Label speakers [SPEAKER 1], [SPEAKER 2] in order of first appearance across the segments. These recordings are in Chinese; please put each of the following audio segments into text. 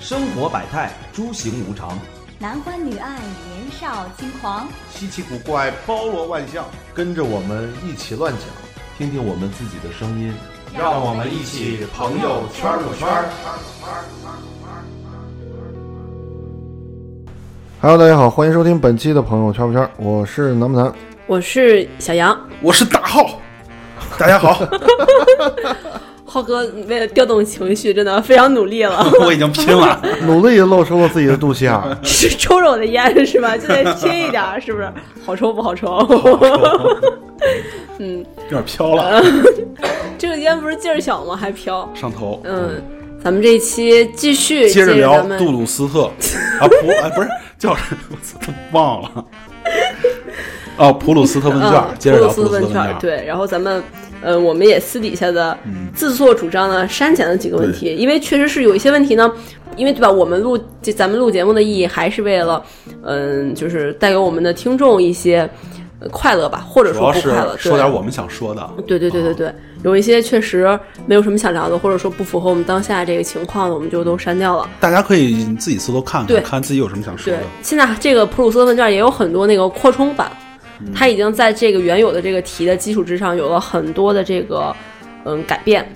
[SPEAKER 1] 生活百态，诸行无常，
[SPEAKER 2] 男欢女爱，年少轻狂。
[SPEAKER 3] 稀奇古怪，包罗万象，
[SPEAKER 4] 跟着我们一起乱讲，听听我们自己的声音。
[SPEAKER 2] 让我
[SPEAKER 3] 们一起朋友圈儿圈儿。
[SPEAKER 4] Hello，大家好，欢迎收听本期的朋友圈不圈儿，我是南不南。
[SPEAKER 5] 我是小杨，
[SPEAKER 3] 我是大
[SPEAKER 6] 哦
[SPEAKER 3] 浩，大家 好，
[SPEAKER 5] 浩哥为了调动情绪，真的非常努力 了，，
[SPEAKER 6] 我已经拼完了。
[SPEAKER 4] 努力地露出了自己的肚脐眼儿
[SPEAKER 5] 是抽着我的烟是吧？就得贴一点儿，是 不是？好抽不好抽？
[SPEAKER 6] 有点飘 了，
[SPEAKER 5] 呃这个烟不是劲儿小吗？还飘？
[SPEAKER 6] 上头。
[SPEAKER 5] 嗯，咱们这一期继续
[SPEAKER 6] 接着聊
[SPEAKER 5] 咱们
[SPEAKER 6] 杜鲁斯 特啊，普哎不是叫什么，我操忘了。哦，普鲁斯特问卷儿，
[SPEAKER 5] 嗯
[SPEAKER 6] 接着聊
[SPEAKER 5] 普
[SPEAKER 6] 普
[SPEAKER 5] 鲁斯
[SPEAKER 6] 鲁斯特
[SPEAKER 5] 问
[SPEAKER 6] 卷
[SPEAKER 5] 卷儿
[SPEAKER 6] 儿。嗯
[SPEAKER 5] 对，然后咱们呃，我们也私底下的自作主张的删减了几个问题，因为确实是有一些问题呢，因为对吧？我们录就咱们录节目的意义还是为了嗯、就是带给我们的听众一些呃快乐吧，或者
[SPEAKER 6] 主
[SPEAKER 5] 说
[SPEAKER 6] 要
[SPEAKER 5] 不
[SPEAKER 6] 是
[SPEAKER 5] 快乐，
[SPEAKER 6] 说点
[SPEAKER 5] 对
[SPEAKER 6] 我们想说的。啊
[SPEAKER 5] 对对对对对，有一些确实没有什么想聊的，或者说不符合我们当下这个情况的，我们就都删掉了。
[SPEAKER 6] 大家可以自己搜搜看
[SPEAKER 5] 对
[SPEAKER 6] 看，看自己有什么想说
[SPEAKER 5] 对
[SPEAKER 6] 的。，
[SPEAKER 5] 现在这个普鲁斯特问卷也有很多那个扩充版，
[SPEAKER 6] 嗯
[SPEAKER 5] 它已经在这个原有的这个题的基础之上有了很多的这个嗯改变。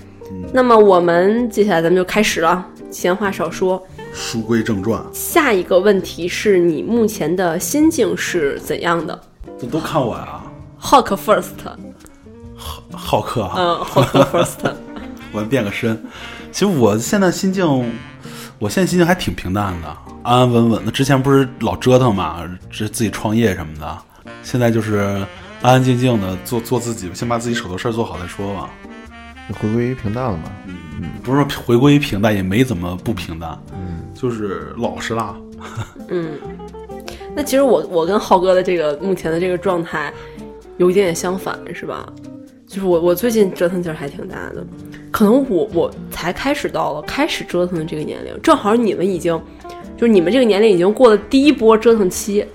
[SPEAKER 5] 那么我们接下来咱们就开始了，闲话少说。
[SPEAKER 6] 书归正传，
[SPEAKER 5] 下一个问题是你目前的心境是怎样的
[SPEAKER 6] 这都看我呀，
[SPEAKER 5] ？Hawk first，
[SPEAKER 6] 浩克啊，
[SPEAKER 5] 嗯，Hawk first，
[SPEAKER 6] 我变个身。其实我现在心境，我现在心情还挺平淡的，安安稳稳的。之前不是老折腾嘛，这自己创业什么的，现在就是安安静静的做做自己，先把自己手头事儿做好再说吧。
[SPEAKER 4] 回归于平淡了嘛？
[SPEAKER 6] 不是说回归平淡，也没怎么不平淡，
[SPEAKER 4] 嗯
[SPEAKER 6] 就是老实啦。
[SPEAKER 5] 嗯。那其实我我跟浩哥的这个目前的这个状态有一点点相反，是吧？就是我我最近折腾劲儿还挺大的，可能我我才开始到了开始折腾的这个年龄，正好你们已经就是你们这个年龄已经过了第一波折腾期，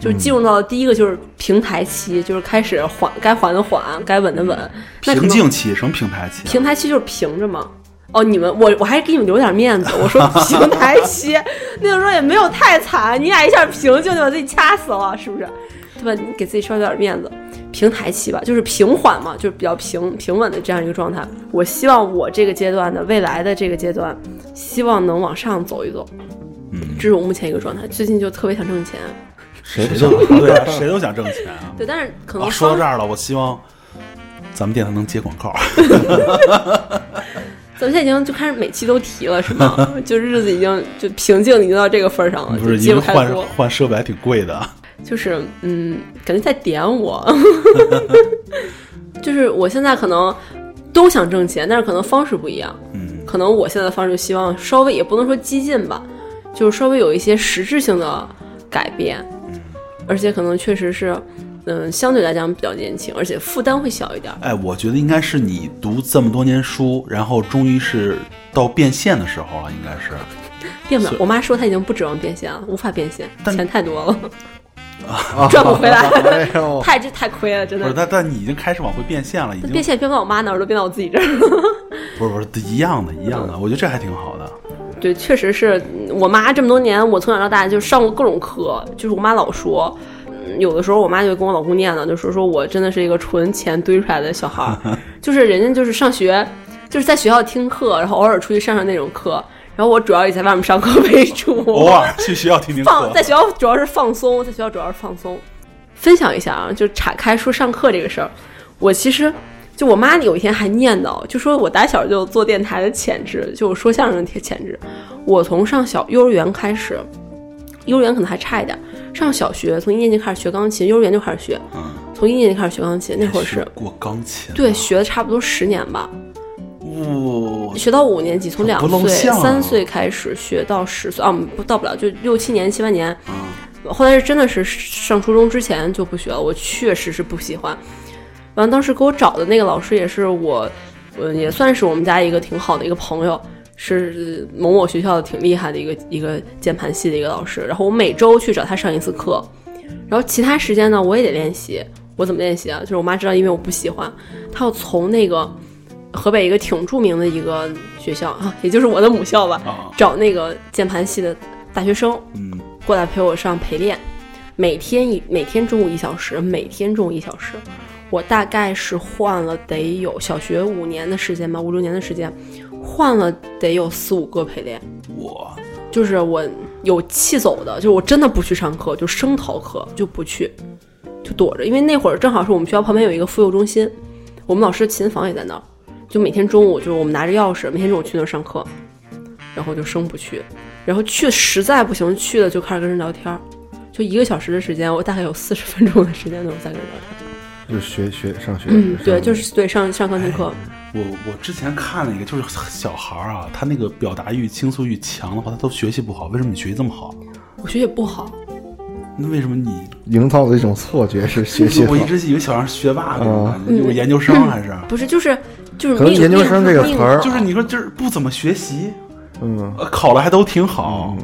[SPEAKER 5] 就是进入到了第一个就是平台期，就是开始缓该缓的缓，该稳的稳。那可能
[SPEAKER 6] 平静期什么平台期啊？
[SPEAKER 5] 平台期就是平着嘛。哦，你们我我还给你们留点面子，我 说平台期，那个时候也没有太惨，你俩一下平静就把自己掐死了，是不是？对吧？你给自己稍微有点面子，平台期吧，就是平缓嘛，就是比较平平稳的这样一个状态。我希望我这个阶段的未来的这个阶段，希望能往上走一走，
[SPEAKER 6] 嗯
[SPEAKER 5] 这，是我目前一个状态。最近就特别想挣钱，
[SPEAKER 4] 谁不
[SPEAKER 6] 谁
[SPEAKER 4] 想
[SPEAKER 6] 都？对啊，谁都想挣钱啊。
[SPEAKER 5] 对，但是可能
[SPEAKER 6] 啊，说到
[SPEAKER 5] 方
[SPEAKER 6] 这儿了，我希望咱们电台能接广告。
[SPEAKER 5] 咱们现在已经就开始每期都提了，是吗？ 就日子已经就平静已经到这个份儿上了，
[SPEAKER 6] 不
[SPEAKER 5] 哦就是揭
[SPEAKER 6] 因
[SPEAKER 5] 不
[SPEAKER 6] 为
[SPEAKER 5] 开
[SPEAKER 6] 换
[SPEAKER 5] 锅，
[SPEAKER 6] 换设备还挺贵的。
[SPEAKER 5] 就是嗯，感觉在点我， 就是我现在可能都想挣钱，但是可能方式不一样，
[SPEAKER 6] 嗯，
[SPEAKER 5] 可能我现在的方式就希望稍微也不能说激进吧，就是稍微有一些实质性的改变，
[SPEAKER 6] 嗯
[SPEAKER 5] 而且可能确实是。嗯，相对来讲比较年轻，而且负担会小一点儿。
[SPEAKER 6] 哎，我觉得应该是你读这么多年书，然后终于是到变现的时候了，应该是。
[SPEAKER 5] 变不了
[SPEAKER 6] 是，
[SPEAKER 5] 我妈说她已经不指望变现了，无法变现，
[SPEAKER 6] 但
[SPEAKER 5] 钱太多了。
[SPEAKER 4] 啊
[SPEAKER 5] 赚不回来
[SPEAKER 4] 哎呦，
[SPEAKER 5] 太这太亏了，真
[SPEAKER 6] 不是，
[SPEAKER 5] 的。
[SPEAKER 6] 但但你已经开始往回变现了，已经
[SPEAKER 5] 变现变到我妈那儿，都变到我自己这儿。
[SPEAKER 6] 不是不是一样的，一样的。我觉得这还挺好的。
[SPEAKER 5] 对，确实是嗯我妈这么多年，我从小到大就上过各种课，就是我妈老说。嗯有的时候我妈就跟我老公念叨，就说说我真的是一个纯钱堆出来的小孩 儿，就是人家就是上学，就是在学校听课，然后偶尔出去上上那种课，然后我主要以在外面上课为主，
[SPEAKER 6] 偶尔去学校听听
[SPEAKER 5] 放
[SPEAKER 6] 课
[SPEAKER 5] 在，学校主要是放松，在学校主要是放松。分享一下啊，就岔开说上课这个事儿，我其实就我妈有一天还念叨，就说我打小就做电台的潜质，就我说相声的潜质。我从上小幼儿园开始，幼儿园可能还差一点，上小学从一年级开始学钢琴，幼儿园就开始学，
[SPEAKER 6] 嗯，
[SPEAKER 5] 从一年级开始学钢琴，那会儿
[SPEAKER 6] 学
[SPEAKER 5] 是
[SPEAKER 6] 过钢琴啊，
[SPEAKER 5] 对学了差不多十年吧，
[SPEAKER 6] 哇，
[SPEAKER 5] 学到五年级，从两
[SPEAKER 6] 不露
[SPEAKER 5] 岁、
[SPEAKER 6] 相啊
[SPEAKER 5] 三岁开始学到十岁啊，不到不了，就六七年、七八年。
[SPEAKER 6] 嗯
[SPEAKER 5] 后来是真的是上初中之前就不学了，我确实是不喜欢。完，当时给我找的那个老师也是我，呃，也算是我们家一个挺好的一个朋友，是某某学校的挺厉害的一个一个键盘系的一个老师。然后我每周去找他上一次课，然后其他时间呢我也得练习。我怎么练习啊？就是我妈知道，因为我不喜欢，她要从那个河北一个挺著名的一个学校啊，也就是我的母校吧，
[SPEAKER 6] 嗯啊，
[SPEAKER 5] 找那个键盘系的大学生
[SPEAKER 6] 嗯，
[SPEAKER 5] 过来陪我上陪练，每天一每天中午一小时，每天中午一小时，我大概是换了得有小学五年的时间吧，五六年的时间，换了得有四五个陪练，
[SPEAKER 6] 我
[SPEAKER 5] 就是我有气走的，就是我真的不去上课，就生逃课就不去，就躲着，因为那会儿正好是我们学校旁边有一个妇幼中心，我们老师琴房也在那儿，就每天中午就是我们拿着钥匙，每天中午去那儿上课，然后就生不去，然后去实在不行去了就开始跟人聊天儿，就一个小时的时间，我大概有四十分钟的时间都是在跟人聊天儿。
[SPEAKER 3] 就是学学上学，
[SPEAKER 5] 嗯，对，
[SPEAKER 3] 上
[SPEAKER 5] 就是对上上钢琴课，
[SPEAKER 6] 我我之前看了一个，就是小孩儿啊，他那个表达欲、倾诉欲强的话，他都学习不好。为什么你学习这么好？
[SPEAKER 5] 我学习不好，
[SPEAKER 6] 那为什么你？
[SPEAKER 4] 营造的一种错觉是学习好
[SPEAKER 6] 我一，直以为小孩儿是学霸那种
[SPEAKER 4] 啊
[SPEAKER 6] 感觉，
[SPEAKER 5] 嗯
[SPEAKER 6] 有研究生还是？
[SPEAKER 5] 不是就是就是
[SPEAKER 4] 可能
[SPEAKER 5] 命
[SPEAKER 4] 研究生这个词儿
[SPEAKER 5] 命
[SPEAKER 6] 就是你说就是不怎么学习，
[SPEAKER 4] 嗯，
[SPEAKER 6] 呃，考了还都挺好，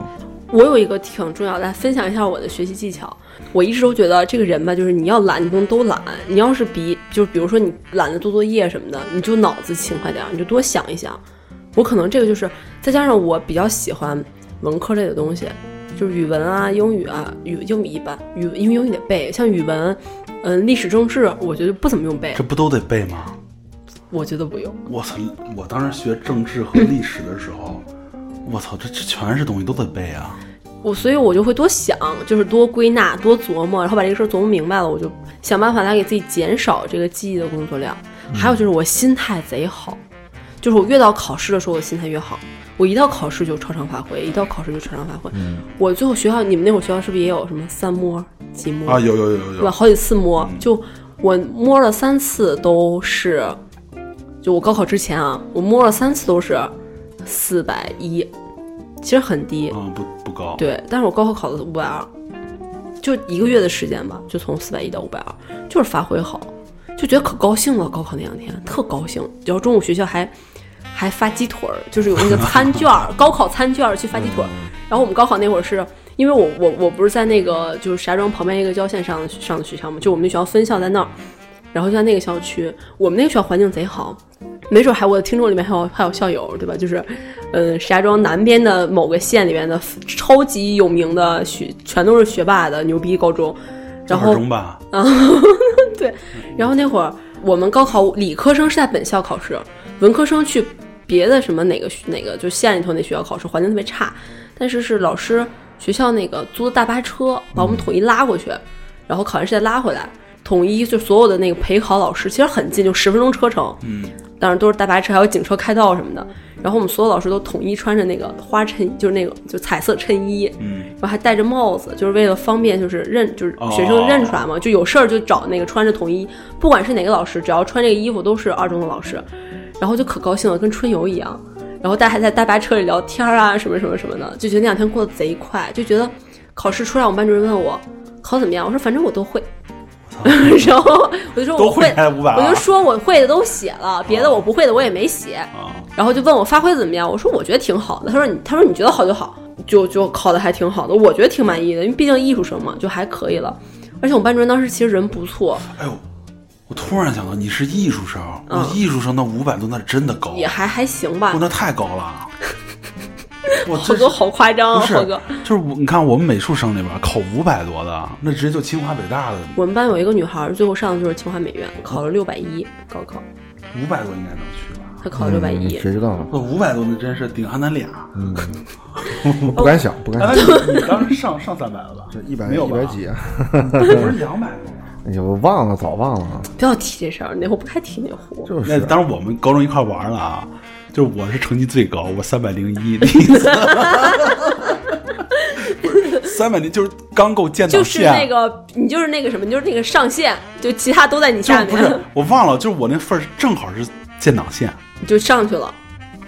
[SPEAKER 5] 我有一个挺重要的，来分享一下我的学习技巧。我一直都觉得这个人吧，就是你要懒，你不能都懒。你要是比，就是比如说你懒得做作业什么的，你就脑子勤快点儿，你就多想一想。我可能这个就是，再加上我比较喜欢文科类的东西，就是语文啊、英语啊、语英语一般，语因为英语得背，像语文，嗯，历史、政治， 我觉得不怎么用背
[SPEAKER 6] 这，不都得背吗？
[SPEAKER 5] 我觉得不用。
[SPEAKER 6] 我操！我当时学政治和历史的时候，我操，这这全是东西都得背啊！
[SPEAKER 5] 我所以，我就会多想，就是多归纳、多琢磨，然后把这个事儿琢磨明白了，我就想办法来给自己减少这个记忆的工作量。
[SPEAKER 6] 嗯
[SPEAKER 5] 还有就是我心态贼好，就是我越到考试的时候，我心态越好。我一到考试就超常发挥，一到考试就超常发挥。
[SPEAKER 6] 嗯
[SPEAKER 5] 我最后学校，你们那会儿学校是不是也有什么三摸、几摸
[SPEAKER 6] 啊，有嗯有有有
[SPEAKER 5] 对吧？
[SPEAKER 6] 有，
[SPEAKER 5] 好几次摸，就我摸了三次都是，就我高考之前啊，我摸了三次都是四百一，其实很低。
[SPEAKER 6] 嗯，不不高，
[SPEAKER 5] 对，但是我高考考的五百二，就一个月的时间吧，就从四百一到五百二，就是发挥好，就觉得可高兴了。高考那两天特高兴，然后中午学校还还发鸡腿儿，就是有那个餐券儿， 高考餐券儿去发鸡腿儿。然后我们高考那会儿是因为我我我不是在那个就是石家庄旁边一个郊县上的上的学校嘛，就我们那学校分校在那儿，然后就在那个校区，我们那个学校环境贼好。没准还我的听众里面还有还有校友，对吧？就是，嗯，石家庄南边的某个县里面的超级有名的学，全都是学霸的牛逼高中。然
[SPEAKER 6] 二
[SPEAKER 5] 后
[SPEAKER 6] 中吧，
[SPEAKER 5] 然后那会儿我们高考理科生是在本校考试，文科生去别的什么哪个学哪个就县里头那学校考试，环境特别差。但是是老师学校那个租的大巴车把我们统一拉过去，然后考完试再拉回来。统一就所有的那个陪考老师其实很近，就十分钟车程。嗯，当然都是大巴车，还有警车开道什么的。然后我们所有老师都统一穿着那个花衬，就是那个就彩色衬衣，嗯，然后还戴着帽子，就是为了方便就是认就是学生认出来嘛，就有事儿就找那个穿着统一，不管是哪个老师，只要穿这个衣服都是二中的老师，然后就可高兴了，跟春游一样。然后大家还在大巴车里聊天啊，什么什么什么的，就觉得那两天过得贼快，就觉得考试出来，我们班主任问我考怎么样，我说反正我都会， 然后我就说
[SPEAKER 6] 都
[SPEAKER 5] 我
[SPEAKER 6] 会
[SPEAKER 5] 会，
[SPEAKER 6] 开五百，
[SPEAKER 5] 我就说我会的都写
[SPEAKER 6] 哦
[SPEAKER 5] 了，别的我不会的我也没写。
[SPEAKER 6] 啊，
[SPEAKER 5] 然后就问我发挥怎么样，我说我觉得挺好的。他说你，他说你觉得好就好，就就考的还挺好的，我觉得挺满意的，因为毕竟艺术生嘛，就还可以了。而且我们班主任当时其实人不错，
[SPEAKER 6] 哎呦，我突然想到，你是艺术生，
[SPEAKER 5] 嗯
[SPEAKER 6] 我艺术生那五百多那真的高，
[SPEAKER 5] 也还还行吧
[SPEAKER 6] 我。那太高了， 我
[SPEAKER 5] 好
[SPEAKER 6] 这
[SPEAKER 5] 多好夸张
[SPEAKER 6] 不
[SPEAKER 5] 啊，
[SPEAKER 6] 是
[SPEAKER 5] 浩哥。，
[SPEAKER 6] 就是我你看我们美术生里边考五百多的，那直接就清华北大的
[SPEAKER 5] 我们班有一个女孩儿，最后上的就是清华美院，考了六百一高考，
[SPEAKER 6] 五百多应该能去吧。
[SPEAKER 5] 她考了六百
[SPEAKER 4] 嗯
[SPEAKER 5] 一。
[SPEAKER 4] 谁知道 呢？
[SPEAKER 6] 我五百多那真是顶上咱俩，
[SPEAKER 4] 我不敢想，不敢
[SPEAKER 6] 哎
[SPEAKER 5] 哦
[SPEAKER 4] 想，
[SPEAKER 6] 你你当时上上三百了吧？
[SPEAKER 4] 这一百
[SPEAKER 6] 没有
[SPEAKER 4] 一
[SPEAKER 6] 吧
[SPEAKER 4] 百几啊？
[SPEAKER 6] 不是两百多吗？
[SPEAKER 4] 哎呀，我忘了，早忘了，
[SPEAKER 5] 不要提这事儿，那会儿不该提那壶。
[SPEAKER 4] 就
[SPEAKER 6] 那
[SPEAKER 4] 是
[SPEAKER 6] 当时我们高中一块玩了啊，就是我是成绩最高，我三百零 一，那意思。三百零就是刚够建
[SPEAKER 5] 就
[SPEAKER 6] 档
[SPEAKER 5] 是
[SPEAKER 6] 线，
[SPEAKER 5] 那个，你就是那个什么，你就是那个上线，就其他都在你
[SPEAKER 6] 就
[SPEAKER 5] 下
[SPEAKER 6] 不
[SPEAKER 5] 面，
[SPEAKER 6] 是我忘了，就是我那份儿正好是建档线
[SPEAKER 5] 你 就上去了。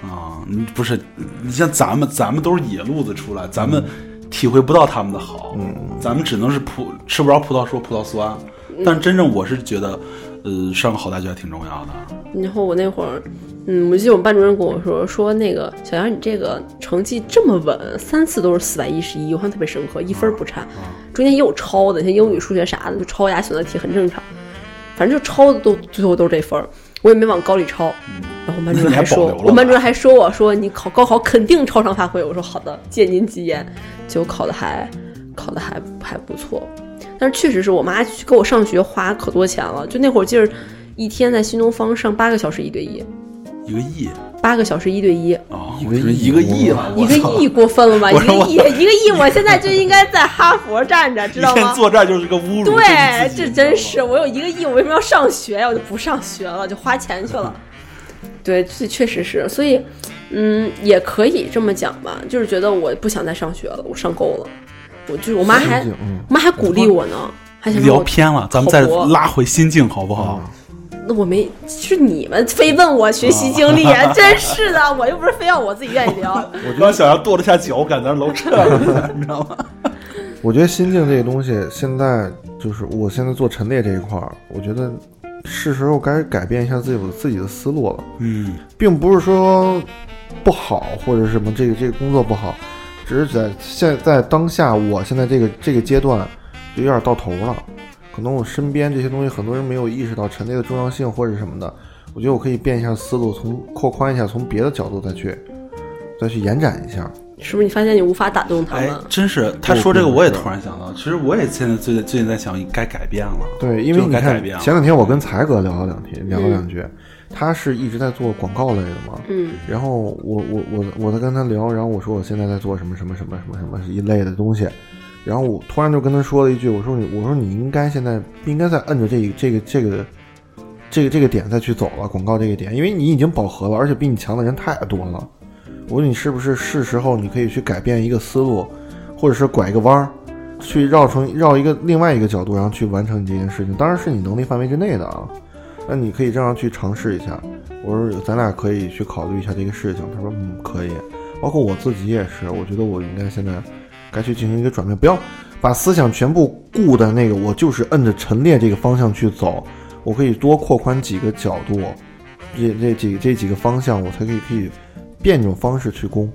[SPEAKER 6] 啊、你不是你像咱们，咱们都是野路子出来，咱们
[SPEAKER 4] 嗯
[SPEAKER 6] 体会不到他们的好，咱们只能是葡吃不着葡萄说葡萄酸。
[SPEAKER 5] 嗯
[SPEAKER 6] 但真正我是觉得，呃，上个好大学还挺重要的。
[SPEAKER 5] 然后我那会儿，嗯，我记得我们班主任跟我说，说那个小杨，你这个成绩这么稳，三次都是四百一十一，我印象特别深刻，一分儿不差。中间也有抄的，像英语、数学啥的，就抄呀，选择题很正常。反正就抄的都最后都是这分儿。我也没往高里抄。然后班主任还说
[SPEAKER 6] 嗯那你还保留，了
[SPEAKER 5] 我们班主任还说我说你考高考肯定超常发挥。我说好的，借您吉言。结果考的还考的还还不错，但是确实是我妈去给我上学花可多钱了。就那会儿，记着一天在新东方上八个小时一对一，
[SPEAKER 6] 一个亿
[SPEAKER 5] 八个小时一对一，
[SPEAKER 6] 啊，
[SPEAKER 3] 一
[SPEAKER 6] 我
[SPEAKER 3] 个
[SPEAKER 6] 说
[SPEAKER 3] 亿
[SPEAKER 6] 一个亿了，
[SPEAKER 5] 一个亿过分了吧？一
[SPEAKER 6] 我
[SPEAKER 5] 个
[SPEAKER 6] 说
[SPEAKER 5] 亿，一个亿，我现在就应该在哈佛站着，知
[SPEAKER 6] 一
[SPEAKER 5] 道
[SPEAKER 6] 天
[SPEAKER 5] 吗？
[SPEAKER 6] 作战就是个侮辱。
[SPEAKER 5] 对，
[SPEAKER 6] 这
[SPEAKER 5] 这真是我有一个亿，我为什么要上学呀？我就不上学了，就花钱去了。对，这确实是，所以，嗯，也可以这么讲吧，就是觉得我不想再上学了，我上够了，我就是我妈还，
[SPEAKER 3] 心境嗯
[SPEAKER 5] 我妈还鼓励我呢，还想让
[SPEAKER 6] 聊
[SPEAKER 5] 我
[SPEAKER 6] 偏了，咱们再
[SPEAKER 5] 考博
[SPEAKER 6] 拉回心境好不好？
[SPEAKER 5] 那我没，是你们非问我学习经 历啊，真是的，我又不是非要我自己愿意聊。
[SPEAKER 3] 嗯
[SPEAKER 6] 我刚想要跺了下脚，感觉楼撤了，你 知道吗？嗯
[SPEAKER 3] 我觉得心境这个东西，现在就是我现在做陈列这一块儿，我觉得是时候该改变一下自己自己的思路了，
[SPEAKER 6] 嗯，
[SPEAKER 3] 并不是说不好或者什么这个这个工作不好，只是在现在当下，我现在这个这个阶段就有点到头了。可能我身边这些东西，很多人没有意识到陈列的重要性或者什么的。我觉得我可以变一下思路，从扩宽一下，从别的角度再去再去延展一下。
[SPEAKER 5] 是不是你发现你无法打动他
[SPEAKER 6] 哎
[SPEAKER 5] 们？，
[SPEAKER 6] 真是他说这个，我也突然想到，其实我也现在最近最近在想，该改变了。
[SPEAKER 3] 对，因为
[SPEAKER 6] 啊就
[SPEAKER 3] 你
[SPEAKER 6] 该改
[SPEAKER 3] 看
[SPEAKER 6] 变了嗯
[SPEAKER 3] 前两天我跟才哥聊了两天，聊了两句，他是一直在做广告类的嘛，
[SPEAKER 5] 嗯，
[SPEAKER 3] 然后我我我我在跟他聊，然后我说我现在在做什么什么什么什么什么一类的东西，然后我突然就跟他说了一句，我说你我说你应该现在不应该再摁着这个这个这个这个这个点再去走了，广告这个点，因为你已经饱和了，而且比你强的人太多了。我说你是不是是时候你可以去改变一个思路，或者是拐一个弯儿，去绕成绕一个另外一个角度，然后去完成你这件事情，当然是你能力范围之内的啊。那你可以这样去尝试一下。我说咱俩可以去考虑一下这个事情。他说嗯可以，包括我自己也是，我觉得我应该现在该去进行一个转变，不要把思想全部固在那个我就是摁着陈列这个方向去走，我可以多扩宽几个角度，这这几这几个方向我才可以可以变一种方式去攻。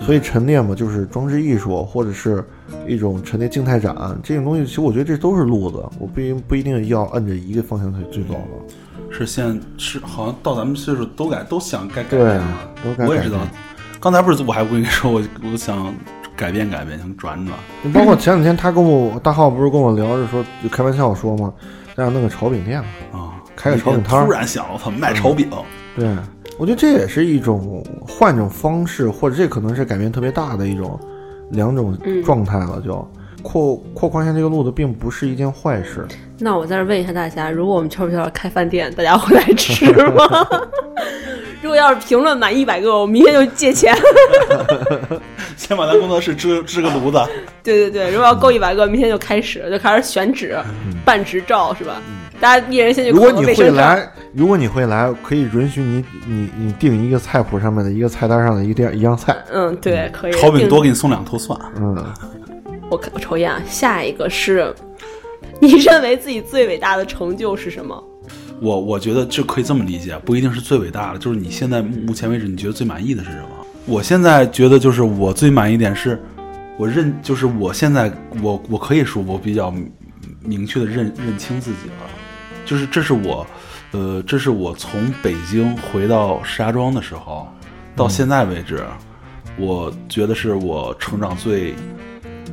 [SPEAKER 3] 所以陈列嘛，就是装置艺术或者是一种陈列静态展这种东西，其实我觉得这都是路子，我不一定不一定要摁着一个方向去去走了。
[SPEAKER 6] 是现在是好像到咱们岁数都改都想该改
[SPEAKER 3] 对
[SPEAKER 6] 变了，
[SPEAKER 3] 都该
[SPEAKER 6] 我也
[SPEAKER 3] 改
[SPEAKER 6] 知道
[SPEAKER 3] 变。
[SPEAKER 6] 刚才不是我还跟你说我我想改变改变，想转转。
[SPEAKER 3] 包括前两天他跟我大浩不是跟我聊着说，就开玩笑说嘛，咱俩弄个炒饼店吧。
[SPEAKER 6] 啊，
[SPEAKER 3] 开个炒饼摊儿嗯
[SPEAKER 6] 突然想，我操，卖炒饼，
[SPEAKER 3] 对，我觉得这也是一种换一种方式，或者这可能是改变特别大的一种两种状态了。就扩扩宽一下这个路子，并不是一件坏事。
[SPEAKER 5] 那我在这问一下大家，如果我们悄悄悄开饭店，大家会来吃吗？如果要是评论满一百个，我明天就借钱。
[SPEAKER 6] 先把咱工作室支支个炉子。
[SPEAKER 5] 对对对，如果要够一百个，明天就开始，就开始选址、办执照，是吧？大家一人先去。
[SPEAKER 3] 嗯如果你会，来，如果你会来，可以允许你你你定一个菜谱上面的一个菜单上的一个一样菜。
[SPEAKER 5] 嗯，对，可以。
[SPEAKER 6] 炒饼多
[SPEAKER 5] 给
[SPEAKER 6] 给你送两头蒜，
[SPEAKER 3] 嗯，
[SPEAKER 5] 我看我抽烟啊。下一个是，你认为自己最伟大的成就是什么？
[SPEAKER 6] 我我觉得这可以这么理解，不一定是最伟大的，就是你现在目前为止你觉得最满意的是什么？我现在觉得就是我最满意一点是，我认就是我现在我我可以说我比较明确的认认清自己了，就是这是我，呃，这是我从北京回到石家庄的时候到现在为止，我觉得是我成长最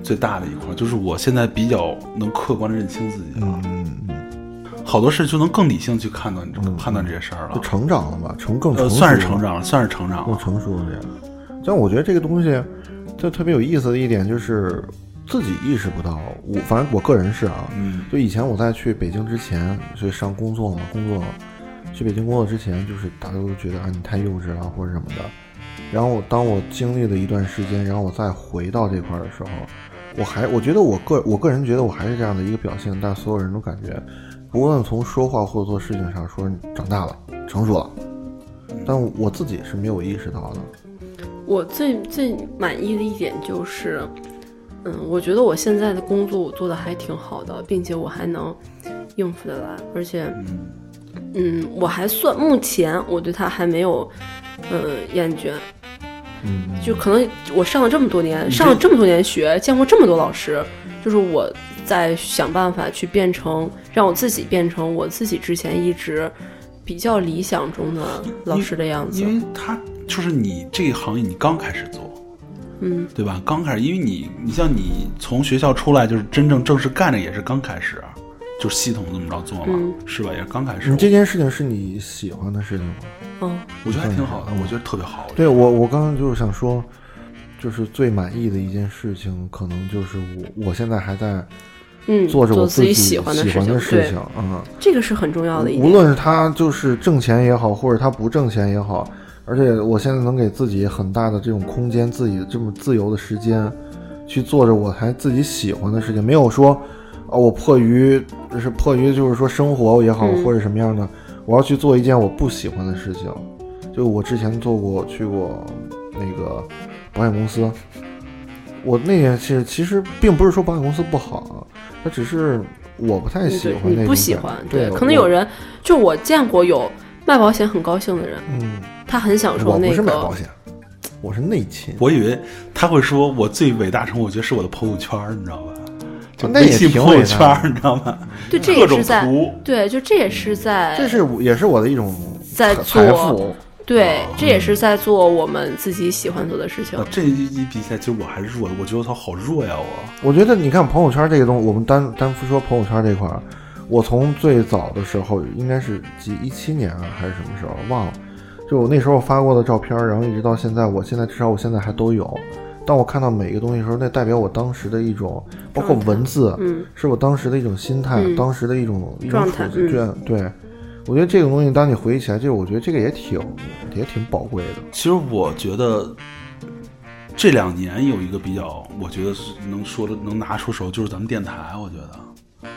[SPEAKER 6] 最大的一块，就是我现在比较能客观的认清自己了。嗯好多事就能更理性去看断、判断这些事
[SPEAKER 3] 嗯
[SPEAKER 6] 儿
[SPEAKER 3] 就
[SPEAKER 6] 了。
[SPEAKER 3] 成长了吧，成更
[SPEAKER 6] 呃，
[SPEAKER 3] 成熟
[SPEAKER 6] 算是
[SPEAKER 3] 了
[SPEAKER 6] 成长了，算是成长
[SPEAKER 3] 更
[SPEAKER 6] 了。
[SPEAKER 3] 成熟了点。但我觉得这个东西，就特别有意思的一点就是自己意识不到。我反正我个人是啊，
[SPEAKER 6] 嗯
[SPEAKER 3] 就以前我在去北京之前，去上工作嘛，工作去北京工作之前，就是大家都觉得啊你太幼稚了或者什么的。然后当我经历了一段时间，然后我再回到这块儿的时候，我还我觉得我个我个人觉得我还是这样的一个表现，但所有人都感觉，不论从说话或者做事情上说，你长大了，成熟了。但我自己是没有意识到的。
[SPEAKER 5] 我最最满意的一点就是，嗯，我觉得我现在的工作我做的还挺好的，并且我还能应付得来，而且，嗯，我还算目前我对它还没有，嗯，厌倦。
[SPEAKER 3] 嗯，
[SPEAKER 5] 就可能我上了这么多年，上了这么多年学，见过这么多老师，就是我在想办法去变成，让我自己变成我自己之前一直比较理想中的老师的样子
[SPEAKER 6] 嗯因。为他就是你这一行业你刚开始做，
[SPEAKER 5] 嗯，
[SPEAKER 6] 对吧？刚开始，因为你你像你从学校出来就是真正正式干的也是刚开始，啊就是系统这么着做嘛，
[SPEAKER 5] 嗯
[SPEAKER 6] 是吧？也是刚开始。
[SPEAKER 3] 你这件事情是你喜欢的事情吗？
[SPEAKER 5] 嗯，
[SPEAKER 6] 我觉得还挺好的，我觉得特别好。
[SPEAKER 3] 对我，我刚刚就是想说，就是最满意的一件事情，可能就是我我现在还在
[SPEAKER 5] 嗯，
[SPEAKER 3] 做着我
[SPEAKER 5] 自
[SPEAKER 3] 己
[SPEAKER 5] 喜
[SPEAKER 3] 喜
[SPEAKER 5] 欢
[SPEAKER 3] 欢
[SPEAKER 5] 的
[SPEAKER 3] 的
[SPEAKER 5] 事情，
[SPEAKER 3] 事
[SPEAKER 5] 对
[SPEAKER 3] 情，，嗯，
[SPEAKER 5] 这个是很重要的一
[SPEAKER 3] 无
[SPEAKER 5] 点。
[SPEAKER 3] 论是他就是挣钱也好，或者他不挣钱也好，而且我现在能给自己很大的这种空间，自己这么自由的时间，去做着我还自己喜欢的事情，没有说啊、我迫于是迫于就是说生活也好、
[SPEAKER 5] 嗯
[SPEAKER 3] 或者什么样的，我要去做一件我不喜欢的事情。就我之前做过去过那个保险公司，我那件事其实并不是说保险公司不好，啊它只是。我不太
[SPEAKER 5] 嗯对
[SPEAKER 3] 喜欢那
[SPEAKER 5] 你
[SPEAKER 3] 种
[SPEAKER 5] 不喜
[SPEAKER 3] 感
[SPEAKER 5] 欢，
[SPEAKER 3] 对，
[SPEAKER 5] 可能
[SPEAKER 3] 我
[SPEAKER 5] 有人就我见过有卖保险很高兴的人，
[SPEAKER 3] 嗯，
[SPEAKER 5] 他很享受
[SPEAKER 3] 我
[SPEAKER 5] 那
[SPEAKER 3] 不是买
[SPEAKER 5] 个
[SPEAKER 3] 保，险，我是内勤。
[SPEAKER 6] 我以为他会说我最伟大成，我觉得是我的朋友圈，你知道吧？就
[SPEAKER 3] 那也
[SPEAKER 6] 微信
[SPEAKER 3] 挺
[SPEAKER 6] 朋友
[SPEAKER 3] 伟大
[SPEAKER 6] 圈
[SPEAKER 3] 的，
[SPEAKER 6] 你知道吗？
[SPEAKER 5] 对，这
[SPEAKER 6] 各
[SPEAKER 5] 也
[SPEAKER 6] 种
[SPEAKER 5] 是在，
[SPEAKER 6] 图，
[SPEAKER 5] 对，就这也是在，
[SPEAKER 3] 嗯这是我也是我的一种
[SPEAKER 5] 在
[SPEAKER 3] 财
[SPEAKER 5] 做
[SPEAKER 3] 财富。
[SPEAKER 5] 对，
[SPEAKER 3] 啊
[SPEAKER 5] 这也是在做我们自己喜欢做的事情
[SPEAKER 6] 啊。这一比赛，其实我还是弱的，我觉得他好弱呀！我
[SPEAKER 3] 我觉得你看朋友圈这个东西，我们单单说朋友圈这块儿，我从最早的时候应该是几一七年啊，还是什么时候忘了，就我那时候发过的照片儿，然后一直到现在，我现在至少我现在还都有。当我看到每一个东西的时候，那代表我当时的一种，包括
[SPEAKER 5] 状态
[SPEAKER 3] 文字，
[SPEAKER 5] 嗯，
[SPEAKER 3] 是我当时的一种心态，
[SPEAKER 5] 嗯
[SPEAKER 3] 当时的一种一种
[SPEAKER 5] 状
[SPEAKER 3] 处
[SPEAKER 5] 态嗯
[SPEAKER 3] 境。对，我觉得这种东西，当你回忆起来，就我觉得这个也挺也挺宝贵的。
[SPEAKER 6] 其实我觉得这两年有一个比较，我觉得是能说的能拿出手，就是咱们电台，我觉得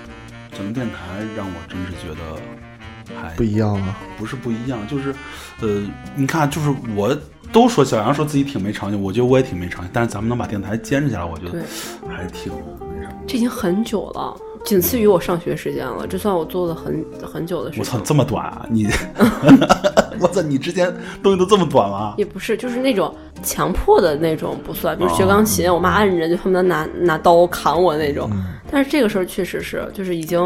[SPEAKER 6] 咱们电台让我真是觉得还
[SPEAKER 3] 不一样啊了。
[SPEAKER 6] 不是不一样，就是，呃，你看，就是我都说小杨说自己挺没长进，我觉得我也挺没长进，但是咱们能把电台坚持下来，我觉得
[SPEAKER 5] 对
[SPEAKER 6] 还挺那什么。
[SPEAKER 5] 这已经很久了，仅次于我上学时间了。这算我做了很很久的事
[SPEAKER 6] 我操，
[SPEAKER 5] 情
[SPEAKER 6] 你，这么短啊！ 你， 我操，你之前东西都这么短了？啊
[SPEAKER 5] 也不是，就是那种强迫的那种不算，比如学钢
[SPEAKER 6] 哦
[SPEAKER 5] 琴，我妈按着就恨不得拿拿刀砍我那种。
[SPEAKER 6] 嗯
[SPEAKER 5] 但是这个时候确实是，就是已经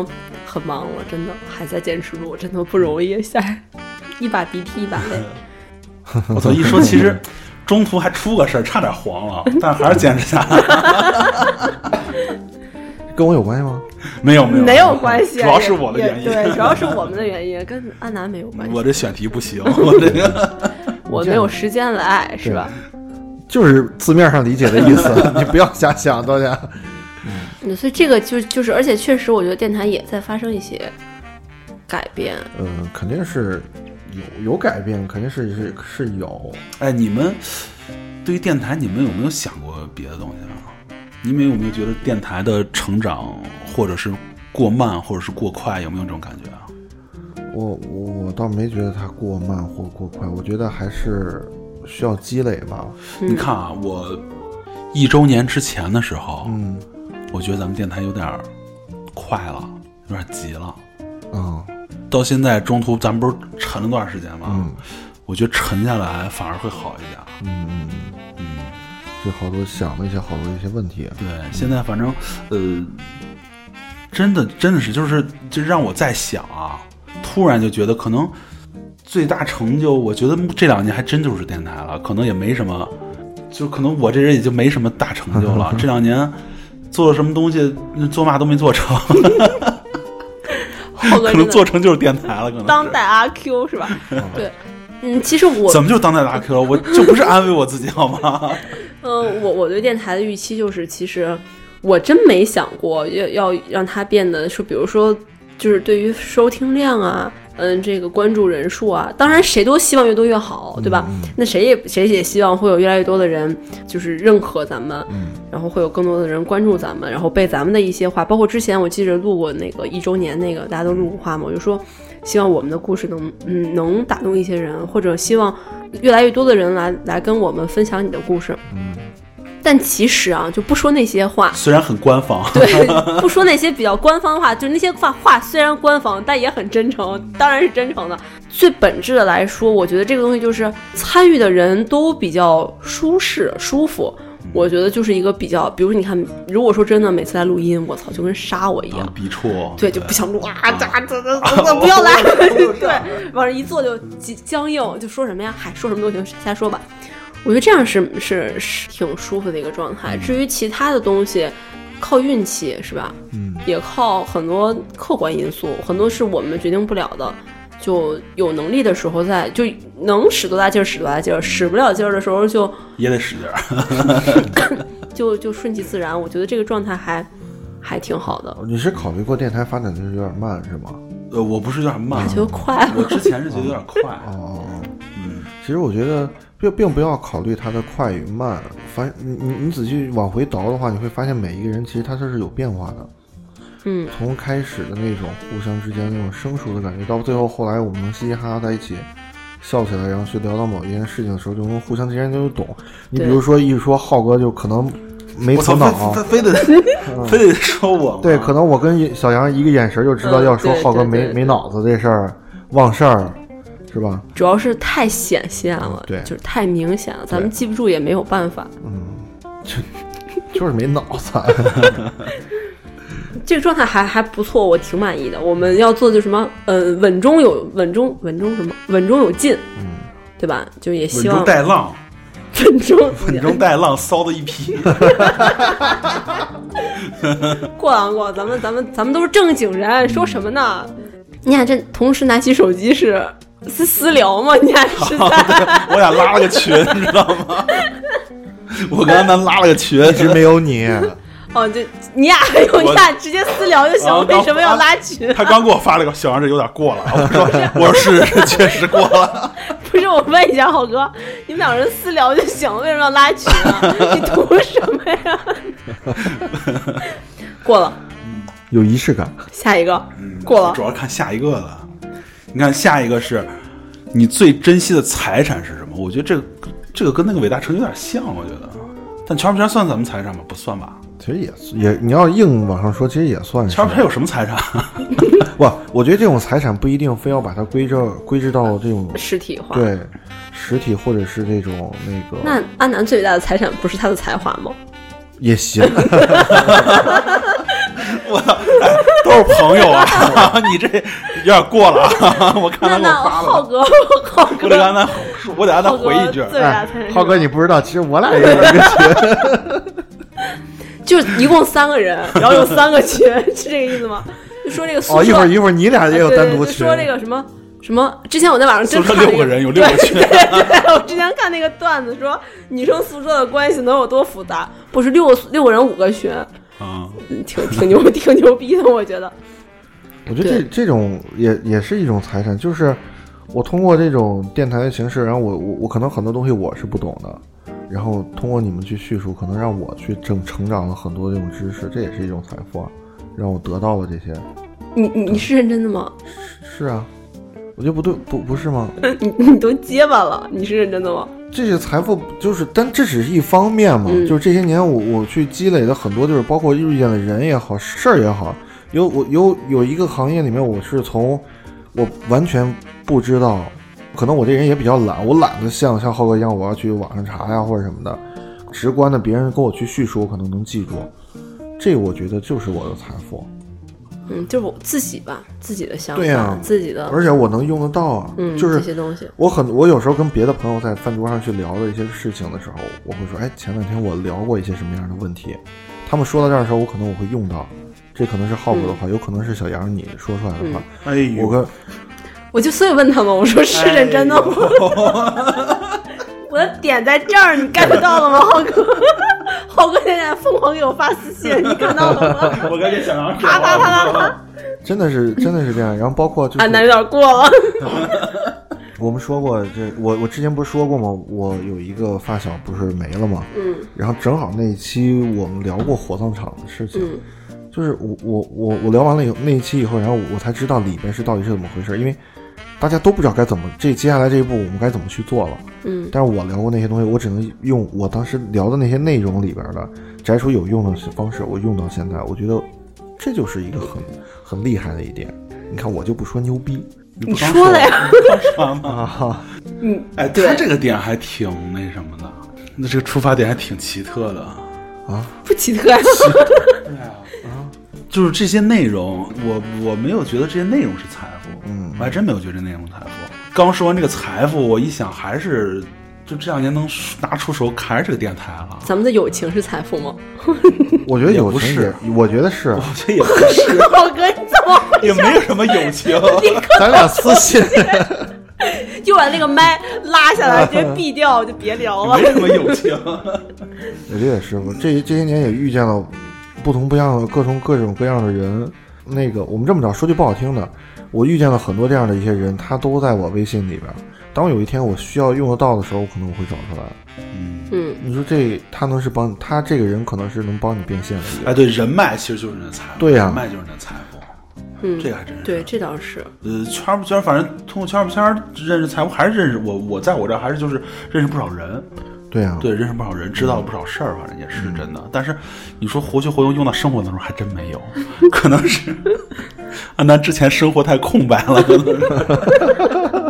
[SPEAKER 5] 很忙了，真的还在坚持住，真的不容易，吓人，一把鼻涕一把泪。
[SPEAKER 6] 我操，一说其实中途还出个事儿，差点黄 了，但还是坚持下来。
[SPEAKER 3] 跟我有关系吗？
[SPEAKER 6] 没有没有
[SPEAKER 5] 没有关系啊，
[SPEAKER 6] 主要
[SPEAKER 5] 也
[SPEAKER 6] 是我的
[SPEAKER 5] 也
[SPEAKER 6] 原因。
[SPEAKER 5] 对，主要是我 们的原因，跟安南没有关系。
[SPEAKER 6] 我这选题不行，我这个
[SPEAKER 5] 我没有时间来爱，是吧？
[SPEAKER 3] 就是字面上理解的 意思，你不要瞎想，大家。
[SPEAKER 5] 嗯所以这个就就是，而且确实，我觉得电台也在发生一些改 变。
[SPEAKER 3] 嗯，肯定是有有改变，肯定是是是有。
[SPEAKER 6] 哎，你们对于电台，你们有没有想过别的东西啊？你们有没有觉得电台的成长，或者是过慢，或者是过快，有没有这种感觉啊？
[SPEAKER 3] 我我我倒没觉得它过慢或过快，我觉得还是需要积累吧。
[SPEAKER 5] 嗯
[SPEAKER 6] 你看啊，我一周年之前的时候，
[SPEAKER 3] 嗯
[SPEAKER 6] 我觉得咱们电台有点儿快了，有点儿急了。
[SPEAKER 3] 啊，
[SPEAKER 6] 到现在中途咱们不是沉了段时间吗？
[SPEAKER 3] 嗯
[SPEAKER 6] 我觉得沉下来反而会好一点。
[SPEAKER 3] 嗯嗯，
[SPEAKER 6] 嗯，
[SPEAKER 3] 就好多想了一些好多一些问题。
[SPEAKER 6] 对，现在反正呃，真的真的是就是就让我在想啊，突然就觉得可能最大成就，我觉得这两年还真就是电台了，可能也没什么，就可能我这人也就没什么大成就 了。这两年做了什么东西，做嘛都没做成，
[SPEAKER 5] 浩哥
[SPEAKER 6] 可
[SPEAKER 5] 真
[SPEAKER 6] 能
[SPEAKER 5] 的
[SPEAKER 6] 做成就是电台了，可能是
[SPEAKER 5] 当代阿 Q 是吧？对，嗯，其实我
[SPEAKER 6] 怎么就当代大哥了？我这不是安慰我自己好吗？，
[SPEAKER 5] 嗯，我我对电台的预期就是，其实我真没想过要要让它变得说，比如说，就是对于收听量啊，嗯，这个关注人数啊，当然谁都希望越多越
[SPEAKER 3] 嗯
[SPEAKER 5] 好，对吧？那谁也谁也希望会有越来越多的人就是认可咱
[SPEAKER 3] 嗯
[SPEAKER 5] 们，然后会有更多的人关注咱们，然后被咱们的一些话，包括之前我记着录过那个一周年那个，大家都录过话嘛，我就说。希望我们的故事能嗯能打动一些人，或者希望越来越多的人来来跟我们分享你的故事。但其实啊，就不说那些话
[SPEAKER 6] 虽然很官方，
[SPEAKER 5] 对，不说那些比较官方话，就那些话话虽然官方，但也很真诚，当然是真诚的。最本质的来说，我觉得这个东西就是参与的人都比较舒适、舒服。我觉得就是一个比较，比如说你看，如果说真的每次来录音，我操，就跟杀我一
[SPEAKER 6] 啊
[SPEAKER 5] 样，，
[SPEAKER 6] 笔触，
[SPEAKER 5] 对，就不想录 啊，咋咋咋咋咋，不要来， 对，往这一坐就极僵硬，就说什么呀，嗨，说什么都行，瞎说吧。我觉得这样是是是挺舒服的一个状态。至于其他的东西，靠运气是吧？
[SPEAKER 3] 嗯，
[SPEAKER 5] 也靠很多客观因素，很多是我们决定不了的。就有能力的时候在，就能使多大劲儿使多大劲儿，使不了劲儿的时候就
[SPEAKER 6] 也得使劲儿。
[SPEAKER 5] 就就顺其自然。我觉得这个状态还还挺好的，
[SPEAKER 3] 你是考虑过电台发展的有点慢是吗？
[SPEAKER 6] 呃，我不是有点慢
[SPEAKER 5] 还，觉得快
[SPEAKER 6] 我
[SPEAKER 5] 了。
[SPEAKER 6] 之前是觉得有点快，
[SPEAKER 3] 哦，
[SPEAKER 6] 嗯，
[SPEAKER 3] 其实我觉得并并不要考虑它的快与慢，反你你你仔细往回倒的话，你会发现每一个人其实他这是有变化的。
[SPEAKER 5] 嗯，
[SPEAKER 3] 从开始的那种互相之间那种生疏的感觉，到最后后来我们能嘻嘻哈哈在一起笑起来，然后去聊到某一件事情的时候，就能互相之间就懂。你比
[SPEAKER 5] 对
[SPEAKER 3] 如说一说浩哥就可能没
[SPEAKER 6] 我操，
[SPEAKER 3] 头脑
[SPEAKER 6] 非，非非 得非得说我吗，
[SPEAKER 3] 啊对，可能我跟小杨一个眼神就知道
[SPEAKER 5] 嗯
[SPEAKER 3] 要说
[SPEAKER 5] 对
[SPEAKER 3] 浩哥
[SPEAKER 5] 对
[SPEAKER 3] 没
[SPEAKER 5] 对
[SPEAKER 3] 没
[SPEAKER 5] 对
[SPEAKER 3] 脑子这事儿，忘事儿，是吧？
[SPEAKER 5] 主要是太显现
[SPEAKER 6] 嗯
[SPEAKER 5] 了，
[SPEAKER 3] 对
[SPEAKER 5] 就是太明显了，咱们记不住也没有办法。
[SPEAKER 3] 就是没脑 子。
[SPEAKER 5] 这个状态还还不错，我挺满意的。我们要做的就是什么？呃，稳中有稳中稳中什么？稳中有进，对吧？就也
[SPEAKER 6] 嗯稳
[SPEAKER 5] 希望
[SPEAKER 6] 中 带浪，
[SPEAKER 5] 稳中
[SPEAKER 6] 稳中带浪，骚的一批。
[SPEAKER 5] 过啊过，咱们咱们咱们都是正经人，说什么呢？
[SPEAKER 6] 嗯
[SPEAKER 5] 你俩这同时拿起手机是是私聊吗？你俩是
[SPEAKER 6] 哦
[SPEAKER 5] 在
[SPEAKER 6] 我俩拉了个群，知道吗？我跟安南拉了个群，
[SPEAKER 3] 一直没有你，
[SPEAKER 5] 哦，就你俩还有你俩直接私聊就行
[SPEAKER 6] 啊，
[SPEAKER 5] 为什么要拉群？
[SPEAKER 6] 他刚给我发了个小杨，这有点过了。我说， 我说是是 确实过了。
[SPEAKER 5] 不是，我问一下浩哥，你们两个人私聊就行，为什么要拉群啊？ 你图什么呀？过了，
[SPEAKER 3] 有仪式感。
[SPEAKER 5] 下一个，
[SPEAKER 3] 嗯
[SPEAKER 5] 过了
[SPEAKER 6] 主。要看下一个了。你看下一个是，你最珍惜的财产是什么？我觉得这个这个跟那个伟大城有点像，我觉得。但乔布斯算咱们财产吗？不算吧。
[SPEAKER 3] 其实也也，你要硬往上说，其实也算 是
[SPEAKER 6] 乔布斯有什么财产？
[SPEAKER 3] 不。我觉得这种财产不一定非要把它归这归置到这种
[SPEAKER 5] 实体化。
[SPEAKER 3] 对实体或者是这种那个
[SPEAKER 5] 那安南最伟大的财产不是他的才华吗？
[SPEAKER 3] 也行。
[SPEAKER 6] 我操、哎都是朋友啊！ 你这有点过了啊！我看
[SPEAKER 5] 那
[SPEAKER 6] 他给我
[SPEAKER 5] 那
[SPEAKER 6] 发
[SPEAKER 5] 浩
[SPEAKER 6] 了，
[SPEAKER 5] 哥， 浩
[SPEAKER 6] 我得让
[SPEAKER 5] 哥，
[SPEAKER 6] 他，我得让他
[SPEAKER 5] 浩哥
[SPEAKER 6] 回一句。
[SPEAKER 5] 最伟大的啊财产是什么，
[SPEAKER 3] 哎浩哥，你不知道，其实我俩也 有一个
[SPEAKER 5] 就一共三 个人，然后有三个群，是这个意思吗？就说这个宿舍，啊
[SPEAKER 3] 哦，一会儿一会儿你俩也有
[SPEAKER 5] 对
[SPEAKER 3] 单
[SPEAKER 5] 对
[SPEAKER 3] 独
[SPEAKER 5] 就
[SPEAKER 3] 群
[SPEAKER 5] 说，这个什么什么，之前我在网上真
[SPEAKER 6] 宿舍
[SPEAKER 5] 看了
[SPEAKER 6] 六
[SPEAKER 5] 一
[SPEAKER 6] 个人有六个群
[SPEAKER 5] 对 对对，我之前看那个段子说，女生宿舍的关系能有多复杂？不是六个六个人五个群，
[SPEAKER 6] 啊、
[SPEAKER 5] 嗯挺挺牛 挺牛逼的，我觉得。
[SPEAKER 3] 我觉得这
[SPEAKER 5] 对
[SPEAKER 3] 这种也也是一种财产，就是我通过这种电台的形式，然后我我我可能很多东西我是不懂的，然后通过你们去叙述，可能让我去成成长了很多这种知识，这也是一种财富啊，让我得到了这些。
[SPEAKER 5] 你你你是认真的吗？
[SPEAKER 3] 是啊，我觉得不对，不不是吗？
[SPEAKER 5] 你你都结巴了，你是认真的吗？
[SPEAKER 3] 这些财富就是，但这只是一方面嘛，
[SPEAKER 5] 嗯
[SPEAKER 3] 就是这些年我我去积累的很多，就是包括遇见的人也好，事儿也好，有我有有一个行业里面，我是从我完全不知道，可能我这人也比较懒，我懒得像像浩哥一样，我要去网上查呀或者什么的，直观的别人跟我去叙述，我可能能记住，这我觉得就是我的财富，
[SPEAKER 5] 嗯，就是我自己吧，自己的想法，
[SPEAKER 3] 对啊
[SPEAKER 5] 自己的，
[SPEAKER 3] 而且我能用得到啊，
[SPEAKER 5] 嗯，
[SPEAKER 3] 就是
[SPEAKER 5] 这些东西。
[SPEAKER 3] 我很，我有时候跟别的朋友在饭桌上去聊的一些事情的时候，我会说，哎，前两天我聊过一些什么样的问题，他们说到这儿的时候，我可能我会用到，这可能是浩哥的话，有可能是小杨你说出来的话，
[SPEAKER 6] 哎呦，
[SPEAKER 3] 我跟
[SPEAKER 5] 我就所以问他们，我说
[SPEAKER 3] 哎
[SPEAKER 5] 是认真的 吗？我的点在这儿，你 get 到了吗，浩哥？ 浩哥现在疯狂给我发私信，你看到了吗？
[SPEAKER 6] 我该给小杨
[SPEAKER 5] 啪啪
[SPEAKER 6] 哦
[SPEAKER 5] 啪啪啪，
[SPEAKER 3] 真的是真的是这样，然后包 括就
[SPEAKER 5] 安南有
[SPEAKER 3] 是
[SPEAKER 5] 点过了。
[SPEAKER 3] 我们说过这，我我之前不是说过吗？我有一个发小不是没了吗？
[SPEAKER 5] 嗯
[SPEAKER 3] 然后正好那一期我们聊过火葬场的事情，
[SPEAKER 5] 嗯
[SPEAKER 3] 就是我我我我聊完了以后那一期以后，然后我才知道里边是到底是怎么回事，因为大家都不知道该怎么这接下来这一步我们该怎么去做了。
[SPEAKER 5] 嗯，
[SPEAKER 3] 但是我聊过那些东西，我只能用我当时聊的那些内容里边的摘出有用的方式，我用到现在，我觉得这就是一个很很厉害的一点。你看，我就不说牛逼
[SPEAKER 6] 你
[SPEAKER 5] 你
[SPEAKER 6] 不刚
[SPEAKER 5] 说的呀，
[SPEAKER 6] 你刚说吗？
[SPEAKER 3] 啊，
[SPEAKER 5] 嗯，
[SPEAKER 6] 哎，他
[SPEAKER 5] 对
[SPEAKER 6] 这个点还挺那什么的，那这个出发点还挺奇特的。啊
[SPEAKER 5] 不奇特啊。
[SPEAKER 6] 就是这些内容，我我没有觉得这些内容是财富，嗯，我还真没有觉得这内容是财富。刚说完这个财富，我一想还是就这两年能拿出手还是这个电台了。
[SPEAKER 5] 咱们的友情是财富吗？
[SPEAKER 3] 我觉得
[SPEAKER 6] 也
[SPEAKER 3] 有
[SPEAKER 6] 不
[SPEAKER 3] 情
[SPEAKER 6] 是
[SPEAKER 3] 节我觉得是
[SPEAKER 6] 我，觉得也不是，
[SPEAKER 5] 浩哥，你怎么会
[SPEAKER 6] 也没有什么友情。
[SPEAKER 3] 咱俩私 信，
[SPEAKER 5] 就把那个麦拉下 来，直接闭掉，就别聊了
[SPEAKER 6] 没。什么友情，
[SPEAKER 3] 我觉得也是。我这这些年也遇见了不同不一样的各种各种各样的人。那个，我们这么着说句不好听的，我遇见了很多这样的一些人，他都在我微信里边。当有一天我需要用得到的时候，我可能我会找出来。
[SPEAKER 6] 嗯，
[SPEAKER 5] 嗯，
[SPEAKER 3] 你说这他能是帮你，他这个人可能是能帮你变现的一个人。
[SPEAKER 6] 哎，对，人脉其实就是你的财富，
[SPEAKER 3] 对呀
[SPEAKER 6] 人脉就是你的财富，
[SPEAKER 5] 嗯
[SPEAKER 6] 这个还真是。
[SPEAKER 5] 对，这倒是。
[SPEAKER 6] 呃，圈儿不圈儿，反正通过圈儿不圈儿认识财富，还是认识我。我在我这儿还是就是认识不少人，
[SPEAKER 3] 对啊呀、
[SPEAKER 6] 对，认识不少人，知道了
[SPEAKER 3] 嗯
[SPEAKER 6] 不少事儿，反正也是真的。但是你说活学活用用到生活当中，还真没有， 可能是安南之前生活太空白了，可能是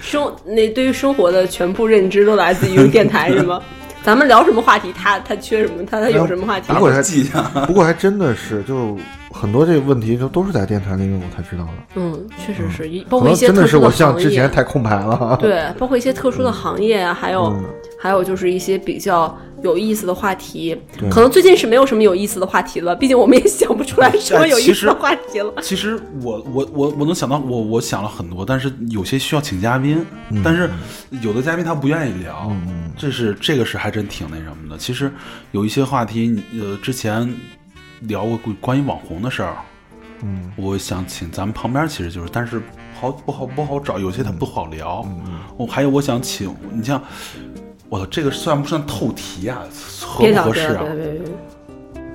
[SPEAKER 5] 生那对于生活的全部认知都来自于电台，是吗？咱们聊什么话题，他他缺什么，他他有什么话题
[SPEAKER 3] 不？过还
[SPEAKER 6] 记 一下。
[SPEAKER 3] 不过还真的是，就很多这个问题都都是在电台里面我才知道的。
[SPEAKER 5] 嗯，确实是一，
[SPEAKER 3] 可
[SPEAKER 5] 包括
[SPEAKER 3] 能
[SPEAKER 5] 一些
[SPEAKER 3] 真的
[SPEAKER 5] 特
[SPEAKER 3] 是
[SPEAKER 5] 殊的
[SPEAKER 3] 我像
[SPEAKER 5] 行
[SPEAKER 3] 之前
[SPEAKER 5] 业，
[SPEAKER 3] 太空白了。，
[SPEAKER 6] 啊
[SPEAKER 5] 对，包括一些特
[SPEAKER 6] 嗯
[SPEAKER 5] 殊的行业啊，还有
[SPEAKER 3] 嗯
[SPEAKER 5] 还有就是一些比较有意思的话题
[SPEAKER 3] 对。
[SPEAKER 5] 可能最近是没有什么有意思的话题了，毕竟我们也想不出来什么
[SPEAKER 6] 哎
[SPEAKER 5] 有
[SPEAKER 6] 其
[SPEAKER 5] 意思
[SPEAKER 6] 实
[SPEAKER 5] 的话题了。
[SPEAKER 6] 其实我我我我能想到，我我想了很多，但是有些需要请嘉宾，
[SPEAKER 3] 嗯
[SPEAKER 6] 但是有的嘉宾他不愿意聊，这是这个是还真挺那什么的。其实有一些话题，你呃，之前聊过关关于网红的事儿，
[SPEAKER 3] 嗯，
[SPEAKER 6] 我想请咱们旁边其实就是，但是好不好不好找，有些它不好聊。我、还有我想请你像，我操，这个算不算透题啊？合
[SPEAKER 5] 别
[SPEAKER 6] 不
[SPEAKER 5] 聊，
[SPEAKER 6] 合
[SPEAKER 5] 别
[SPEAKER 6] 适
[SPEAKER 5] 聊，
[SPEAKER 6] 啊
[SPEAKER 5] 别？聊，别聊。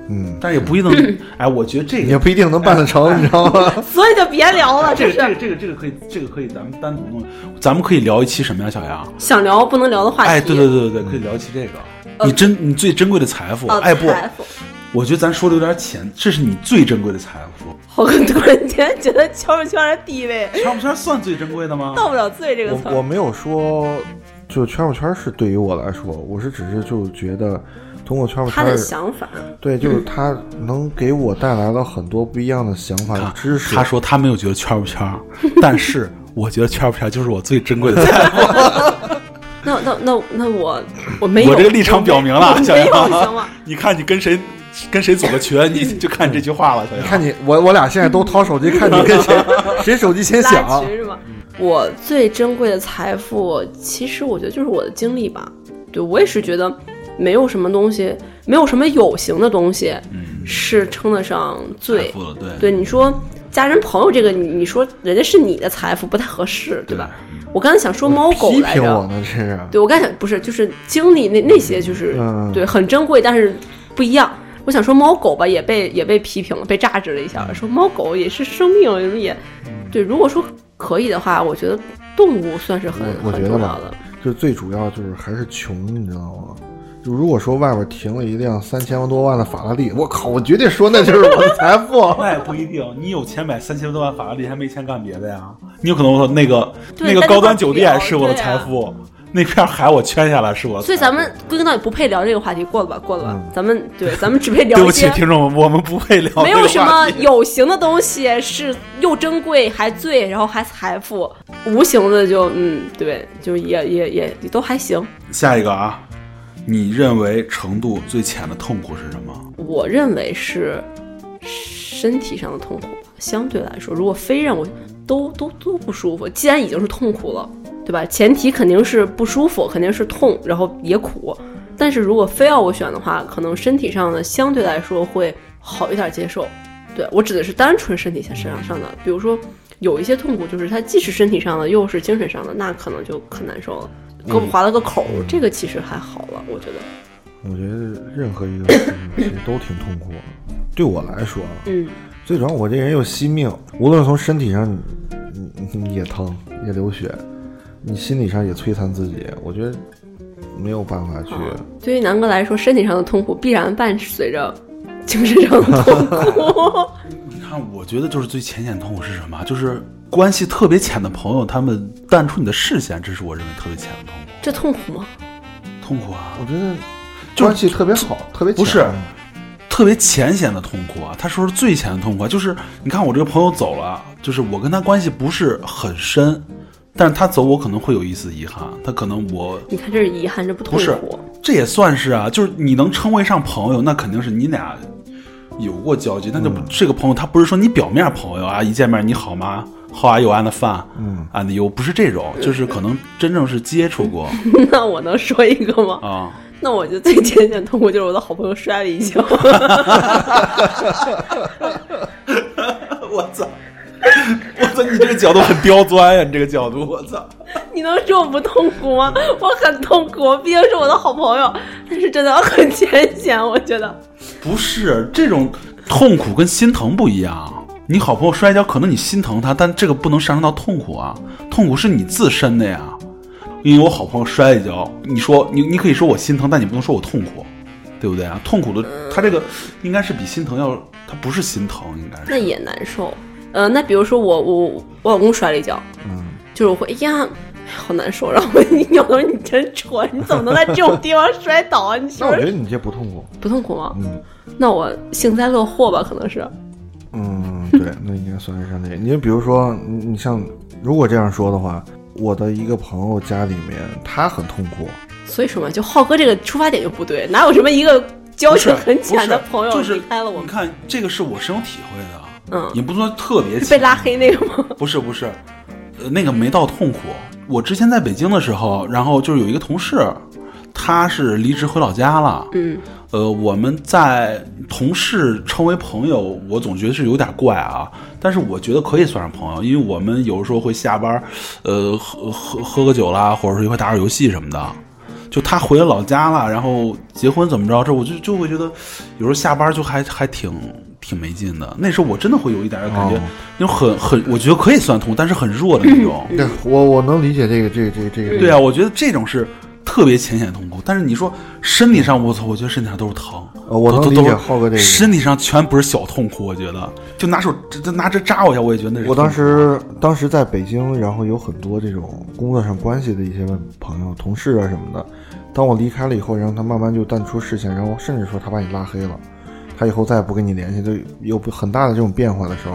[SPEAKER 3] 嗯，
[SPEAKER 6] 但是也不一 定。哎，我觉得这
[SPEAKER 3] 也
[SPEAKER 6] 个。
[SPEAKER 3] 不一定能办得成，你知道吗？
[SPEAKER 5] 所以就别聊了，
[SPEAKER 6] 这
[SPEAKER 5] 这
[SPEAKER 6] 个这个
[SPEAKER 5] 是
[SPEAKER 6] 这个这个可以，这个可以，咱们单独弄。咱们可以聊一期什么呀，小杨？
[SPEAKER 5] 想聊不能聊的话题。
[SPEAKER 6] 哎，对对对对对，可以聊一期这个。
[SPEAKER 5] 呃
[SPEAKER 6] 你珍你最珍贵的财富，
[SPEAKER 5] 哦，
[SPEAKER 6] 哎不，
[SPEAKER 5] 财富
[SPEAKER 6] 我觉得咱说的有点浅，这是你最珍贵的财富。
[SPEAKER 5] 好哥突然间觉得圈儿圈儿的地 位
[SPEAKER 6] 圈不圈算最珍贵的吗？
[SPEAKER 5] 到不了最这个词
[SPEAKER 3] 我我
[SPEAKER 5] 儿。
[SPEAKER 3] 没有说，就圈不圈是对于我来说，我是只是就觉得通过圈不
[SPEAKER 5] 他
[SPEAKER 3] 圈
[SPEAKER 5] 的，想法，
[SPEAKER 3] 对，就是他能给我带来了很多不一样的想法、知识。
[SPEAKER 6] 他说他没有觉得圈不圈儿，但是我觉得圈不圈儿就是我最珍贵的财富。
[SPEAKER 5] 那那那那我我 没有，
[SPEAKER 6] 我这个立场表明 了啊
[SPEAKER 5] 我，
[SPEAKER 6] 小
[SPEAKER 5] 没有行
[SPEAKER 6] 杨
[SPEAKER 5] 吗？，
[SPEAKER 6] 你看你跟谁跟谁组个群，你就看这句话了，小
[SPEAKER 3] 你
[SPEAKER 6] 杨。
[SPEAKER 3] 看你，我我俩现在都掏手机看你跟谁 谁手机 先
[SPEAKER 5] 拉
[SPEAKER 3] 响。
[SPEAKER 5] 群是吗？我最珍贵的财富，其实我觉得就是我的经历吧。对我也是觉得，没有什么东西，没有什么有形的东西，是称得上最
[SPEAKER 6] 财富了对
[SPEAKER 5] 对，你说家人朋友这个，你你说人家是你的财富，不太合适，对吧？我刚才想说猫狗
[SPEAKER 3] 批
[SPEAKER 5] 来
[SPEAKER 3] 评我
[SPEAKER 5] 着，
[SPEAKER 3] 呢，这是。
[SPEAKER 5] 对我刚才想不是，就是经历那那些就是、
[SPEAKER 3] 嗯
[SPEAKER 5] 对很珍贵，但是不一样。我想说猫狗吧，也被也被批评了，被榨汁了一下，说猫狗也是生命，什么也对。如果说可以的话，我觉得动物算是很
[SPEAKER 3] 哎我我
[SPEAKER 5] 很
[SPEAKER 3] 觉得
[SPEAKER 5] 重
[SPEAKER 3] 吧
[SPEAKER 5] 要的。，
[SPEAKER 3] 就最主要就是还是穷，你知道吗？就如果说外边停了一辆三千多万的法拉利，我靠，我绝对说那就是我的财富。
[SPEAKER 6] 那也不一定，你有钱买三千多万法拉利，还没钱干别的呀？你有可能我那个
[SPEAKER 5] 对
[SPEAKER 6] 那个
[SPEAKER 5] 但
[SPEAKER 6] 高
[SPEAKER 5] 那块
[SPEAKER 6] 端酒店
[SPEAKER 5] 表
[SPEAKER 6] 是我的
[SPEAKER 5] 对啊
[SPEAKER 6] 财富，那片海我圈下来是我的财富。
[SPEAKER 5] 所以咱们归根到底不配聊这个话题，过了吧，过了吧。咱们对，咱们只配聊
[SPEAKER 6] 对不
[SPEAKER 5] 一些
[SPEAKER 6] 起听众们，我们不会聊这个话
[SPEAKER 5] 没
[SPEAKER 6] 题。
[SPEAKER 5] 有什么有形的东西是又珍贵还醉，然后还财富，无形的就嗯，对，就也也也也都还行。
[SPEAKER 6] 下一个啊，你认为程度最浅的痛苦是什么？
[SPEAKER 5] 我认为是身体上的痛苦吧，相对来说，如果非让我都都都不舒服，既然已经是痛苦了，对吧？前提肯定是不舒服，肯定是痛，然后也苦。但是如果非要我选的话，可能身体上的相对来说会好一点接受。对我指的是单纯身体上身上的，比如说有一些痛苦，就是它既是身体上的，又是精神上的，那可能就很难受了。胳膊划了个口，这个其实还好了，我觉得。
[SPEAKER 3] 我觉得任何一个事情其实都挺痛苦的。对我来说，啊，
[SPEAKER 5] 嗯，
[SPEAKER 3] 最主要我这人又惜命，无论从身体上，你你你也疼也流血，你心理上也摧残自己。我觉得没有办法去，
[SPEAKER 5] 啊
[SPEAKER 6] 啊
[SPEAKER 5] 对于南哥来说，身体上的痛苦必然伴随着精神上的痛 苦。
[SPEAKER 6] 你看，我觉得就是最浅显痛苦是什么？就是关系特别浅的朋友，他们淡出你的视线，这是我认为特别浅的痛苦。
[SPEAKER 5] 这痛苦吗？
[SPEAKER 6] 痛苦啊，
[SPEAKER 3] 我觉得
[SPEAKER 6] 就
[SPEAKER 3] 关系特别好，特别
[SPEAKER 6] 不
[SPEAKER 3] 巧
[SPEAKER 6] 是特别浅显的痛苦啊。他说是最浅的痛苦、啊，就是你看我这个朋友走了，啊就是我跟他关系不是很深，但是他走我可能会有一丝遗憾，他可能我
[SPEAKER 5] 你看这是遗憾，这不痛
[SPEAKER 6] 不是
[SPEAKER 5] 苦。
[SPEAKER 6] 这也算是啊，就是你能称为上朋友，那肯定是你俩有过交集，那就不这个朋友他不是说你表面朋友啊，一见面你好啊吗？How are you, a n fun? 嗯，and you 不是这种，就是可能真正是接触 过
[SPEAKER 5] 那我能说一个吗？
[SPEAKER 6] 啊。
[SPEAKER 5] 那我觉得最浅显痛苦就是我的好朋友摔了一跤。
[SPEAKER 6] 我操！ 我操！你这个角度很刁钻呀、你这个角度，我操！
[SPEAKER 5] 你能说我不痛苦吗？我很痛苦，毕竟是我的好朋友，但是真的很浅显，我觉得。
[SPEAKER 6] 不是这种痛苦跟心疼不一样。你好朋友摔跤，可能你心疼他，但这个不能上升到痛苦啊，痛苦是你自身的呀。因为我好朋友摔了一跤，你说你你可以说我心疼，但你不能说我痛苦，对不对啊？痛苦的他这个应该是比心疼要，他不是心疼，应该
[SPEAKER 5] 那
[SPEAKER 6] 是
[SPEAKER 5] 也难受。呃，那比如说我我我老公摔了一跤，
[SPEAKER 3] 嗯，
[SPEAKER 5] 就是我会哎呀，好难受。然后我你扭头，你真蠢，你怎么能在这种地方摔倒啊？你是
[SPEAKER 3] 那
[SPEAKER 5] 不
[SPEAKER 3] 我觉
[SPEAKER 5] 是
[SPEAKER 3] 得你这不痛苦，
[SPEAKER 5] 不痛苦吗？
[SPEAKER 3] 嗯
[SPEAKER 5] 那我幸灾乐祸吧，可能是。
[SPEAKER 3] 嗯， 对，那应该算是那个。你就比如说，你你像如果这样说的话，我的一个朋友家里面他很痛苦，
[SPEAKER 5] 所以说嘛，就浩哥这个出发点就不对，哪有什么一个交
[SPEAKER 6] 不
[SPEAKER 5] 情
[SPEAKER 6] 是
[SPEAKER 5] 很浅的
[SPEAKER 6] 不是
[SPEAKER 5] 朋友
[SPEAKER 6] 就是嗯
[SPEAKER 5] 离开了我
[SPEAKER 6] 你
[SPEAKER 5] 们，
[SPEAKER 6] 看这个是我深有体会的，
[SPEAKER 5] 嗯
[SPEAKER 6] 也不是说特别
[SPEAKER 5] 是被
[SPEAKER 6] 浅
[SPEAKER 5] 拉黑那个吗？
[SPEAKER 6] 不是不是，呃，那个没到痛苦。我之前在北京的时候，然后就是有一个同事，他是离职回老家了。
[SPEAKER 5] 嗯，
[SPEAKER 6] 呃，我们在同事称为朋友，我总觉得是有点怪啊。但是我觉得可以算上朋友，因为我们有时候会下班，呃，喝喝喝个酒啦，或者说一块打会儿游戏什么的。就他回老家了，然后结婚怎么着，这我就就会觉得，有时候下班就还还挺挺没劲的。那时候我真的会有一点点感觉
[SPEAKER 3] 哦，
[SPEAKER 6] 那种很很，我觉得可以算痛，但是很弱的那种。
[SPEAKER 3] 对我我能理解这个这个这个这个。
[SPEAKER 6] 对啊，我觉得这种是特别浅显痛苦。但是你说身体上，我操，我觉得身体上都是疼。
[SPEAKER 3] 呃我能
[SPEAKER 6] 都
[SPEAKER 3] 理
[SPEAKER 6] 都
[SPEAKER 3] 解
[SPEAKER 6] 都
[SPEAKER 3] 浩哥这个
[SPEAKER 6] 身体上全不是小痛苦，我觉得就拿手这这拿针扎我一下，我也觉得那是
[SPEAKER 3] 我当
[SPEAKER 6] 痛苦
[SPEAKER 3] 时当时在北京，然后有很多这种工作上关系的一些问朋友、同事啊什么的。当我离开了以后，然后他慢慢就淡出视线，然后甚至说他把你拉黑了，他以后再也不跟你联系，就有很大的这种变化的时候，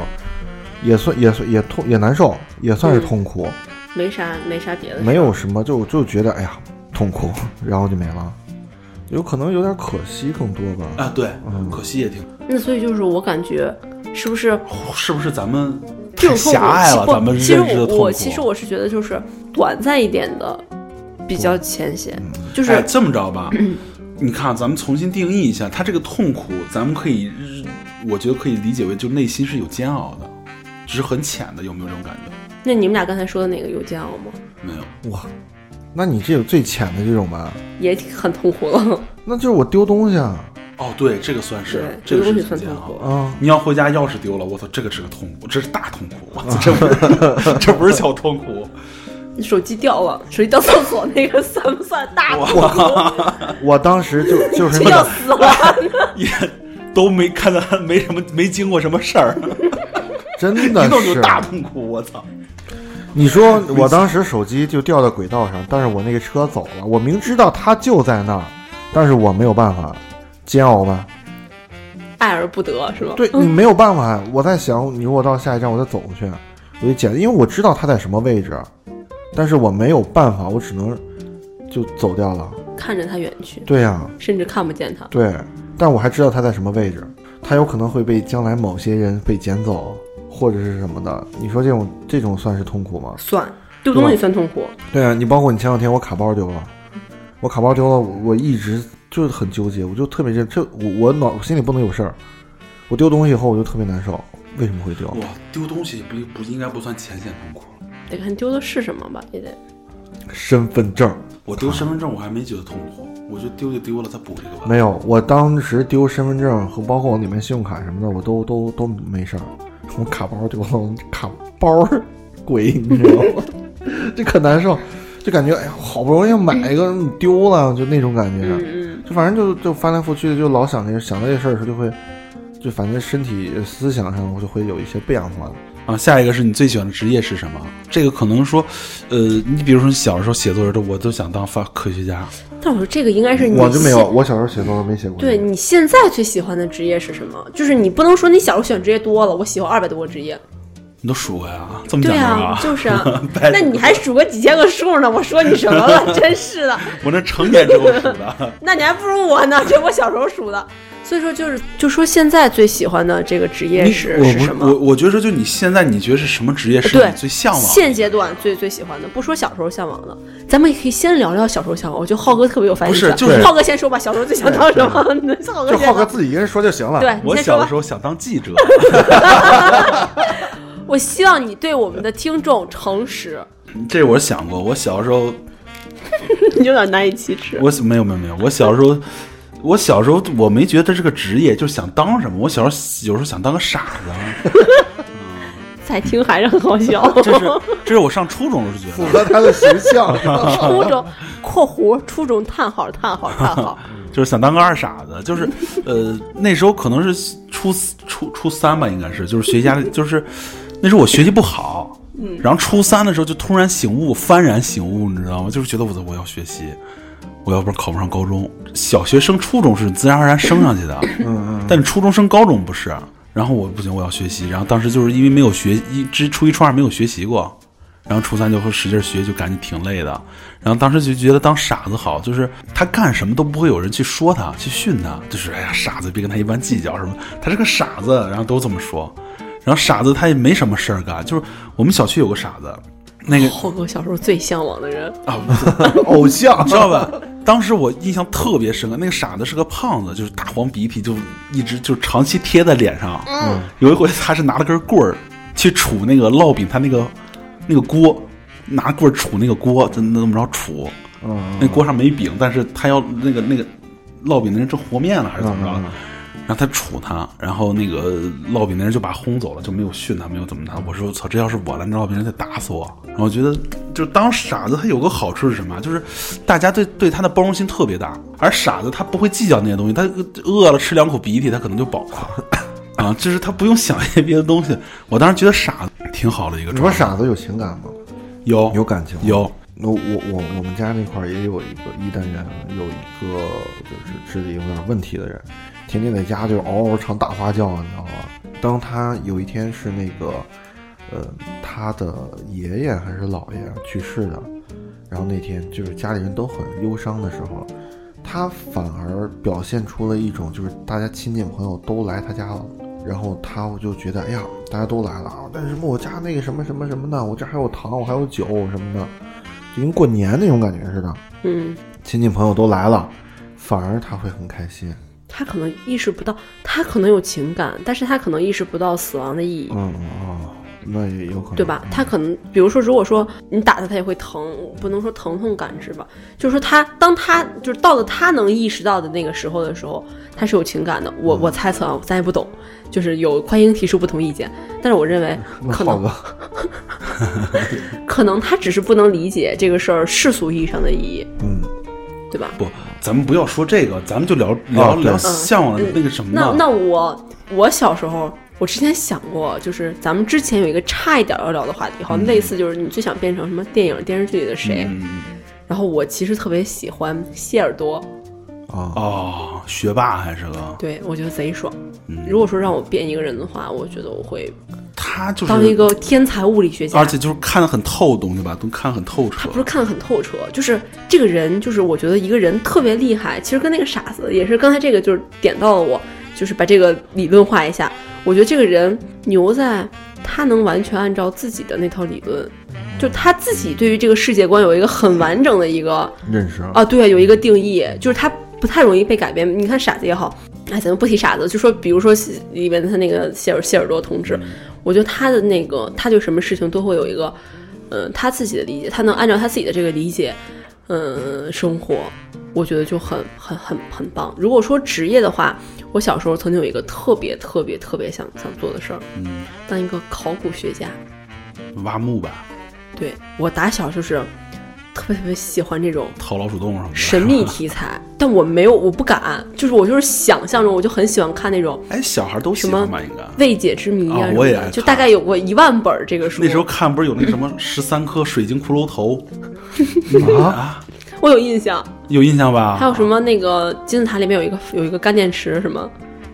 [SPEAKER 3] 也算也算也痛也难受，也算是痛苦，
[SPEAKER 5] 没啥没啥别的事，
[SPEAKER 3] 没有什么就就觉得哎呀痛苦，然后就没了，有可能有点可惜更多吧。
[SPEAKER 6] 啊，对，
[SPEAKER 3] 嗯
[SPEAKER 6] 可惜也挺，
[SPEAKER 5] 那所以就是我感觉，是不是
[SPEAKER 6] 是不是咱们
[SPEAKER 5] 这
[SPEAKER 6] 太
[SPEAKER 5] 种痛苦
[SPEAKER 6] 狭隘了？
[SPEAKER 5] 其
[SPEAKER 6] 咱们
[SPEAKER 5] 不其实
[SPEAKER 6] 认识的
[SPEAKER 5] 我
[SPEAKER 6] 痛
[SPEAKER 5] 我
[SPEAKER 6] 苦。
[SPEAKER 5] 其实我是觉得就是短暂一点的比较浅显，就是、
[SPEAKER 6] 哎、这么着吧，你看，啊咱们重新定义一下，他这个痛苦，咱们可以，我觉得可以理解为就内心是有煎熬的，只是很浅的，有没有这种感觉？
[SPEAKER 5] 那你们俩刚才说的哪个有煎熬吗？
[SPEAKER 6] 没有，
[SPEAKER 3] 哇，那你这有最浅的这种吧？
[SPEAKER 5] 也挺很痛苦了，
[SPEAKER 3] 那就是我丢东西啊，
[SPEAKER 6] 哦，对，这个算是
[SPEAKER 5] 对，
[SPEAKER 6] 这个
[SPEAKER 5] 东西
[SPEAKER 6] 是
[SPEAKER 5] 算
[SPEAKER 6] 很
[SPEAKER 5] 痛
[SPEAKER 6] 煎熬
[SPEAKER 5] 苦。。
[SPEAKER 3] 啊。
[SPEAKER 6] 你要回家钥匙丢了，我操，这个是个痛苦，这是大痛苦，我操， 这不是这不是小痛苦，嗯
[SPEAKER 5] 你手机掉了，手机掉厕所那个算不算大痛苦？
[SPEAKER 3] 我当时 就就是
[SPEAKER 5] 这
[SPEAKER 3] 那
[SPEAKER 5] 要
[SPEAKER 3] 个，
[SPEAKER 5] 死了！
[SPEAKER 6] 也都没看到没什么没经过什么事儿，
[SPEAKER 3] 真的
[SPEAKER 6] 一弄就是大痛苦，我操，
[SPEAKER 3] 你说我当时手机就掉到轨道上，但是我那个车走了，我明知道它就在那儿，但是我没有办法，煎熬吧。
[SPEAKER 5] 爱而不得是吧？
[SPEAKER 3] 对你没有办法，我在想，你如果到下一站我再走过去，我就捡，因为我知道它在什么位置，但是我没有办法，我只能就走掉了。
[SPEAKER 5] 看着他远去，
[SPEAKER 3] 对呀、
[SPEAKER 5] 甚至看不见他。
[SPEAKER 3] 对，但我还知道它在什么位置，它有可能会被将来某些人被捡走，或者是什么的。你说这种这种算是痛苦吗？
[SPEAKER 5] 算丢东西算痛苦，
[SPEAKER 3] 对啊，你包括你前两天我卡包丢了，我卡包丢了，我我一直就是很纠结，我就特别认这我我脑我心里不能有事儿，我丢东西以后我就特别难受，为什么会丢
[SPEAKER 6] 哇？，丢东西不不应该不算浅显痛苦。
[SPEAKER 5] 得看丢的是什么吧，也得。
[SPEAKER 3] 身份证
[SPEAKER 6] 我丢身份证，我还没觉得痛苦，我觉得丢就丢了，再补一个吧。
[SPEAKER 3] 没有，我当时丢身份证和包括我里面信用卡什么的，我都都都没事儿，我卡包丢了，我卡包儿 鬼，你知道吗？ 这可难受，就感觉哎呀，好不容易买一个嗯丢了，就那种感觉。
[SPEAKER 5] 嗯
[SPEAKER 3] 就反正就就翻来覆去，就老想这想到这事儿的时候，就会，就反正身体思想上我就会有一些变化。
[SPEAKER 6] 啊，下一个是你最喜欢的职业是什么？这个可能说，呃，你比如说小时候写作时候，我都想当发科学家，
[SPEAKER 5] 但我说这个应该是你
[SPEAKER 3] 我就没有，
[SPEAKER 5] 现
[SPEAKER 3] 我小时候写作文没写过。
[SPEAKER 5] 对你现在最喜欢的职业是什么？就是你不能说你小时候选职业多了，我喜欢二百多个职业。
[SPEAKER 6] 你都数过呀？这么讲
[SPEAKER 5] 对
[SPEAKER 6] 究。
[SPEAKER 5] 啊，就是 啊
[SPEAKER 6] 白
[SPEAKER 5] 那你还数个几千个数呢？我说你什 么了？真是的，
[SPEAKER 6] 我那成年之后数的，
[SPEAKER 5] 那你还不如我呢，这我小时候数的。所以说，就是就说现在最喜欢的这个职业
[SPEAKER 6] 你
[SPEAKER 5] 是
[SPEAKER 6] 我
[SPEAKER 5] 是
[SPEAKER 6] 不
[SPEAKER 5] 什么？
[SPEAKER 6] 我
[SPEAKER 5] 呃
[SPEAKER 6] 我觉得说，就你现在你觉得是什么职业是
[SPEAKER 5] 对
[SPEAKER 6] 你最向往的？
[SPEAKER 5] 现阶段最最喜欢的，不说小时候向往的，咱们也可以先聊聊小时候向往。我觉得浩哥特别有发言
[SPEAKER 6] 不是
[SPEAKER 5] 权
[SPEAKER 6] 就是
[SPEAKER 5] 浩哥先说吧，小时候最想当什么？ 浩哥
[SPEAKER 3] 就
[SPEAKER 5] 先
[SPEAKER 3] 浩哥
[SPEAKER 5] 说。
[SPEAKER 3] 自己一个人说就行了。
[SPEAKER 5] 对，你
[SPEAKER 6] 我
[SPEAKER 5] 先说
[SPEAKER 6] 小
[SPEAKER 5] 吧
[SPEAKER 6] 的时。候想当记者，
[SPEAKER 5] 我希望你对我们的听众诚 实，
[SPEAKER 6] 这我想过。我小时候，
[SPEAKER 5] 你有点难以启齿。
[SPEAKER 6] 我没有没有没有，我小时候，我小时候我没觉得是个职业，就是想当什么。我小时候有时候想当个傻子，啊
[SPEAKER 5] 再听还是很好笑。
[SPEAKER 6] 这是这是我上初中的时候觉
[SPEAKER 3] 符合
[SPEAKER 6] 得。
[SPEAKER 3] 他的形象。
[SPEAKER 5] 初中（括弧初中叹号叹号叹号
[SPEAKER 6] 就是想当个二傻子，就是呃那时候可能是初四初初三吧，应该是就是学习压力，就是那时候我学习不好，嗯，然后初三的时候就突然醒悟，幡然醒悟，你知道吗？就是觉得我的我要学习，我要不然考不上高中，小学升初中是自然而然升上去的，嗯嗯，但是初中升高中不是。然后我不行，我要学习。然后当时就是因为没有学一之初一初二没有学习过，然后初三就会使劲学，就感觉挺累的。然后当时就觉得当傻子好，就是他干什么都不会有人去说他、去训他，就是哎呀傻子，别跟他一般计较什么，他是个傻子，然后都这么说。然后傻子他也没什么事儿干，就是我们小区有个傻子，那个）。
[SPEAKER 5] 浩哥小时候最向往的人，
[SPEAKER 6] 啊， 偶像，知道吧？当时我印象特别深刻，那个傻子是个胖子，就是大黄鼻涕，就一直就长期贴在脸上。嗯，有一回他是拿了根棍儿去杵那个烙饼，他那个那个锅，拿棍儿杵那个锅，就那么着杵。那锅上没饼，但是他要那个那个烙饼的人正和面了还是怎么
[SPEAKER 3] 嗯
[SPEAKER 6] 着？然后他杵他，然后那个烙饼的人就把他轰走了，就没有训他，没有怎么他。我说我操，这要是我了，那烙饼人得打死我。然后我觉得，就当傻子，他有个好处是什么？就是大家对对他的包容心特别大，而傻子他不会计较那些东西，他饿了吃两口鼻涕，他可能就饱了。 啊，就是他不用想一些别的东西。我当时觉得傻子挺好的一个
[SPEAKER 3] 你说
[SPEAKER 6] 状态。
[SPEAKER 3] 傻子有情感吗？
[SPEAKER 6] 有
[SPEAKER 3] 有感情吗
[SPEAKER 6] 有，
[SPEAKER 3] 那我我我们家那块儿也有一个一单元，有一个就是智力有点问题的人，天天在家就嗷嗷唱大花轿，你知道吗？当他有一天是那个，呃，他的爷爷还是姥爷去世的，然后那天就是家里人都很忧伤的时候，他反而表现出了一种就是大家亲戚朋友都来他家了。然后他就觉得，哎呀，大家都来了啊！但是我家那个什么什么什么的，我这还有糖，我还有酒什么的，就跟过年那种感觉似的，
[SPEAKER 5] 嗯，
[SPEAKER 3] 亲戚朋友都来了，反而他会很开心。
[SPEAKER 5] 他可能意识不到，他可能有情感，但是他可能意识不到死亡的意义，
[SPEAKER 3] 嗯哦，那也有可能，嗯
[SPEAKER 5] 对吧？他可能，比如说，如果说你打他，他也会疼，不能说疼痛感知吧，就是说他当他就是到了他能意识到的那个时候的时候，他是有情感的。我我猜测啊，咱也不懂，就是有欢迎提出不同意见，但是我认为
[SPEAKER 3] 那
[SPEAKER 5] 可
[SPEAKER 3] 浩
[SPEAKER 5] 能
[SPEAKER 3] 哥，
[SPEAKER 5] 可能他只是不能理解这个事儿世俗意义上的意义，
[SPEAKER 3] 嗯，
[SPEAKER 5] 对吧？
[SPEAKER 6] 不，咱们不要说这个，咱们就聊聊、
[SPEAKER 3] 啊对
[SPEAKER 6] 聊
[SPEAKER 5] 嗯
[SPEAKER 6] 向往的那个什么
[SPEAKER 5] 那
[SPEAKER 6] 呢？
[SPEAKER 5] 嗯那我我小时候，我之前想过，就是咱们之前有一个差一点要聊的话题，好像类似就是你最想变成什么电影电视剧里的谁？
[SPEAKER 6] 嗯
[SPEAKER 5] 然后我其实特别喜欢谢耳朵，
[SPEAKER 3] 啊，
[SPEAKER 6] 哦，学霸还是个，
[SPEAKER 5] 对我觉得贼爽。
[SPEAKER 6] 嗯
[SPEAKER 5] 如果说让我变一个人的话，我觉得我会
[SPEAKER 6] 他就是
[SPEAKER 5] 当一个天才物理学家
[SPEAKER 6] 而。且就是看得很透的东西吧，都看得很透彻
[SPEAKER 5] 不。是看得很透彻，就是这个人，就是我觉得一个人特别厉害，其实跟那个傻子也是，刚才这个就是点到了我，就是把这个理论化一下。我觉得这个人牛在他能完全按照自己的那套理论，就他自己对于这个世界观有一个很完整的一个
[SPEAKER 3] 认识啊，
[SPEAKER 5] 啊，对，有一个定义，就是他不太容易被改变。你看傻子也好，哎，咱们不提傻子，就说比如说里面他那个谢尔谢尔多同志，我觉得他的那个他对什么事情都会有一个，嗯、他自己的理解，他能按照他自己的这个理解，嗯、生活，我觉得就很很很很棒。如果说职业的话，我小时候曾经有一个特别特别特别想想做的事儿，
[SPEAKER 6] 嗯，
[SPEAKER 5] 当一个考古学家。
[SPEAKER 6] 挖墓吧，
[SPEAKER 5] 对我打小就是特别特别喜欢这种
[SPEAKER 6] 掏老鼠洞什么的。
[SPEAKER 5] 神秘题材，但我没有，我不敢，就是我就是想象中，我就很喜欢看那种
[SPEAKER 6] 哎，小孩都喜
[SPEAKER 5] 什么
[SPEAKER 6] 欢吧？应该
[SPEAKER 5] 未解之谜啊
[SPEAKER 6] 啊
[SPEAKER 5] 什
[SPEAKER 6] 我
[SPEAKER 5] 么
[SPEAKER 6] 也
[SPEAKER 5] 的，
[SPEAKER 6] 爱
[SPEAKER 5] 就
[SPEAKER 6] 看
[SPEAKER 5] 大概有过一万本儿这个书。
[SPEAKER 6] 那时候看不是有那什 么十三颗水晶骷髅头，
[SPEAKER 3] 啊，
[SPEAKER 5] 我有印象，
[SPEAKER 6] 有印象吧？
[SPEAKER 5] 还有什么那个金字塔里面有一个有一个干电池什么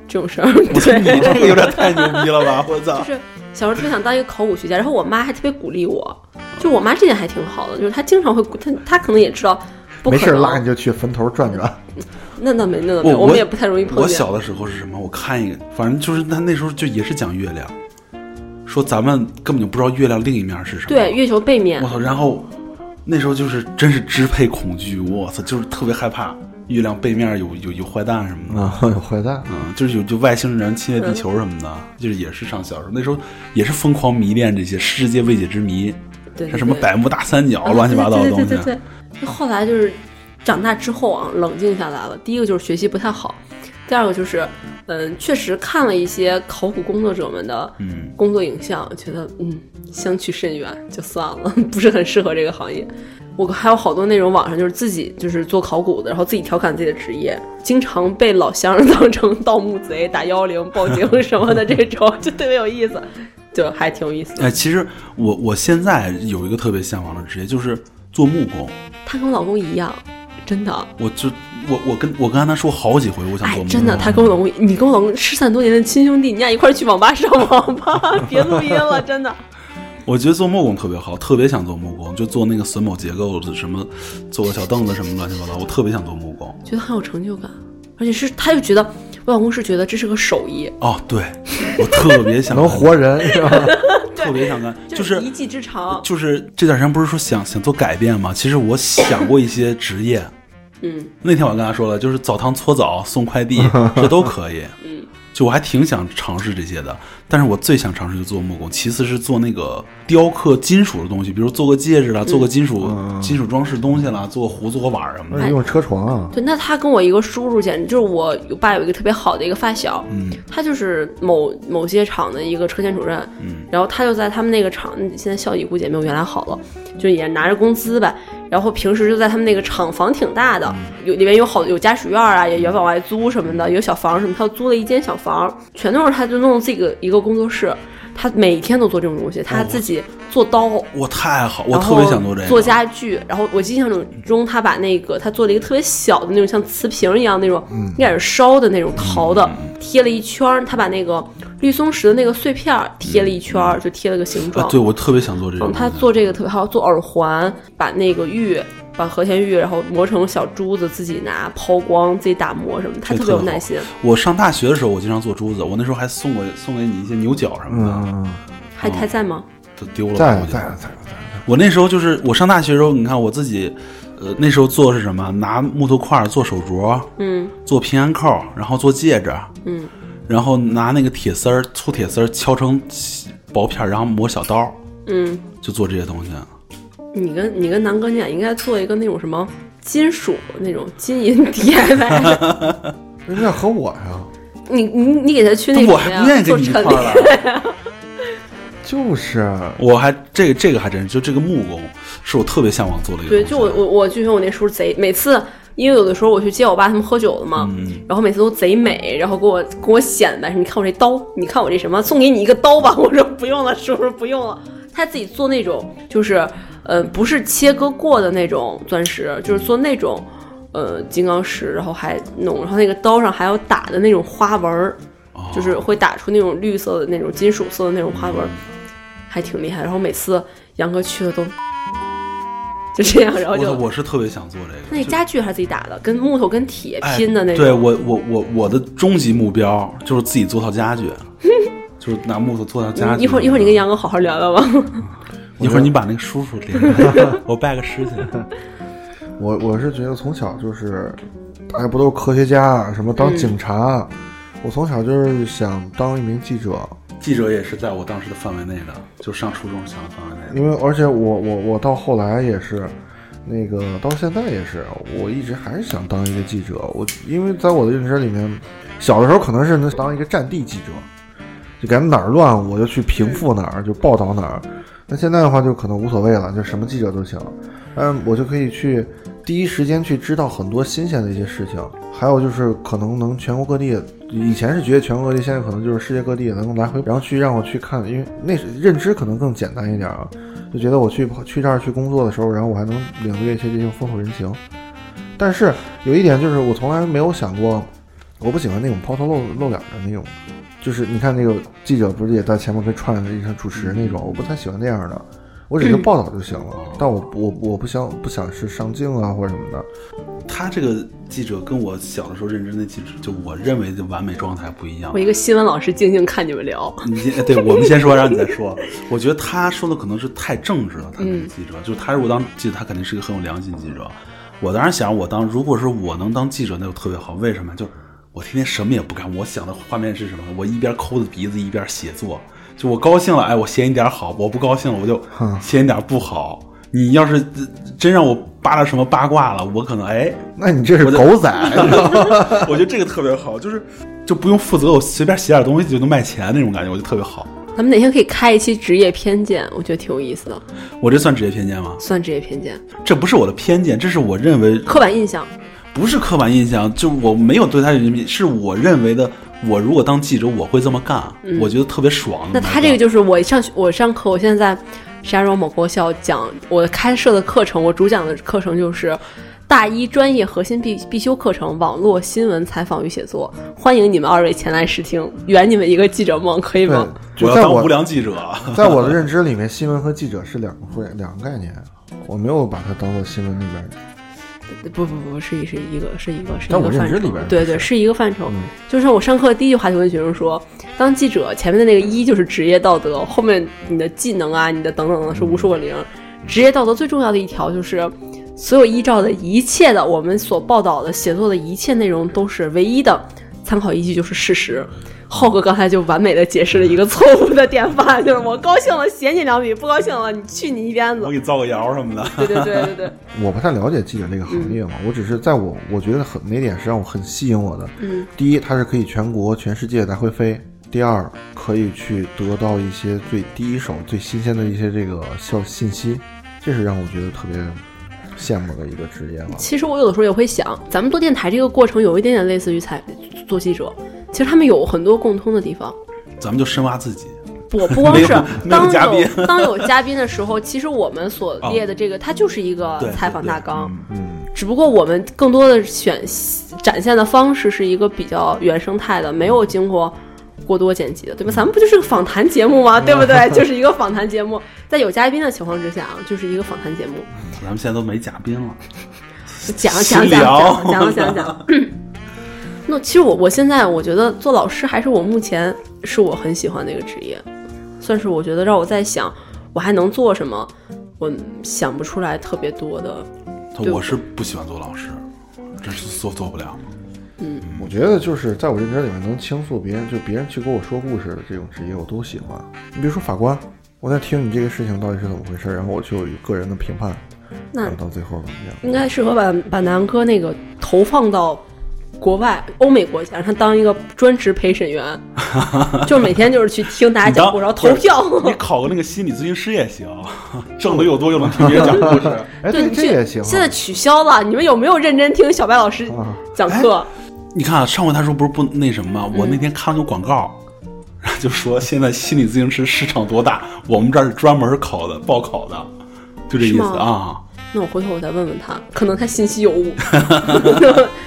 [SPEAKER 5] 这种事儿，
[SPEAKER 6] 我操？
[SPEAKER 5] 对，
[SPEAKER 6] 你这个有点太牛逼了 吧！我操
[SPEAKER 5] 就！是小时候特别想当一个考古学家，然后我妈还特别鼓励我，就我妈这点还挺好的，就是她经常会鼓，她她可能也知道不
[SPEAKER 3] 没
[SPEAKER 5] 可
[SPEAKER 3] 事儿拉
[SPEAKER 5] 能
[SPEAKER 3] 你，就去坟头转转。
[SPEAKER 5] 那倒没那倒没，
[SPEAKER 6] 我
[SPEAKER 5] 我们也不太容易碰
[SPEAKER 6] 我
[SPEAKER 5] 见。
[SPEAKER 6] 小的时候是什么？我看一个，反正就是他那时候就也是讲月亮，说咱们根本就不知道月亮另一面是什么。
[SPEAKER 5] 对，月球背面
[SPEAKER 6] 我，操！然后那时候就是真是支配恐惧，我操，就是特别害怕月亮背面有有有坏蛋什么的。
[SPEAKER 3] 啊，坏蛋！
[SPEAKER 6] 嗯，就是有就外星人侵略地球什么
[SPEAKER 5] 嗯
[SPEAKER 6] 的，就是也是上小时候那时候也是疯狂迷恋这些世界未解之谜，
[SPEAKER 5] 对，对
[SPEAKER 6] 像什么
[SPEAKER 5] 对
[SPEAKER 6] 百慕大三角、
[SPEAKER 5] 啊
[SPEAKER 6] 乱七八糟的东西。
[SPEAKER 5] 对对对对对。后来就是长大之后啊，冷静下来了。第一个就是学习不太好，第二个就是，嗯，确实看了一些考古工作者们的
[SPEAKER 6] 嗯
[SPEAKER 5] 工作影像，觉得嗯相去甚远，就算了，不是很适合这个行业。我还有好多那种网上就是自己就是做考古的，然后自己调侃自己的职业，经常被老乡当成盗墓贼、打幺零、报警什么的这种，就特别有意思，就还挺有意思的。
[SPEAKER 6] 哎，其实我我现在有一个特别向往的职业，就是做木工。
[SPEAKER 5] 她跟我老公一样，真的，
[SPEAKER 6] 我就我我跟我跟安娜说好几回，我想做
[SPEAKER 5] 哎
[SPEAKER 6] 木，工。
[SPEAKER 5] 真的，他跟我老公，你跟我老公失散多年的亲兄弟，你俩一块儿去网吧上网 吧，别录音了，真的。
[SPEAKER 6] 我觉得做木工特别好，特别想做木工，就做那个榫卯结构的什么，做个小凳子什么乱七八糟，我特别想做木工。
[SPEAKER 5] 觉得很有成就感，而且是他就觉得我老公是觉得这是个手艺，
[SPEAKER 6] 哦，对，我特别想
[SPEAKER 3] 能活人，是吧？
[SPEAKER 6] 干，特别想干，就
[SPEAKER 5] 就是
[SPEAKER 6] 是哦
[SPEAKER 5] 一技之长。
[SPEAKER 6] 就是这段时间不是说想想做改变吗？其实我想过一些职业，
[SPEAKER 5] 嗯，
[SPEAKER 6] 那天我跟他说了，就是澡堂搓澡、送 快递，这都可以。嗯，就我还挺想尝试这些的，但是我最想尝试就做木工，其次是做那个雕刻金属的东西，比如做个戒指啦，
[SPEAKER 3] 嗯
[SPEAKER 6] 做个金属、金属装饰东西啦，做个壶、做个碗儿什么
[SPEAKER 3] 那
[SPEAKER 6] 的。
[SPEAKER 3] 你用车床
[SPEAKER 6] 嗯
[SPEAKER 3] 啊？
[SPEAKER 5] 对。那他跟我一个叔叔，简直就是我我爸有一个特别好的一个发小，
[SPEAKER 6] 嗯
[SPEAKER 5] 他就是某某些厂的一个车间主任，
[SPEAKER 6] 嗯，
[SPEAKER 5] 然后他就在他们那个厂，现在效益估计也没有原来好了，就也拿着工资呗。然后平时就在他们那个厂房挺大的，
[SPEAKER 6] 嗯
[SPEAKER 5] 有里面有好有家属院啊，也也往外租什么的，有小房什么，他就租了一间小房，全都是他就弄自己个一个工作室，他每天都做这种东西，他
[SPEAKER 6] 哦
[SPEAKER 5] 自己做刀。
[SPEAKER 6] 我太好，我
[SPEAKER 5] 然
[SPEAKER 6] 特
[SPEAKER 5] 后
[SPEAKER 6] 别想做这个。
[SPEAKER 5] 做家具，然后我印象中，他把那个他做了一个特别小的那种像瓷瓶一样那种，
[SPEAKER 6] 嗯
[SPEAKER 5] 应该是烧的那种陶的，贴了一圈儿。他把那个绿松石的那个碎片儿贴了一圈儿，就贴了个形
[SPEAKER 6] 啊
[SPEAKER 5] 状。，
[SPEAKER 6] 对我特别想做这
[SPEAKER 5] 嗯，
[SPEAKER 6] 种。
[SPEAKER 5] 他做这个特别好，做耳环，把那个玉，把和田玉，然后磨成小珠子，自己拿抛光，自己打磨什么的，他
[SPEAKER 6] 这
[SPEAKER 5] 特
[SPEAKER 6] 特
[SPEAKER 5] 别有
[SPEAKER 6] 别好嗯
[SPEAKER 5] 耐心。
[SPEAKER 6] 我上大学的时候，我经常做珠子，我那时候还送过送给你一些牛角什么的，
[SPEAKER 3] 嗯，
[SPEAKER 5] 还还在吗？
[SPEAKER 6] 都丢了吧。
[SPEAKER 3] 在
[SPEAKER 6] 我觉得
[SPEAKER 3] 在在在，
[SPEAKER 6] 我那时候就是我上大学的时候，你看我自己，呃，那时候做的是什么？拿木头块儿做手镯，
[SPEAKER 5] 嗯，
[SPEAKER 6] 做平安扣，然后做戒指，
[SPEAKER 5] 嗯，
[SPEAKER 6] 然后拿那个铁丝儿、粗铁丝儿敲成薄片儿，然后磨小刀，
[SPEAKER 5] 嗯，
[SPEAKER 6] 就做这些东西。
[SPEAKER 5] 你跟你跟南哥，你俩应该做一个那种什么金属那种金银 DIY。
[SPEAKER 3] 人家和我呀，
[SPEAKER 5] 你你你给他去那
[SPEAKER 6] 但
[SPEAKER 5] 个
[SPEAKER 6] 我
[SPEAKER 5] 什么
[SPEAKER 6] 还
[SPEAKER 5] 呀
[SPEAKER 6] 不愿意
[SPEAKER 5] 做
[SPEAKER 6] 跟你一块
[SPEAKER 5] 陈
[SPEAKER 6] 儿
[SPEAKER 5] 列，
[SPEAKER 6] 了，
[SPEAKER 3] 就是
[SPEAKER 6] 我还这个这个还真是，就这个木工是我特别向往做的一个东
[SPEAKER 5] 对，
[SPEAKER 6] 西。
[SPEAKER 5] 就我我我就说我那叔贼，每次因为有的时候我去接我爸他们喝酒了嘛，
[SPEAKER 6] 嗯
[SPEAKER 5] 然后每次都贼美，然后给我给我显摆，你看我这刀，你看我这什么，送给你一个刀吧。 我说不用了，叔叔不用了。他自己做那种就是呃不是切割过的那种钻石，就是做那种呃金刚石，然后还弄，然后那个刀上还有打的那种花纹儿，
[SPEAKER 6] 哦
[SPEAKER 5] 就是会打出那种绿色的那种金属色的那种花纹儿，还挺厉害。然后每次杨哥去了都就这样，然后
[SPEAKER 6] 我
[SPEAKER 5] 就
[SPEAKER 6] 我是特别想做这个。
[SPEAKER 5] 那
[SPEAKER 6] 就
[SPEAKER 5] 家具还是自己打的，跟木头跟铁
[SPEAKER 6] 哎
[SPEAKER 5] 拼的那种。
[SPEAKER 6] 对我我我我的终极目标就是自己做套 家具，就是拿木头做套家具。
[SPEAKER 5] 你一会儿一会儿你跟杨哥好好聊聊吧。
[SPEAKER 6] 一会儿你把那个叔叔连 上，我拜个师去。
[SPEAKER 3] 我我是觉得从小就是，大家不都是科学家，啊什么当警察，啊我从小就是想当一名记者，
[SPEAKER 6] 记者也是在我当时的范围内的，就上初中想的范围内的。
[SPEAKER 3] 因为而且我我我到后来也是，那个到现在也是，我一直还是想当一个记者。我因为在我的认知里面，小的时候可能是能当一个战地记者，就感觉哪儿乱我就去平复哪儿，就报道哪儿。那现在的话就可能无所谓了，就什么记者都行。嗯，我就可以去第一时间去知道很多新鲜的一些事情，还有就是可能能全国各地，以前是觉得全国各地，现在可能就是世界各地能来回，然后去让我去看，因为那时认知可能更简单一点啊，就觉得我去去这儿去工作的时候，然后我还能领略一些这些风土人情。但是有一点就是，我从来没有想过，我不喜欢那种抛头露露脸的那种，就是你看那个记者不是也在前面跟串一串主持人那种，我不太喜欢那样的，我只是报道就行了。
[SPEAKER 6] 嗯
[SPEAKER 3] 但我我我不想不想是上镜啊或者什么的，
[SPEAKER 6] 他这个记者跟我小的时候认知那记者，就我认为的完美状态不一样
[SPEAKER 5] 我。一个新闻老师静静看你们聊，
[SPEAKER 6] 你先哎对我们先说，然后你再说。我觉得他说的可能是太正直了，他这个记者，就是他如果当记者，他肯定是一个很有良心的记者。我当时想，我当如果是我能当记者，那就特别好。为什么？就我天天什么也不干，我想的画面是什么？我一边抠着鼻子一边写作，就我高兴了，哎，我写一点好；我不高兴了，我就写一点不好。你要是呃真让我扒拉什么八卦了，我可能哎，
[SPEAKER 3] 那你这是狗仔， 你知道吗
[SPEAKER 6] 我觉得这个特别好，就是就不用负责，我随便写点东西就能卖钱那种感觉，我就特别好。
[SPEAKER 5] 咱们哪天可以开一期职业偏见，我觉得挺有意思的，
[SPEAKER 6] 我这算职业偏见吗？
[SPEAKER 5] 算职业偏见，
[SPEAKER 6] 这不是我的偏见，这是我认为
[SPEAKER 5] 刻板印象。
[SPEAKER 6] 不是刻板印象，就我没有对他有什么，是我认为的。我如果当记者，我会这么干，我觉得特别爽。
[SPEAKER 5] 嗯那他这个就是我上学，我上课，我现在在石家庄某高校讲我开设的课程，我主讲的课程就是大一专业核心必必修课程——网络新闻采访与写作。欢迎你们二位前来试听，圆你们一个记者梦，可以
[SPEAKER 3] 对
[SPEAKER 5] 吗？，
[SPEAKER 3] 就
[SPEAKER 6] 我要
[SPEAKER 3] 在
[SPEAKER 6] 当
[SPEAKER 3] 我
[SPEAKER 6] 无良记者，
[SPEAKER 3] 在我的认知里面，新闻和记者是两个会两个概念，我没有把它当做新闻那边。
[SPEAKER 5] 不不不，是一是一个是一个是一
[SPEAKER 3] 但
[SPEAKER 5] 个
[SPEAKER 3] 我认
[SPEAKER 5] 范
[SPEAKER 3] 知
[SPEAKER 5] 畴
[SPEAKER 3] 里边儿，
[SPEAKER 5] 对
[SPEAKER 3] 是
[SPEAKER 5] 对，
[SPEAKER 3] 嗯
[SPEAKER 5] 是一个范畴。就是我上课第一句话就跟学生说，当记者前面的那个一就是职业道德，后面你的技能啊，你的等等等等是
[SPEAKER 3] 嗯
[SPEAKER 5] 无数个零。职业道德最重要的一条就是，所有依照的一切的我们所报道的写作的一切内容都是唯一的参考依据，就是事实。浩哥刚才就完美的解释了一个错误的典范，就是我高兴了写你两笔，不高兴了你去你一边子
[SPEAKER 6] 我。给你造个谣什么的。
[SPEAKER 5] 对对对对对，
[SPEAKER 3] 我不太了解记者这个
[SPEAKER 5] 嗯
[SPEAKER 3] 行业嘛，我只是在我我觉得很哪点是让我很吸引我的。
[SPEAKER 5] 嗯，
[SPEAKER 3] 第一，它是可以全国、全世界来回飞；第二，可以去得到一些最第一手、最新鲜的一些这个消信息，这是让我觉得特别羡慕的一个职业了。
[SPEAKER 5] 其实我有的时候也会想，咱们做电台这个过程有一点点类似于采做记者，其实他们有很多共通的地方。
[SPEAKER 6] 咱们就深挖自己，
[SPEAKER 5] 不不光是
[SPEAKER 6] 没有
[SPEAKER 5] 当
[SPEAKER 6] 嘉宾
[SPEAKER 5] 有 当有嘉宾的时候，其实我们所列的这个，它就是一个
[SPEAKER 6] 对对
[SPEAKER 5] 采访大纲，
[SPEAKER 3] 嗯，
[SPEAKER 5] 只不过我们更多的选展现的方式是一个比较原生态的，没有经过过多剪辑的，对吧？咱们不就是个访谈节目
[SPEAKER 6] 嗯
[SPEAKER 5] 吗？对不对？ 就是一个访谈节目，在有嘉宾的情况之下啊，就是一个访谈节目，
[SPEAKER 6] 咱们现在都没嘉宾了。
[SPEAKER 5] 讲讲讲
[SPEAKER 6] 私聊
[SPEAKER 5] 讲讲讲 讲。嗯那其实我我现在我觉得做老师还是我目前是我很喜欢的一个职业，算是我觉得让我在想我还能做什么，我想不出来特别多的。对
[SPEAKER 6] 我是不喜欢做老师，真是做做不了。
[SPEAKER 3] 嗯我觉得就是在我认知里面能倾诉别人，就别人去给我说故事的这种职业，我都喜欢。你比如说法官，我在听你这个事情到底是怎么回事，然后我就有一个人的评判，然
[SPEAKER 5] 那
[SPEAKER 3] 后到最后怎么样？
[SPEAKER 5] 应该适合把把南哥那个投放到国外欧美国家，让他当一个专职陪 审员，就是每天就是去听大家讲故事，然后投票。
[SPEAKER 6] 你考个那个心理咨询师也行， 挣的又多又能听别人讲故事。
[SPEAKER 3] 哎，
[SPEAKER 5] 对，
[SPEAKER 3] 对，
[SPEAKER 5] 你
[SPEAKER 3] 这
[SPEAKER 5] 去
[SPEAKER 3] 也行啊。
[SPEAKER 5] 现在取消了，你们有没有认真听小白老师
[SPEAKER 3] 啊
[SPEAKER 5] 讲课？
[SPEAKER 6] 你看啊，上回他说不是不那什么吗？我
[SPEAKER 5] 嗯
[SPEAKER 6] 那天看了个广告，然后就说现在心理咨询师市场多大，我们这儿是专门考的，报考的，就这意
[SPEAKER 5] 是
[SPEAKER 6] 思
[SPEAKER 5] 吗
[SPEAKER 6] 啊。
[SPEAKER 5] 那我回头我再问问他，可能他信息有误。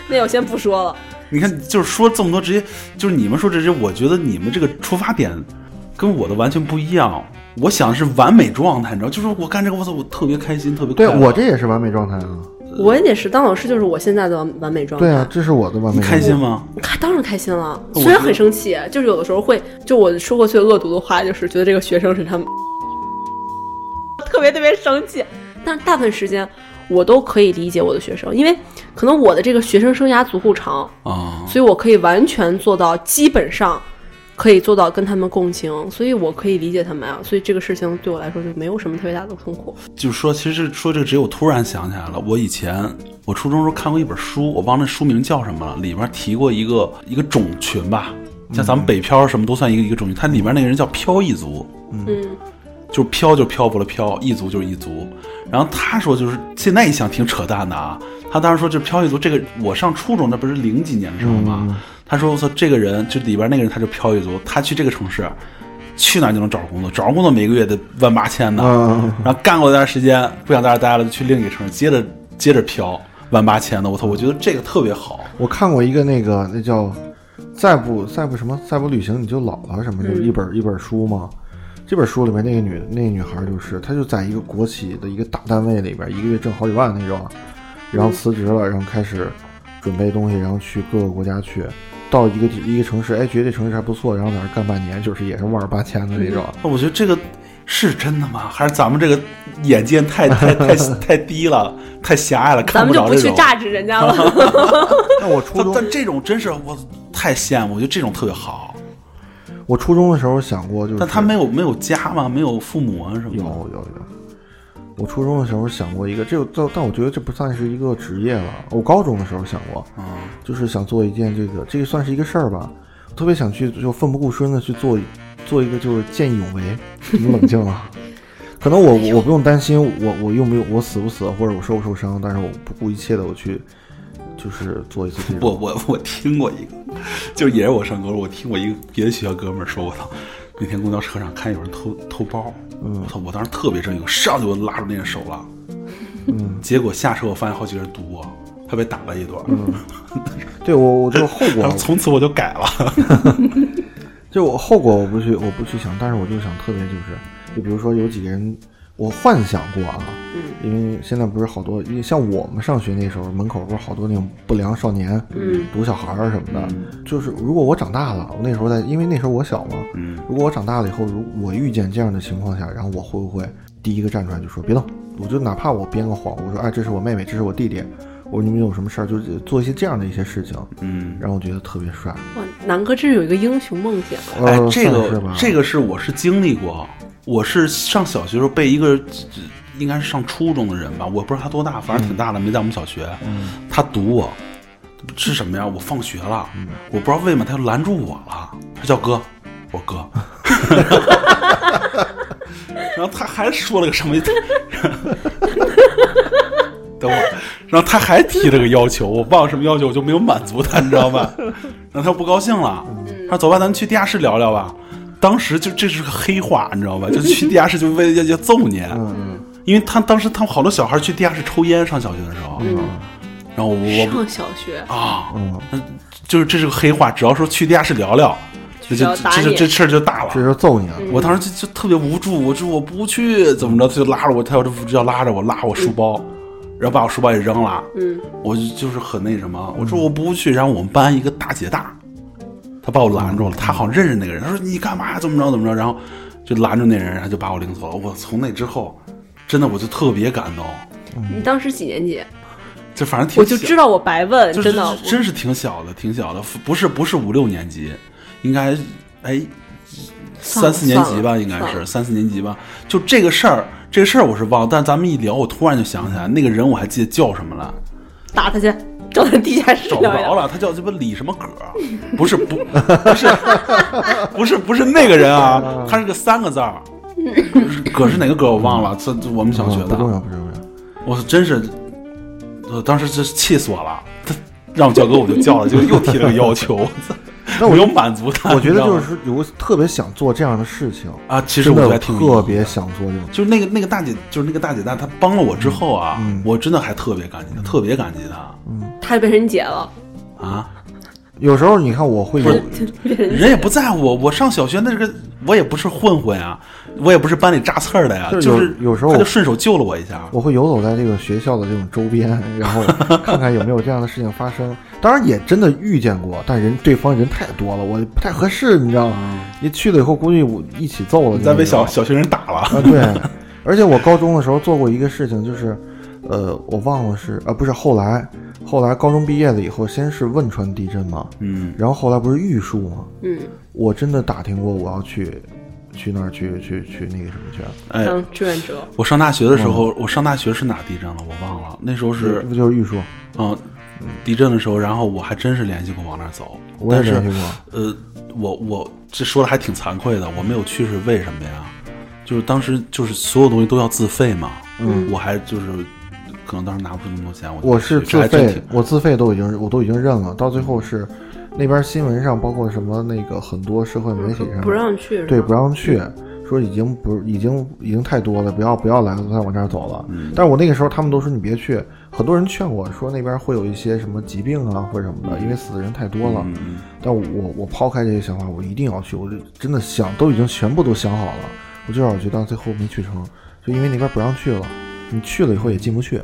[SPEAKER 5] 那我先不说了。
[SPEAKER 6] 你看，就是说这么多职业，就是你们说这些，我觉得你们这个出发点跟我的完全不一样。我想是完美状态，你知道，就是我干这个，我操，我特别开心，特别
[SPEAKER 3] 对
[SPEAKER 6] 快乐
[SPEAKER 3] 我这也是完美状态啊。
[SPEAKER 5] 我也得是当老师，就是我现在的完完美状态。
[SPEAKER 3] 对啊，这是我的完
[SPEAKER 6] 你
[SPEAKER 3] 美。
[SPEAKER 6] 开心吗？
[SPEAKER 5] 开当然开心了，
[SPEAKER 6] 我
[SPEAKER 5] 虽然
[SPEAKER 6] 觉得
[SPEAKER 5] 很生气，就是有的时候会，就我说过最恶毒的话，就是觉得这个学生是他们， 特别特别生气。但是大部分时间我都可以理解我的学生，因为可能我的这个学生生涯足够长，
[SPEAKER 6] 啊、
[SPEAKER 5] 所以我可以完全做到，基本上可以做到跟他们共情，所以我可以理解他们啊，所以这个事情对我来说就没有什么特别大的痛苦。
[SPEAKER 6] 就是说，其实说这个职业，我突然想起来了，我以前我初中时候看过一本书，我忘了那书名叫什么了，里面提过一个一个种群吧，像咱们北漂什么都算一个一个种群，它里面那个人叫飘逸族，
[SPEAKER 5] 嗯，
[SPEAKER 6] 就漂就漂浮了漂，一族就是一族。然后他说就是现在一想挺扯淡的啊，他当时说就漂一族这个，我上初中那不是零几年的时候吗？他说我操这个人就里边那个人他就漂一族，他去这个城市。去哪儿就能找着工作，找着工作每个月得万八千呢，
[SPEAKER 3] 嗯
[SPEAKER 6] 然后干过一段时间，不想在这儿待了，就去另一个城市，接着接着漂万八千的，我操，我觉得这个特别好，
[SPEAKER 3] 我看过一个那个那叫再不再不什么再不旅行你就老了什么，就是一本、一本书嘛。这本书里面那个女那个女孩就是，她就在一个国企的一个大单位里边，一个月挣好几万那种，然后辞职了，然后开始准备东西，然后去各个国家去，到一个地一个城市，哎，觉得这城市还不错，然后在那儿干半年，就是也是万儿八千的那 种。
[SPEAKER 6] 那我觉得这个是真的吗？ 还是咱们这个眼界太 太太太低了，太狭隘了，
[SPEAKER 5] 咱
[SPEAKER 6] 看
[SPEAKER 5] 们就
[SPEAKER 6] 着
[SPEAKER 5] 不
[SPEAKER 6] 这
[SPEAKER 5] 去
[SPEAKER 6] 种。
[SPEAKER 5] 榨汁人家 了。
[SPEAKER 3] 但我初
[SPEAKER 6] 但
[SPEAKER 3] 中
[SPEAKER 6] 但这种真是我太羡慕，我觉得这种特别好。
[SPEAKER 3] 我初中的时候想过，就是
[SPEAKER 6] 但他没有没有家吗？没有父母啊什么的。
[SPEAKER 3] 有有有。我初中的时候想过一个，这个但但我觉得这不算是一个职业了。我高中的时候想过，
[SPEAKER 6] 嗯
[SPEAKER 3] 就是想做一件这个，这个算是一个事儿吧。我特别想去，就奋不顾身的去做做一个，就是见义勇为。你冷静了，可能我我我不用担心我我用不用我死不死，或者我受不受伤，但是我不顾一切的我去，就是做一次这
[SPEAKER 6] 我
[SPEAKER 3] 种。
[SPEAKER 6] 我我听过一个，就是也是我上高中，我听过一个别的学校哥们儿说，我操，那天公交车上看有人偷偷包，我操，我当时特别震惊，上去我拉住那人手了，嗯，结果下车我发现好几个人堵我，他被打了一顿，
[SPEAKER 3] 对我我这个后 果
[SPEAKER 6] 然后，从此我就改了，
[SPEAKER 3] 就我后果我不去我不去想，但是我就想特别就是，就比如说有几个人，我幻想过啊，因为现在不是好多，因为像我们上学那时候，门口不是好多那种不良少年，嗯，毒小孩儿什么的。就是如果我长大了，我那时候在，因为那时候我小嘛，
[SPEAKER 6] 嗯，
[SPEAKER 3] 如果我长大了以后，如我遇见这样的情况下，然后我会不会第一个站出来就说别动？我就哪怕我编个谎，我说哎，这是我妹妹，这是我弟弟，我说你们有什么事儿，就是做一些这样的一些事情，
[SPEAKER 6] 嗯。
[SPEAKER 3] 让我觉得特别帅。
[SPEAKER 5] 哇，南哥这是有一个英雄梦想，
[SPEAKER 6] 哎
[SPEAKER 3] 呃，
[SPEAKER 6] 这
[SPEAKER 3] 算是
[SPEAKER 6] 个
[SPEAKER 3] 吧
[SPEAKER 6] 这个是我是经历过，啊我是上小学时候被一个应该是上初中的人吧，我不知道他多大，反正
[SPEAKER 3] 嗯
[SPEAKER 6] 挺大的，没在我们小学，他堵我，是什么呀？我放学了，
[SPEAKER 3] 嗯
[SPEAKER 6] 我不知道为嘛他就拦住我了，他叫哥，我哥。 然后他还说了个什么？等会儿，然后他还提了个要求，我忘了什么要求，我就没有满足他，你知道吧？然后他不高兴了，
[SPEAKER 5] 嗯
[SPEAKER 6] 他说：“走吧，咱们去地下室聊聊吧。”当时就这是个黑话，你知道吧？就去地下室就为了要要揍你，因为他当时他们好多小孩去地下室抽烟，上小学的时候，然后我我
[SPEAKER 5] 上小学
[SPEAKER 6] 啊，就是这是个黑话，只要说去地下室聊聊，这
[SPEAKER 5] 就
[SPEAKER 6] 就
[SPEAKER 5] 要打
[SPEAKER 6] 这
[SPEAKER 5] 你
[SPEAKER 6] 这这事儿就大了
[SPEAKER 3] 这。就是揍你啊！
[SPEAKER 6] 我当时就就特别无助，我就我不去怎么着，他就拉着我，他要就要拉着我拉我书包，然后把我书包也扔了，
[SPEAKER 5] 嗯，
[SPEAKER 6] 我就就是很那什么，我说我不去，然后我们班一个大姐大，她把我拦住了，她好像认识那个人，她说你干嘛怎么着怎么着，然后就拦住那人，然后就把我领走了。我从那之后，真的我就特别感动，
[SPEAKER 5] 你当时几年级？
[SPEAKER 6] 嗯就反正挺
[SPEAKER 5] 我就
[SPEAKER 6] 小
[SPEAKER 5] 知道我白问，
[SPEAKER 6] 就
[SPEAKER 5] 真
[SPEAKER 6] 是
[SPEAKER 5] 的，
[SPEAKER 6] 真是挺小的，挺小的，不是不是五六年级，应该哎
[SPEAKER 5] 算了
[SPEAKER 6] 三四年级吧，
[SPEAKER 5] 算了
[SPEAKER 6] 应该
[SPEAKER 5] 算了
[SPEAKER 6] 是三四年级吧。就这个事儿，这个事儿我是忘了，但咱们一聊，我突然就想起来那个人，我还记得叫什么了，
[SPEAKER 5] 打他去，找他地下室
[SPEAKER 6] 找
[SPEAKER 5] 聊
[SPEAKER 6] 不着
[SPEAKER 5] 聊。
[SPEAKER 6] 了，他叫这不李什么葛儿，不是不不是不是不是那个人啊，他是个三个字儿，葛是哪个葛我忘了，这这我们小学
[SPEAKER 3] 哦不重要，
[SPEAKER 6] 的，
[SPEAKER 3] 不重 要。
[SPEAKER 6] 我真是，我当时真是气死我了，他让我叫哥我就叫了，就又提了个要求，我操。
[SPEAKER 3] 那我
[SPEAKER 6] 没有满足他。
[SPEAKER 3] 我觉
[SPEAKER 6] 你知
[SPEAKER 3] 得
[SPEAKER 6] 道
[SPEAKER 3] 就
[SPEAKER 6] 吗
[SPEAKER 3] 是有特别想做这样的事情，
[SPEAKER 6] 啊，其实
[SPEAKER 3] 真
[SPEAKER 6] 我觉
[SPEAKER 3] 的
[SPEAKER 6] 得挺有意义
[SPEAKER 3] 特别想做这种。
[SPEAKER 6] 就是那个那个大姐，就是那个大姐大，她帮了我之后啊，
[SPEAKER 3] 嗯
[SPEAKER 6] 我真的还特别感激她，特别感激她
[SPEAKER 5] 他就变成你姐了，
[SPEAKER 3] 嗯
[SPEAKER 6] 啊。
[SPEAKER 3] 有时候你看我会有
[SPEAKER 6] 不是人也不在乎我，我上小学那个我也不是混混啊，我也不是班里扎刺儿的呀，
[SPEAKER 3] 就是
[SPEAKER 6] 就
[SPEAKER 3] 有
[SPEAKER 6] 是
[SPEAKER 3] 有时候
[SPEAKER 6] 她就
[SPEAKER 3] 我
[SPEAKER 6] 顺手救了我一下。
[SPEAKER 3] 我会游走在这个学校的这种周边，然 后看看有没有这样的事情发生。当然也真的遇见过，但人对方人太多了，我不太合适，你知道吗？你去了以后，估计我一起揍了。
[SPEAKER 6] 嗯你再被
[SPEAKER 3] 那种
[SPEAKER 6] 小小学人打了，
[SPEAKER 3] 啊，对，而且我高中的时候做过一个事情，就是，呃，我忘了是啊，不是后来，后来高中毕业了以后，先是汶川地震嘛，
[SPEAKER 6] 嗯，
[SPEAKER 3] 然后后来不是玉树嘛，
[SPEAKER 5] 嗯，
[SPEAKER 3] 我真的打听过我要去，去那儿去去去那个什么去，
[SPEAKER 6] 哎。
[SPEAKER 5] 当志愿者。
[SPEAKER 6] 我上大学的时
[SPEAKER 3] 嗯
[SPEAKER 6] 候，我上大学是哪地震了？我忘了。那时候是
[SPEAKER 3] 不就是玉树？
[SPEAKER 6] 嗯，地震的时候，然后我还真是联系过往那儿走，
[SPEAKER 3] 我也
[SPEAKER 6] 但是
[SPEAKER 3] 联系过
[SPEAKER 6] 呃，我我这说的还挺惭愧的，我没有去是为什么呀？就是当时就是所有东西都要自费嘛，嗯，我还就是可能当时拿不出那么多钱，我
[SPEAKER 3] 我
[SPEAKER 6] 我
[SPEAKER 3] 是
[SPEAKER 6] 这
[SPEAKER 3] 自
[SPEAKER 6] 还真挺
[SPEAKER 3] 费，我自费都已经我都已经认了，到最后是那边新闻上，包括什么那个很多社会媒体上
[SPEAKER 5] 不让去是吧，
[SPEAKER 3] 对不让去，说已经不已经已经太多了，不要不要来了，再往这儿走了。
[SPEAKER 6] 嗯
[SPEAKER 3] 但是我那个时候他们都说你别去，很多人劝我说那边会有一些什么疾病啊或者什么的，因为死的人太多
[SPEAKER 6] 嗯
[SPEAKER 3] 了。但我我抛开这些想法，我一定要去，我就真的想都已经全部都想好了，我就要去，但最后没去成，就因为那边不让去了，你去了以后也进不去，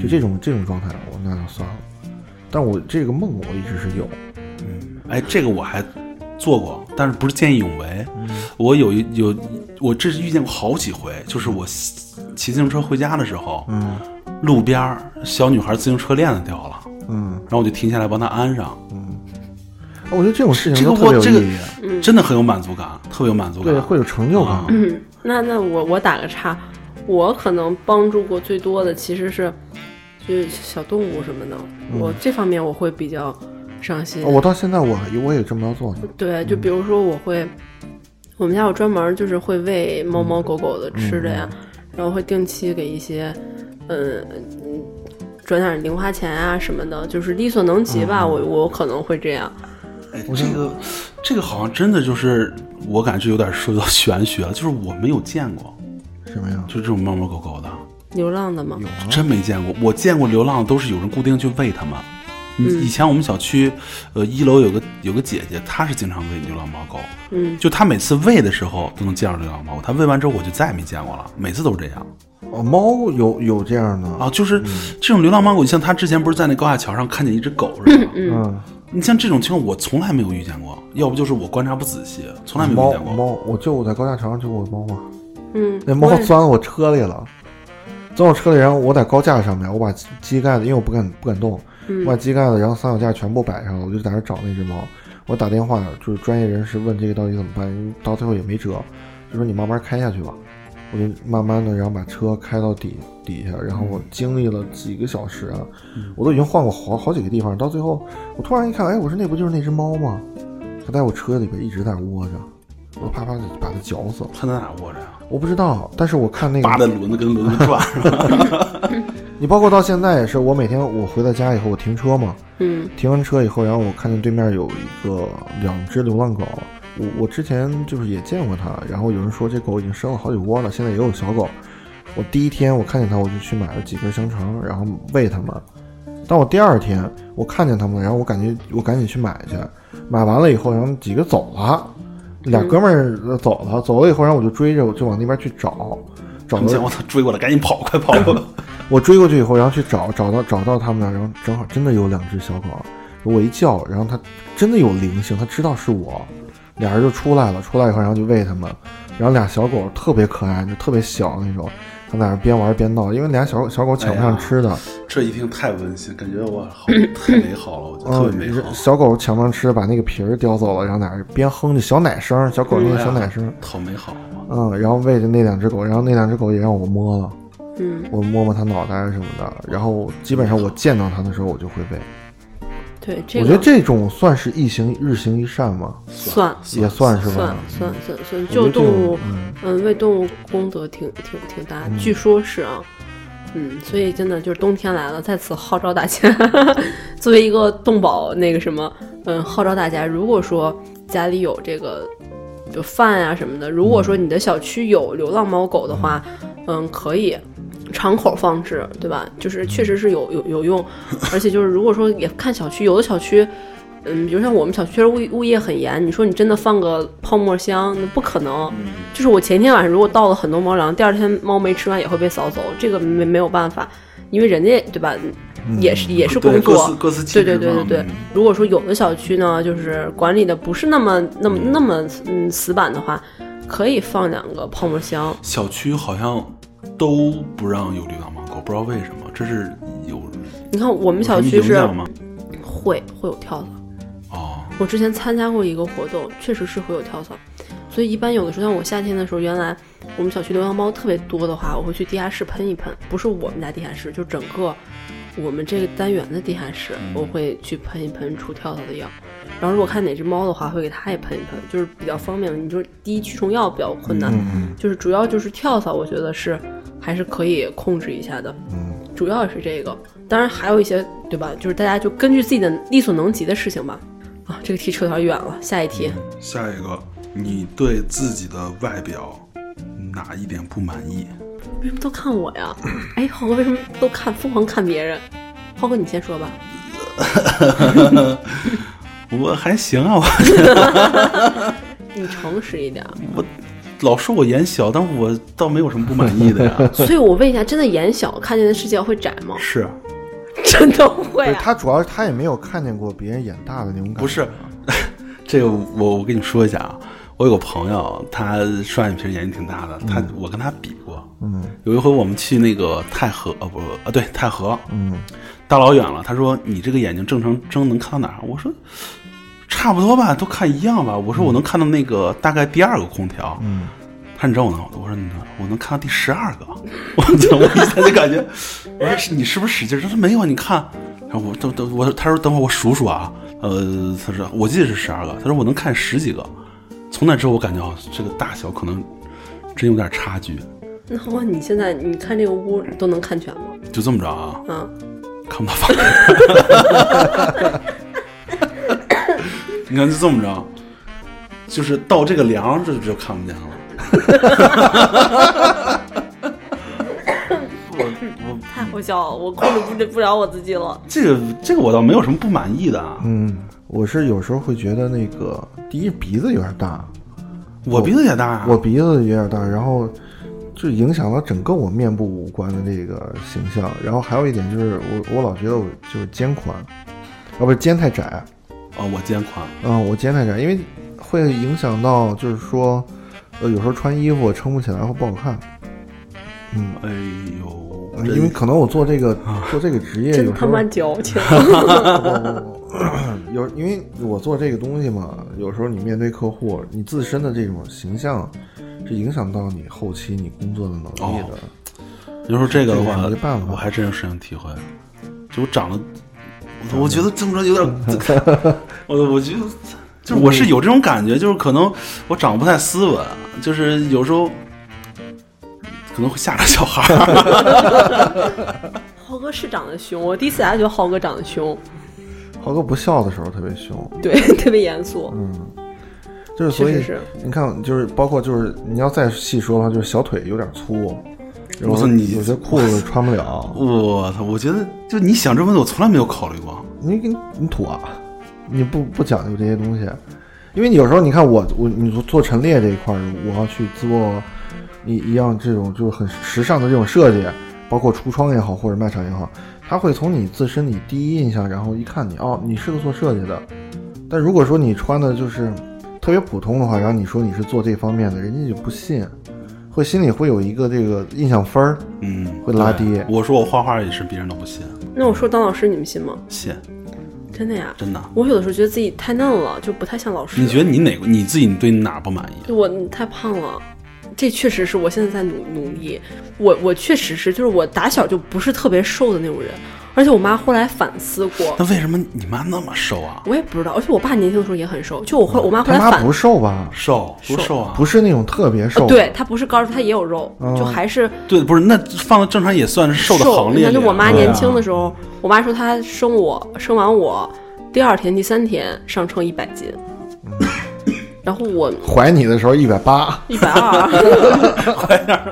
[SPEAKER 3] 就这
[SPEAKER 6] 嗯
[SPEAKER 3] 种、这种状态，我那就算了。但我这个梦我一直是有，
[SPEAKER 6] 哎，这个我还做过，但是不是见义勇为。
[SPEAKER 3] 嗯
[SPEAKER 6] 我有一有，我这是遇见过好几回，就是我骑骑自行车回家的时候，
[SPEAKER 3] 嗯
[SPEAKER 6] 路边儿小女孩自行车链子掉了，
[SPEAKER 3] 嗯，
[SPEAKER 6] 然后我就停下来帮她安上。
[SPEAKER 3] 啊我觉得这种事情
[SPEAKER 6] 这个
[SPEAKER 3] 都特
[SPEAKER 6] 我
[SPEAKER 3] 别有
[SPEAKER 6] 这个
[SPEAKER 3] 意义，
[SPEAKER 6] 真的很有满足感，特别有满足感。
[SPEAKER 3] 对，会有成就感。
[SPEAKER 6] 啊
[SPEAKER 5] 嗯，那那我我打个岔，我可能帮助过最多的其实是就是小动物什么的，我这方面我会比较上心。
[SPEAKER 3] 嗯哦我到现在我还我也这么要做呢。
[SPEAKER 5] 对，就比如说我会，我们家有专门就是会喂猫猫狗狗
[SPEAKER 3] 嗯
[SPEAKER 5] 的吃的呀，然后会定期给一些，嗯。嗯转点零花钱啊什么的，就是力所能及
[SPEAKER 3] 嗯
[SPEAKER 5] 吧。我我可能会这样，
[SPEAKER 6] 哎这个这个好像真的就是我感觉有点说到玄学了，就是我没有见过，
[SPEAKER 3] 什么呀？啊
[SPEAKER 6] 就这种猫猫狗狗的，
[SPEAKER 5] 流浪的嘛。
[SPEAKER 6] 真没见过。我见过流浪的都是有人固定去喂它们。以以前我们小区，呃，一楼有个有个姐姐，她是经常喂流浪猫狗，
[SPEAKER 5] 嗯，
[SPEAKER 6] 就她每次喂的时候都能见着流浪猫狗，她喂完之后我就再也没见过了，每次都是这样
[SPEAKER 3] 哦，猫有有这样的
[SPEAKER 6] 啊，，就是
[SPEAKER 3] 嗯
[SPEAKER 6] 这种流浪猫狗，你像她之前不是在那高架桥上看见一只狗是吧？
[SPEAKER 3] 嗯，
[SPEAKER 6] 你像这种情况我从来没有遇见过，要不就是我观察不仔细，从来没有
[SPEAKER 3] 猫
[SPEAKER 6] 遇见过。
[SPEAKER 3] 猫，我就我在高架桥上救过猫嘛，
[SPEAKER 5] 嗯，
[SPEAKER 3] 那猫
[SPEAKER 5] 我也是
[SPEAKER 3] 钻我车里了，钻我车里，然后我在高架上面，我把机盖子，因为我不敢不敢动，
[SPEAKER 5] 嗯
[SPEAKER 3] 我把机盖子，然后三脚架全部摆上了，我就在那儿找那只猫，我打电话就是专业人士问这个到底怎么办，因为到最后也没辙，就说你慢慢开下去吧，我就慢慢的，然后把车开到底底下，然后我经历了几个小时啊，我都已经换过好好几个地方，到最后我突然一看，哎，我说那不就是那只猫吗？它在我车里边一直在那窝着，我啪啪就把它绞死了。
[SPEAKER 6] 他在哪窝着呀？
[SPEAKER 3] 我不知道，但是我看那
[SPEAKER 6] 扒
[SPEAKER 3] 个，
[SPEAKER 6] 的轮子跟轮子转 是吧？
[SPEAKER 3] 你包括到现在也是，我每天我回到家以后，我停车嘛，
[SPEAKER 5] 嗯，
[SPEAKER 3] 停完车以后，然后我看见对面有一个两只流浪狗，我我之前就是也见过它，然后有人说这狗已经生了好几窝了，现在也有小狗。我第一天我看见它，我就去买了几根香肠，然后喂它们。但我第二天我看见它们了，然后我感觉我赶紧去买去，买完了以后，然后几个走了，俩哥们儿呃走了，走了以后，然后我就追着我就往那边去找，找
[SPEAKER 6] 你
[SPEAKER 3] 到
[SPEAKER 6] 见我操，追过来，赶紧跑，快 跑！
[SPEAKER 3] 我追过去以后，然后去找，找到找到他们了，然后正好真的有两只小狗，我一叫，然后它真的有灵性，它知道是我，俩人就出来了，出来以后，然后就喂它们，然后俩小狗特别可爱，就特别小那种，它在那儿边玩边闹，因为俩小小狗抢不
[SPEAKER 6] 哎
[SPEAKER 3] 上
[SPEAKER 6] 呀
[SPEAKER 3] 吃的，
[SPEAKER 6] 这一听太温馨，感觉我好太美好了，我觉得特
[SPEAKER 3] 嗯，
[SPEAKER 6] 别美好。
[SPEAKER 3] 小狗抢不上吃的，把那个皮儿叼走了，然后在那儿边哼着小奶声，小狗那个小
[SPEAKER 6] 啊
[SPEAKER 3] 奶声，
[SPEAKER 6] 哎好美好啊！
[SPEAKER 3] 嗯，然后喂着那两只狗，然后那两只狗也让我摸了，
[SPEAKER 5] 嗯，
[SPEAKER 3] 我摸摸它脑袋什么的，然后基本上我见到它的时候我就会喂。
[SPEAKER 5] 对，这
[SPEAKER 3] 我
[SPEAKER 5] 个
[SPEAKER 3] 觉得这种算是一行日行一善吗？
[SPEAKER 5] 算
[SPEAKER 3] 也算是吧
[SPEAKER 5] 算。算算算，
[SPEAKER 3] 我
[SPEAKER 5] 救
[SPEAKER 3] 觉得这
[SPEAKER 5] 动
[SPEAKER 3] 种
[SPEAKER 5] 物，
[SPEAKER 3] 嗯
[SPEAKER 5] 嗯，为动物功德挺挺挺大的，据说是啊，嗯，所以真的就是冬天来了，在此号召大家， 作为一个动保那个什么，嗯，号召大家，如果说家里有这个就饭啊什么的，如果说你的小区有流浪猫狗的话，嗯，可以。敞口放置，对吧？就是确实是有有有用，而且就是如果说也看小区，有的小区，嗯，比如像我们小区物物业很严，你说你真的放个泡沫箱，那不可能。就是我前天晚上如果倒了很多猫粮，第二天猫没吃完也会被扫走，这个没没有办法，因为人家对吧，也是也是工
[SPEAKER 6] 对，各
[SPEAKER 5] 作
[SPEAKER 6] 司，各司其
[SPEAKER 5] 对
[SPEAKER 6] 职
[SPEAKER 5] 对对
[SPEAKER 6] 嘛嗯
[SPEAKER 5] 对对。如果说有的小区呢，就是管理的不是那么那么那么嗯死板的话，可以放两个泡沫箱。
[SPEAKER 6] 小区好像都不让有流浪猫狗，不知道为什么，这是有
[SPEAKER 5] 你看我
[SPEAKER 6] 我
[SPEAKER 5] 们小区是
[SPEAKER 6] 吗？
[SPEAKER 5] 会会有跳蚤。
[SPEAKER 6] 哦，
[SPEAKER 5] 我之前参加过一个活动，确实是会有跳蚤，所以一般有的时候，像我夏天的时候，原来我们小区流浪猫特别多的话，我会去地下室喷一喷，不是我们家地下室，就整个我们这个单元的地下室，我会去喷一喷除跳蚤的药。然后如果看哪只猫的话，会给它也喷一喷，就是比较方便。你说第一驱虫药比较困难，就是主要就是跳蚤，我觉得是还是可以控制一下的。主要是这个，当然还有一些对吧？就是大家就根据自己的力所能及的事情吧。啊，这个题扯得有点远了，下一
[SPEAKER 3] 嗯
[SPEAKER 5] 题。
[SPEAKER 6] 下一个，你对自己的外表哪一点不满意？
[SPEAKER 5] 为什么都看我呀？ 哎，浩哥为什么都看疯狂看别人？浩哥你先说吧。
[SPEAKER 6] 我还行啊，我
[SPEAKER 5] 你诚实 一点，
[SPEAKER 6] 我老说我眼小，但我倒没有什么不满意 的呀。？
[SPEAKER 5] 所以我问一下，真的眼小看见的世界会窄吗
[SPEAKER 6] 是
[SPEAKER 5] 真的会
[SPEAKER 3] 对
[SPEAKER 5] 啊！
[SPEAKER 3] 他主要是他也没有看见过别人眼大的那种感觉，
[SPEAKER 6] 不是？ 这个我我跟你说一下啊，我有个朋友，他双眼皮儿眼睛挺大的，他我跟他比过，嗯，有一回我们去那个太和，呃不啊对太和，
[SPEAKER 3] 嗯，
[SPEAKER 6] 大老远了，他说你这个眼睛正常睁能看到哪儿？我说差不多吧，都看一样吧。我说我能看到那个大概第二个空调。
[SPEAKER 3] 嗯，
[SPEAKER 6] 他说你知道我能，我说你知道我能看到第十二个。 我操！我一下就感觉，我说是你是不是使劲儿？他说没有，啊你看。然后我等等我，他说等会儿我数数啊。呃，他说我记得是十二个，他说我能看十几个。从那之后，我感觉哦，这个大小可能真有点差距。
[SPEAKER 5] 那浩哥你现在你看这个屋都能看全吗？
[SPEAKER 6] 就这么着啊，
[SPEAKER 5] 啊，
[SPEAKER 6] 看不到房。 你看，就这么着，就是到这个梁这就看不见了。 我我
[SPEAKER 5] 太好笑哎了，我控制不不了我自己了。
[SPEAKER 6] 这个这个我倒没有什么不满意的啊，
[SPEAKER 3] 嗯，我是有时候会觉得那个第一鼻子有点大，
[SPEAKER 6] 我鼻子也大啊，
[SPEAKER 3] 我鼻子有点大，然后就影响了整个我面部五官的这个形象。然后还有一点就是我我老觉得我就是肩宽，啊不是肩太窄，
[SPEAKER 6] 啊我肩宽，
[SPEAKER 3] 嗯，我肩太窄，因为会影响到就是说，呃有时候穿衣服撑不起来会不好看。
[SPEAKER 6] 哎呦，
[SPEAKER 3] 呃
[SPEAKER 6] 真
[SPEAKER 3] 因为可能我做这个做这个职业，
[SPEAKER 5] 真
[SPEAKER 3] 有时
[SPEAKER 5] 他
[SPEAKER 3] 候
[SPEAKER 5] 妈 矫 情！
[SPEAKER 3] 有，因为我做这个东西嘛，有时候你面对客户，你自身的这种形象是影响到你后期你工作的能力
[SPEAKER 6] 哦
[SPEAKER 3] 的。
[SPEAKER 6] 你说这个的
[SPEAKER 3] 这
[SPEAKER 6] 话
[SPEAKER 3] 个没办法，
[SPEAKER 6] 我还真有深有体会。就我长得，我我觉得这么着有 点，我我觉得 就是我是有这种感觉，就是可能我长得不太斯文，就是有时候可能会吓着小孩儿。
[SPEAKER 5] 浩哥是长得凶，我第一次来觉得浩哥长得凶，
[SPEAKER 3] 豪哥不笑的时候特别凶，
[SPEAKER 5] 对，特别严肃。
[SPEAKER 3] 嗯就是所以
[SPEAKER 5] 确实是
[SPEAKER 3] 你看，就是包括就是你要再细说的话，就是小腿有点粗，然后
[SPEAKER 6] 我操你
[SPEAKER 3] 有些裤子穿不 了，
[SPEAKER 6] 我操！我觉得就你想这问题，我从来没有考虑过。
[SPEAKER 3] 你你你土啊，你不不讲究这些东西，因为你有时候你看我我你做陈列这一块儿，我要去做一一样这种就是很时尚的这种设计，包括橱窗也好或者卖场也好，他会从你自身你第一印象，然后一看你哦你哦是个做设计的，但如果说你穿的就是特别普通的话，然后你说你是做这方面的，人家就不信，会心里会有一个这个印象分儿，
[SPEAKER 6] 嗯，
[SPEAKER 3] 会拉
[SPEAKER 6] 对
[SPEAKER 3] 低
[SPEAKER 6] 我说我画画也是，别人都不信，
[SPEAKER 5] 那我说当老师你们信吗？
[SPEAKER 6] 信
[SPEAKER 5] 真的呀？
[SPEAKER 6] 真的。
[SPEAKER 5] 我有的时候觉得自己太嫩了，就不太像老师。
[SPEAKER 6] 你觉得你哪个你自己对你哪儿不满意？
[SPEAKER 5] 我嗯太胖了，这确实是我现在在努努力。我我确实是，就是我打小就不是特别瘦的那种人，而且我妈后来反思过
[SPEAKER 6] 那，为什么你妈那么瘦啊？
[SPEAKER 5] 我也不知道，而且我爸年轻的时候也很瘦，就我
[SPEAKER 6] 哦
[SPEAKER 5] 后我妈后
[SPEAKER 3] 他
[SPEAKER 5] 来
[SPEAKER 3] 妈
[SPEAKER 5] 反呃
[SPEAKER 3] 不瘦吧？
[SPEAKER 6] 瘦多瘦啊？
[SPEAKER 3] 不是那种特别瘦，
[SPEAKER 5] 对，她不是高，她也有肉，就还是
[SPEAKER 6] 对，不是那放到正常也算是哦瘦的行
[SPEAKER 5] 你
[SPEAKER 6] 列
[SPEAKER 5] 看，
[SPEAKER 6] 里。
[SPEAKER 5] 就我妈
[SPEAKER 6] 对啊，
[SPEAKER 5] 年轻的时候，我妈说她生我，生完我第二天、第三天上称一百斤，然后我
[SPEAKER 3] 怀你的时候一百八。
[SPEAKER 5] 一百二，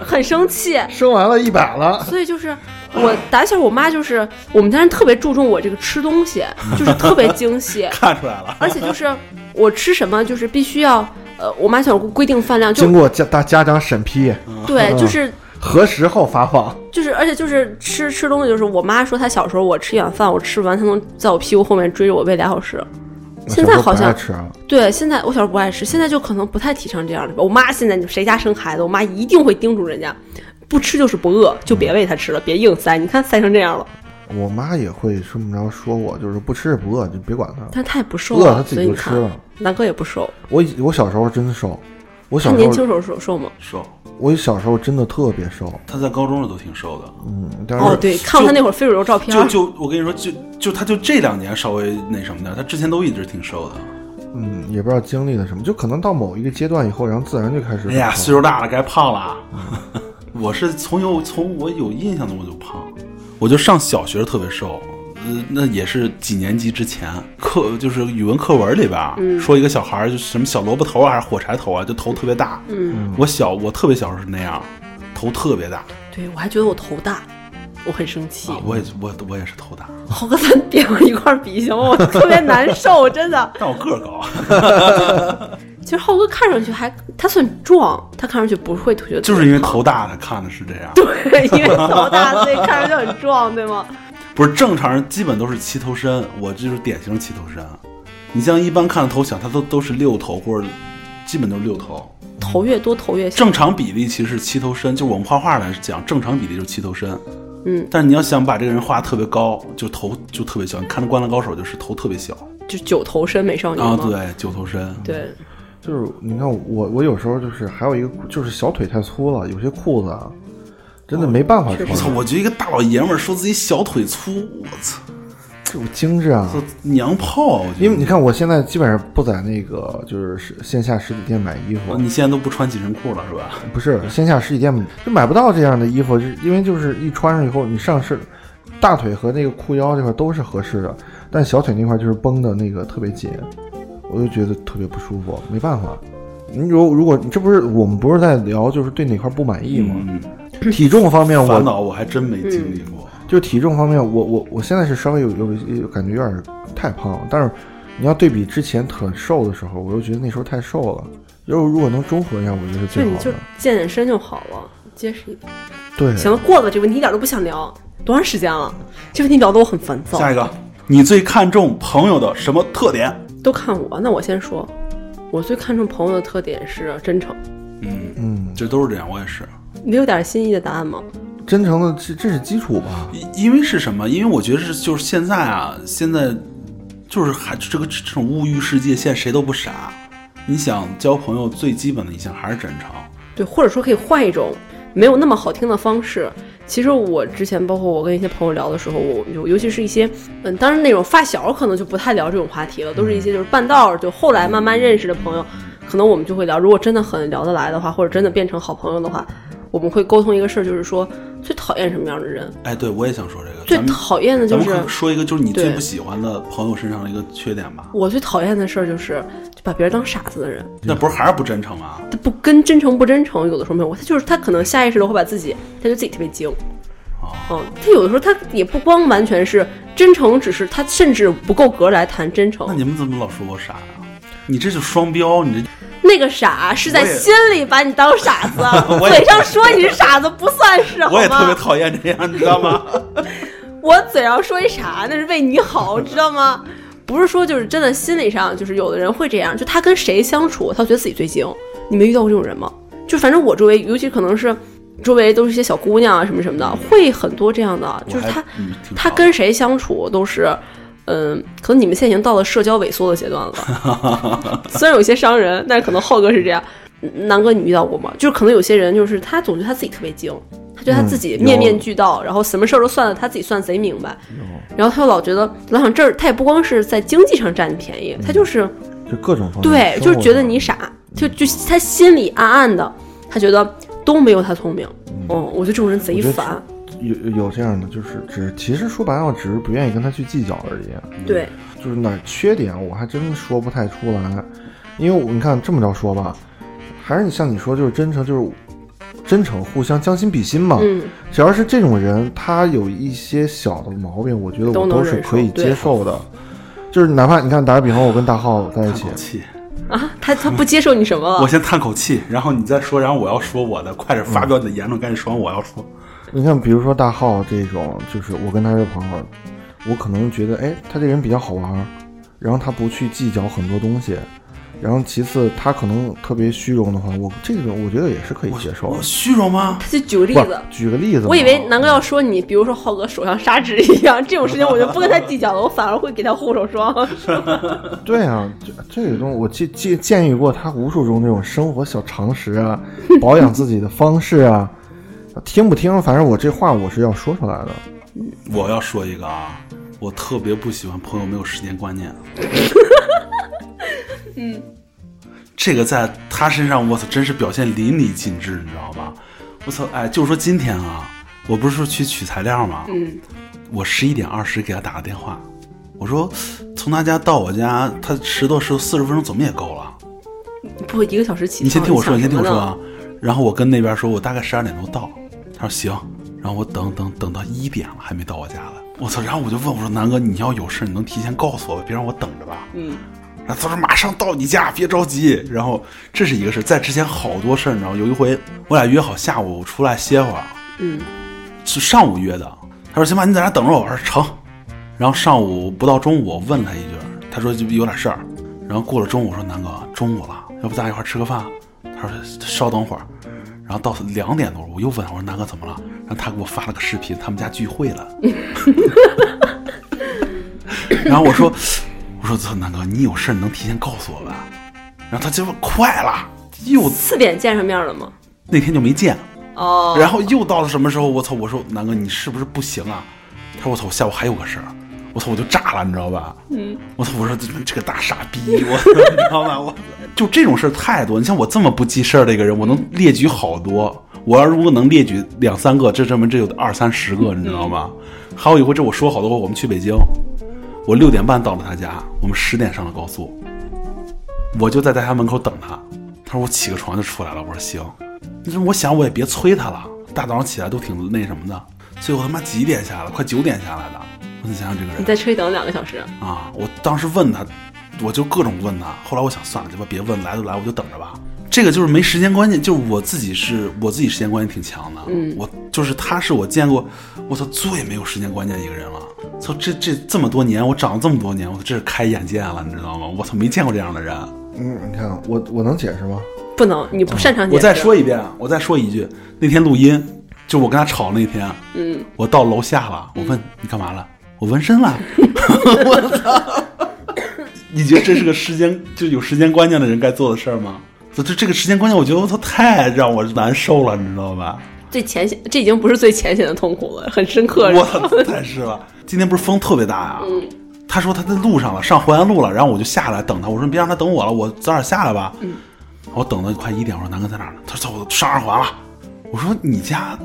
[SPEAKER 5] 很生气。
[SPEAKER 3] 生完了一百了，
[SPEAKER 5] 所以就是我打小我妈就是我们家人特别注重我这个吃东西，就是特别精细
[SPEAKER 6] 看出来了。
[SPEAKER 5] 而且就是我吃什么就是必须要呃，我妈小时候规定饭量，就
[SPEAKER 3] 经嗯过家大家长审批，
[SPEAKER 5] 对，就是
[SPEAKER 3] 核实后发放。
[SPEAKER 5] 就是，而且就是吃吃东西，就是我妈说她小时候我吃一碗饭，我吃完她能在我屁股后面追着我喂俩小时。 现在好
[SPEAKER 3] 我小时候
[SPEAKER 5] 像
[SPEAKER 3] 不爱吃啊，
[SPEAKER 5] 对，现在我小时候不爱吃，现在就可能不太提倡这样的吧。我妈现在你谁家生孩子，我妈一定会叮嘱人家，不吃就是不饿，就别喂她吃了，别硬塞。你看塞成这样了，
[SPEAKER 3] 我妈也会这么着说我，就是不吃也不饿，就别管它。
[SPEAKER 5] 但她也不瘦
[SPEAKER 3] 饿了她
[SPEAKER 5] 啊，
[SPEAKER 3] 自己
[SPEAKER 5] 所以
[SPEAKER 3] 就
[SPEAKER 5] 你
[SPEAKER 3] 吃
[SPEAKER 5] 看，
[SPEAKER 3] 了。
[SPEAKER 5] 南哥也不瘦，
[SPEAKER 3] 我以我小时候真瘦，我
[SPEAKER 5] 他
[SPEAKER 3] 小
[SPEAKER 5] 年
[SPEAKER 3] 时
[SPEAKER 5] 轻
[SPEAKER 3] 候
[SPEAKER 5] 时候瘦瘦吗？
[SPEAKER 6] 瘦，
[SPEAKER 3] 我小时候真的特别瘦，
[SPEAKER 6] 他在高中的都挺瘦的，
[SPEAKER 3] 嗯，但是、
[SPEAKER 5] 哦，对，看过他那会儿非主流照片
[SPEAKER 6] 就
[SPEAKER 5] 儿，
[SPEAKER 6] 就我跟你说，就就他就这两年稍微那什么点儿，他之前都一直挺瘦的。
[SPEAKER 3] 嗯，也不知道经历了什么，就可能到某一个阶段以后，然后自然就开始。
[SPEAKER 6] 哎呀，岁数大了该胖了。啊 我是从有从我有印象的我就胖，我就上小学特别瘦，呃，那也是几年级之前课就是语文课文里边儿、
[SPEAKER 5] 嗯
[SPEAKER 6] 说一个小孩儿就什么小萝卜头啊还是火柴头啊，就头特别大。嗯，我小我特别小时候是那样，头特别大啊，
[SPEAKER 5] 对我还觉得我头大，我很生气。
[SPEAKER 3] 啊
[SPEAKER 6] 我也我我也是头大，
[SPEAKER 5] 浩哥，咱别往一块儿比行吗？我特别难受，真的。
[SPEAKER 6] 但我个儿高，
[SPEAKER 5] 其实浩哥看上去还他算壮，他看上去不会觉得
[SPEAKER 6] 就是因为头大，他看的是这样。
[SPEAKER 5] 对，因为头大，所以看上去很壮，对吗？
[SPEAKER 6] 不是正常人基本都是齐头身，我这就是典型齐头身。你像一般看的头小，它都都是六头或者基本都是六头。
[SPEAKER 5] 头越多头越小。
[SPEAKER 6] 正常比例其实是齐头身，就我们画画来讲，正常比例就是齐头身。
[SPEAKER 5] 嗯，
[SPEAKER 6] 但是你要想把这个人画得特别高，就头就特别小。你看《灌篮高手》就是头特别小
[SPEAKER 5] 就九头身美少女
[SPEAKER 6] 啊，
[SPEAKER 5] 吗？
[SPEAKER 6] 对，九头身。
[SPEAKER 5] 对
[SPEAKER 3] 就是你看我，我有时候就是还有一个就是小腿太粗了，有些裤子啊，真的没办法
[SPEAKER 5] 哦确
[SPEAKER 3] 穿
[SPEAKER 5] 实
[SPEAKER 6] 我。操！我觉得一个大老爷们儿说自己小腿粗，我操，
[SPEAKER 3] 这种精致啊，
[SPEAKER 6] 这娘炮啊！我觉得
[SPEAKER 3] 因为你看我现在基本上不在那个就是实线下实体店买衣服，
[SPEAKER 6] 你现在都不穿紧身裤了是吧？
[SPEAKER 3] 不是线下实体店就买不到这样的衣服，是因为就是一穿上以后，你上身大腿和那个裤腰这块都是合适的，但小腿那块就是绷的那个特别紧，我就觉得特别不舒服，没办法。你如如果这不是我们不是在聊就是对哪块不满意吗？
[SPEAKER 6] 嗯，
[SPEAKER 3] 体重方面
[SPEAKER 6] 烦
[SPEAKER 3] 我
[SPEAKER 6] 恼我还真没经历过。
[SPEAKER 5] 嗯
[SPEAKER 3] 就体重方面我我我现在是稍微有有有感觉有点太胖了，但是你要对比之前很瘦的时候，我又觉得那时候太瘦了。如果如果能中和一下，我觉得是
[SPEAKER 5] 所
[SPEAKER 3] 最
[SPEAKER 5] 以
[SPEAKER 3] 好
[SPEAKER 5] 你
[SPEAKER 3] 的。
[SPEAKER 5] 就健健身就好了，结实一点。
[SPEAKER 3] 对，
[SPEAKER 5] 行了，过了这问题，一点都不想聊。多长时间了？这问题聊得我很烦躁。
[SPEAKER 6] 下一个，你最看重朋友的什么特点？
[SPEAKER 5] 都看我，那我先说，我最看重朋友的特点是真诚。
[SPEAKER 6] 嗯，
[SPEAKER 3] 嗯，
[SPEAKER 6] 这都是这样，我也是。
[SPEAKER 5] 你有点新意的答案吗？
[SPEAKER 3] 真诚的这这是基础吧？
[SPEAKER 6] 因因为是什么？因为我觉得是就是现在啊，现在就是还这个这种物欲世界，现在谁都不傻。你想交朋友最基本的一项还是真诚。
[SPEAKER 5] 对，或者说可以换一种没有那么好听的方式。其实我之前，包括我跟一些朋友聊的时候，我尤尤其是一些，嗯，当然那种发小可能就不太聊这种话题了，都是一些就是半道儿就后来慢慢认识的朋友，可能我们就会聊。如果真的很聊得来的话，或者真的变成好朋友的话，我们会沟通一个事儿，就是说最讨厌什么样的人，
[SPEAKER 6] 哎，对我也想说这个，
[SPEAKER 5] 最
[SPEAKER 6] 咱们
[SPEAKER 5] 讨厌的就
[SPEAKER 6] 咱
[SPEAKER 5] 是
[SPEAKER 6] 们可说一个就是你最
[SPEAKER 5] 对
[SPEAKER 6] 不喜欢的朋友身上的一个缺点吧。
[SPEAKER 5] 我最讨厌的事儿就是就把别人当傻子的人。
[SPEAKER 6] 那不是还是不真诚啊吗？
[SPEAKER 5] 他不跟真诚不真诚有的时候没有，他就是他可能下意识的会把自己，他就自己特别精。
[SPEAKER 6] 哦
[SPEAKER 5] 嗯，他有的时候他也不光完全是真诚，只是他甚至不够格来谈真
[SPEAKER 6] 那
[SPEAKER 5] 诚。
[SPEAKER 6] 你们怎么老说我傻呀、你这就双标，你这
[SPEAKER 5] 那个傻是在
[SPEAKER 6] 我也，
[SPEAKER 5] 心里把你当傻子啊
[SPEAKER 6] 我也
[SPEAKER 5] 嘴上说你是傻子不算是好
[SPEAKER 6] 我也特别
[SPEAKER 5] 吗？
[SPEAKER 6] 讨厌这样，你知道吗？
[SPEAKER 5] 我嘴上说一傻，那是为你好，知道吗？不是说就是真的心理上，就是有的人会这样，就他跟谁相处，他觉得自己最精。你没遇到过这种人吗？就反正我周围，尤其可能是周围都是一些小姑娘啊什么什么的，会很多这样的，就是
[SPEAKER 6] 我还
[SPEAKER 5] 他
[SPEAKER 6] 嗯挺
[SPEAKER 5] 他
[SPEAKER 6] 好
[SPEAKER 5] 跟谁相处都是，嗯，可能你们现在已经到了社交萎缩的阶段了。 虽然有些伤人，但是可能浩哥是这样。南哥，你遇到过吗？就是可能有些人就是他总觉得他自己特别精，他觉得他自己
[SPEAKER 3] 嗯有
[SPEAKER 5] 面面俱到，然后什么事儿都算了他自己算贼明白，然后他就老觉得老想这儿，他也不光是在经济上占你便
[SPEAKER 3] 嗯
[SPEAKER 5] 宜，他就是
[SPEAKER 3] 就各种方面。
[SPEAKER 5] 对，
[SPEAKER 3] 生
[SPEAKER 5] 就
[SPEAKER 3] 活
[SPEAKER 5] 是觉得你傻，就就他心里暗暗的，他觉得都没有他聪明。嗯，我觉得这种人贼
[SPEAKER 3] 我觉得
[SPEAKER 5] 烦。
[SPEAKER 3] 有有这样的，就是只其实说白了，只是不愿意跟他去计较而已。
[SPEAKER 5] 对，
[SPEAKER 3] 就是哪儿缺点，我还真说不太出来。因为我你看这么着说吧，还是你像你说，就是真诚，就是真诚，互相将心比心嘛。
[SPEAKER 5] 嗯，
[SPEAKER 3] 只要是这种人，他有一些小的毛病，我觉得
[SPEAKER 5] 都
[SPEAKER 3] 我
[SPEAKER 5] 能
[SPEAKER 3] 都是
[SPEAKER 5] 忍受
[SPEAKER 3] 可以接受的。就是哪怕你看，打个比方，我跟大浩在一
[SPEAKER 6] 叹
[SPEAKER 3] 起
[SPEAKER 6] 口，气，
[SPEAKER 5] 啊他他不接受你什么
[SPEAKER 6] 我
[SPEAKER 5] 了？
[SPEAKER 6] 先叹口气，然后你再说，然后我要说我的，快点
[SPEAKER 5] 嗯
[SPEAKER 6] 发表你的言论，赶紧说完我要说。
[SPEAKER 3] 你看，比如说大浩这种，就是我跟他是朋友，我可能觉得，哎，他这人比较好玩儿，然后他不去计较很多东西，然后其次，他可能特别虚荣的话，我这种我觉得也是可以接
[SPEAKER 5] 啊
[SPEAKER 3] 受
[SPEAKER 6] 我
[SPEAKER 3] 的。
[SPEAKER 6] 虚荣吗？
[SPEAKER 5] 就举个例
[SPEAKER 3] 不
[SPEAKER 5] 子
[SPEAKER 3] 是，，举个例子嘛，
[SPEAKER 5] 我以为南哥要说你，比如说浩哥手上砂纸一样，这种事情 我就不跟他计较了，我反而会给他护手霜。
[SPEAKER 3] 对啊，这这个东西我建建建议过他无数种那种生活小常识啊， 保养自己的方式啊，听不听，反正我这话我是要说出来的。
[SPEAKER 6] 我要说一个啊，我特别不喜欢朋友没有时间观 念。嗯，
[SPEAKER 5] 嗯
[SPEAKER 6] 这个在他身上，我操，真是表现淋漓尽致，你知道吧？我操，哎，就说今天啊，我不是说去取材料吗？
[SPEAKER 5] 嗯，
[SPEAKER 6] 我十一点二十给他打个电话，我说从他家到我家，他十多十四十分钟怎么也够了。
[SPEAKER 5] 不，一个小时起。
[SPEAKER 6] 你先听我说，你先听我说
[SPEAKER 5] 想什
[SPEAKER 6] 啊。然后我跟那边说，我大概十二点钟到。他说行，然后我等等等到一点了还没到我家呢。我操！然后我就问我说：“南哥，你要有事你能提前告诉我吧，别让我等着吧。”
[SPEAKER 5] 嗯。
[SPEAKER 6] 然后他说：“马上到你家，别着急。”然后这是一个事儿，在之前好多事儿，你知道，有一回我俩约好下午出来歇会儿，
[SPEAKER 5] 嗯，
[SPEAKER 6] 是上午约的。他说：“行吧，你在这儿等着我。”我说：“成。”然后上午不到中午，我问他一句，他说就有点事儿。然后过了中午，我说南哥，中午了，要不咱俩一块儿吃个饭？他说稍等会儿。然后到两点多，我又问他，我说南哥怎么了？然后他给我发了个视频，他们家聚会了。 然后我说，我说操，南哥，你有事儿你能提前告诉我吧？然后他就说快了，又
[SPEAKER 5] 四点见什么样了吗？
[SPEAKER 6] 那天就没见。
[SPEAKER 5] 哦，
[SPEAKER 6] 然后又到了什么时候？我操！我说南哥，你是不是不行啊？他说我操，我下午还有个事儿。啊我操，我就炸了，你知道吧？嗯。我操，我说这这个大傻逼，我 你知道吧？我就这种事儿太多。你像我这么不记事儿的一个人，我能列举好多。我要如果能列举两三个，这证明这有二三十个，你知道吗？还有一回，这我说好多回，我们去北京，我六点半到了他家，我们十点上了高速，我就在他门口等他。他说我起个床就出来了，我说行。你说我想我也别催他了，大早上起来都挺那什么的。最后他妈几点下来？快九点下来的。我得想想这个
[SPEAKER 5] 你
[SPEAKER 6] 人
[SPEAKER 5] 在车里等两个小时，
[SPEAKER 6] 啊！我当时问他，我就各种问他。后来我想算了，这吧别问，来都来，我就等着吧。这个就是没时间观念，就是我自己是我自己时间观念挺强的。
[SPEAKER 5] 嗯
[SPEAKER 6] 我就是他是我见过，我操最没有时间观念一个人了。操这这这么多年，我长了这么多年，我这是开眼界了，你知道吗？我操没见过这样的人。
[SPEAKER 3] 嗯，你看我我能解释吗？
[SPEAKER 5] 不能，你不擅长解释。
[SPEAKER 6] 我再说一遍，我再说一句，那天录音，就我跟他吵那天，
[SPEAKER 5] 嗯，
[SPEAKER 6] 我到楼下了，我问你干嘛了？我纹身了。我操！你觉得这是个时间就有时间观念的人该做的事儿吗？这这这个时间观念，我觉得他太让我难受了，你知道吧？
[SPEAKER 5] 最浅显，这已经不是最浅显的痛苦了，很深刻。
[SPEAKER 6] 我操，太是了！今天不是风特别大呀、
[SPEAKER 5] 嗯
[SPEAKER 6] 他说他在路上了，上淮安路了，然后我就下来等他，我说你别让他等我了，我早点下来吧。我等到快一点，我说南哥在哪儿呢？他说我上二环了。我说你家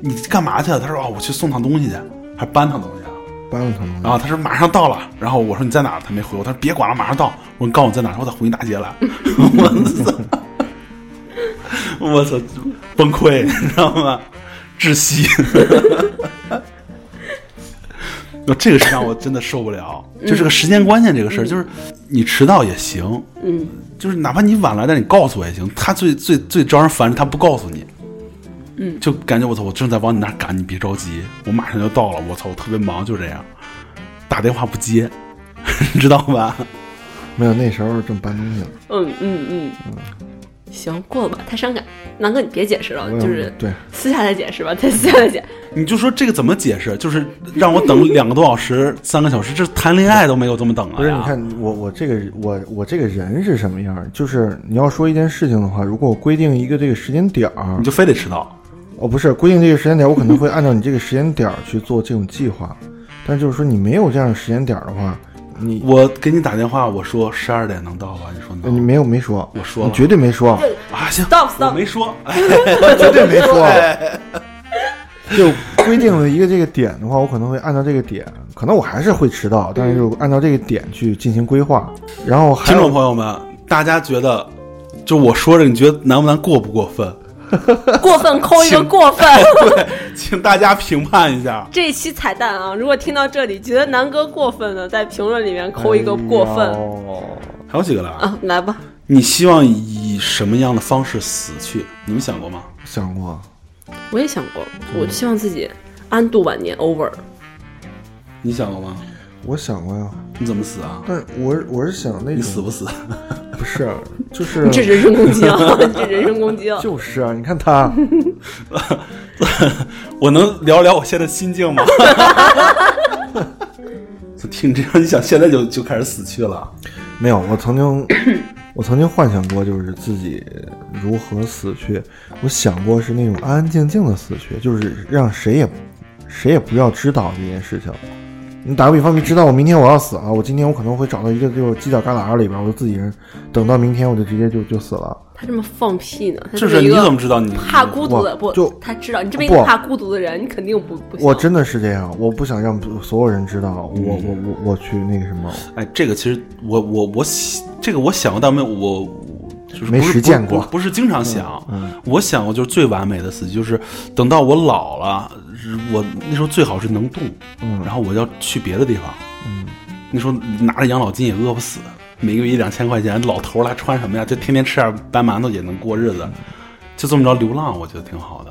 [SPEAKER 6] 你干嘛去了？他说哦，我去送趟东西去，还搬趟东西啊。
[SPEAKER 3] 搬了他们，
[SPEAKER 6] 然后他说马上到了，然后我说你在哪儿？他没回我，他说别管了，马上到。我说你告诉我在哪儿，我在红运大街来。我操！我操！崩溃，你知道吗？窒息。 那这个是让我真的受不了，就是个时间观念这个事儿，就是你迟到也行，
[SPEAKER 5] 嗯，
[SPEAKER 6] 就是哪怕你晚来，但你告诉我也行。他最最最招人烦，他不告诉你，嗯，就感觉我操，我正在往你那儿赶，你别着急，我马上就到了。我操，我特别忙，就这样，打电话不接， 你知道吧？
[SPEAKER 3] 没有那时候正搬东西呢。
[SPEAKER 5] 嗯嗯嗯，行，过了吧，太伤感。南哥，你别解释了
[SPEAKER 3] 我，也
[SPEAKER 5] 就是哎
[SPEAKER 3] 对，
[SPEAKER 5] 私下再解释吧，再私下再解。
[SPEAKER 6] 你就说这个怎么解释？就是让我等两个多小时、三个小时，这谈恋爱都没有这么等
[SPEAKER 3] 不
[SPEAKER 6] 了
[SPEAKER 3] 是
[SPEAKER 6] 呀
[SPEAKER 3] 你看我我这个我我这个人是什么样儿？就是你要说一件事情的话，如果我规定一个这个时间点儿
[SPEAKER 6] 你，就非得迟到。
[SPEAKER 3] 哦，不是规定这个时间点儿，我可能会按照你这个时间点儿去做这种计划。但就是说你没有这样的时间点儿的话，你
[SPEAKER 6] 我给你打电话，我说十二点能到吧？你说
[SPEAKER 3] 呃你
[SPEAKER 6] 能？
[SPEAKER 3] 没有没说，
[SPEAKER 6] 我说
[SPEAKER 3] 你
[SPEAKER 6] 了
[SPEAKER 3] 绝对没说，
[SPEAKER 6] 啊，行
[SPEAKER 5] Stop, stop
[SPEAKER 6] 我没说。哎
[SPEAKER 3] 绝对没说。就规定了一个这个点的话，我可能会按照这个点，可能我还是会迟到，但是就按照这个点去进行规划。然后还
[SPEAKER 6] 听众
[SPEAKER 3] 有
[SPEAKER 6] 朋友们，大家觉得，就我说这，你觉得难不难？过不过分？
[SPEAKER 5] 过分扣一个
[SPEAKER 6] 行
[SPEAKER 5] 过分。
[SPEAKER 6] 请大家评判一下。
[SPEAKER 5] 这一期彩蛋啊，如果听到这里觉得南哥过分的，在评论里面扣一个过分、
[SPEAKER 3] 哎
[SPEAKER 6] 还有几个了啊？
[SPEAKER 5] 啊，来吧。
[SPEAKER 6] 你希望以什么样的方式死去？你们想过吗？
[SPEAKER 3] 想过，
[SPEAKER 5] 我也想过，我希望自己安度晚年，over。
[SPEAKER 6] 你想过吗？
[SPEAKER 3] 我想过呀，
[SPEAKER 6] 你怎么死啊？
[SPEAKER 3] 嗯但是我是我是想那
[SPEAKER 6] 你死
[SPEAKER 3] 种，
[SPEAKER 6] 不死？
[SPEAKER 3] 不是，就是
[SPEAKER 5] 你这人身攻击啊！你这人身攻击啊！
[SPEAKER 3] 就是啊，你看他，
[SPEAKER 6] 我能聊聊我现在心境吗？ 就听这样，你想现在就就开始死去了。
[SPEAKER 3] 没有，我曾经， 我曾经幻想过，就是自己如何死去。我想过是那种安安静静的死去，就是让谁也谁也不要知道这件事情。你打个比方，你知道我明天我要死了，我今天我可能会找到一个就是犄角旮旯里边，我就自己人，等到明天我就直接就就死了。
[SPEAKER 5] 他这么放屁呢？他
[SPEAKER 6] 这
[SPEAKER 5] 是
[SPEAKER 6] 是
[SPEAKER 5] 一
[SPEAKER 6] 你
[SPEAKER 5] 个
[SPEAKER 6] 怎么知道你
[SPEAKER 5] 怕孤独的
[SPEAKER 3] 我
[SPEAKER 5] 不？
[SPEAKER 3] 就
[SPEAKER 5] 他知道你这么一个
[SPEAKER 3] 不
[SPEAKER 5] 怕孤独的人，你肯定不不行。
[SPEAKER 3] 我真的是这样，我不想让所有人知道我我我我去那个什么，
[SPEAKER 6] 哎，这个其实我我我喜这个我想过，但没有我我就是
[SPEAKER 3] 没
[SPEAKER 6] 不是
[SPEAKER 3] 实践过嗯
[SPEAKER 6] 不是不是经常想。我想过就是最完美的死期，就是等到我老了，是我那时候最好是能动，
[SPEAKER 3] 嗯
[SPEAKER 6] 然后我要去别的地方。嗯，那时候拿着养老金也饿不死，每个月一两千块钱，老头儿了还穿什么呀？就天天吃点白馒头也能过日
[SPEAKER 3] 嗯
[SPEAKER 6] 子，就这么着流浪，我觉得挺好的。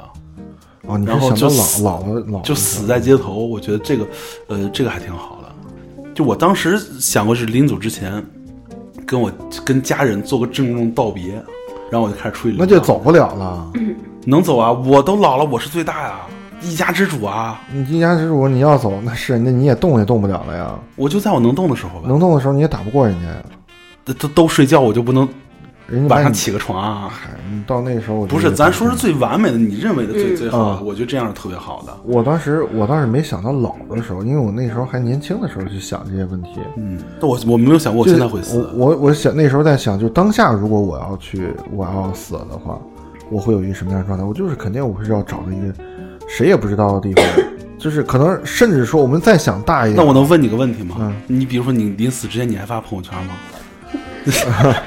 [SPEAKER 3] 哦，你是
[SPEAKER 6] 然后
[SPEAKER 3] 想
[SPEAKER 6] 就
[SPEAKER 3] 到
[SPEAKER 6] 死
[SPEAKER 3] 老老了老了
[SPEAKER 6] 就死在街头，我觉得这个，呃，这个还挺好的。就我当时想过是临走之前，跟我跟家人做个郑重道别，然后我就开始出去流
[SPEAKER 3] 那
[SPEAKER 6] 浪。
[SPEAKER 3] 就走不了了。
[SPEAKER 6] 能走啊？我都老了，我是最大呀、一家之主啊！
[SPEAKER 3] 你一家之主，你要走那是，那你也动也动不了了呀。
[SPEAKER 6] 我就在我能动的时候吧，
[SPEAKER 3] 能动的时候你也打不过人家，呀，
[SPEAKER 6] 都都都睡觉，我就不能
[SPEAKER 3] 人家把
[SPEAKER 6] 晚上
[SPEAKER 3] 你
[SPEAKER 6] 起个床啊？
[SPEAKER 3] 嗨你到那时候我就
[SPEAKER 6] 不是，
[SPEAKER 3] 觉得
[SPEAKER 6] 咱说是最完美的，你认为的最、
[SPEAKER 5] 嗯
[SPEAKER 6] 最好的，
[SPEAKER 3] 啊
[SPEAKER 6] 我觉得这样是特别好的。
[SPEAKER 3] 我当时我倒是没想到老的时候，因为我那时候还年轻的时候去想这些问题。
[SPEAKER 6] 嗯，但我我没有想过我
[SPEAKER 3] 就
[SPEAKER 6] 现
[SPEAKER 3] 是
[SPEAKER 6] 在会死。
[SPEAKER 3] 我我我想那时候在想，就当下如果我要去我要死的话，我会有一个什么样的状态？我就是肯定我会是要找到一个谁也不知道的 地方，就是可能甚至说我们再想大一点，
[SPEAKER 6] 那我能问你个问题吗？
[SPEAKER 3] 嗯
[SPEAKER 6] 你比如说，你临死之前你还发朋友圈吗？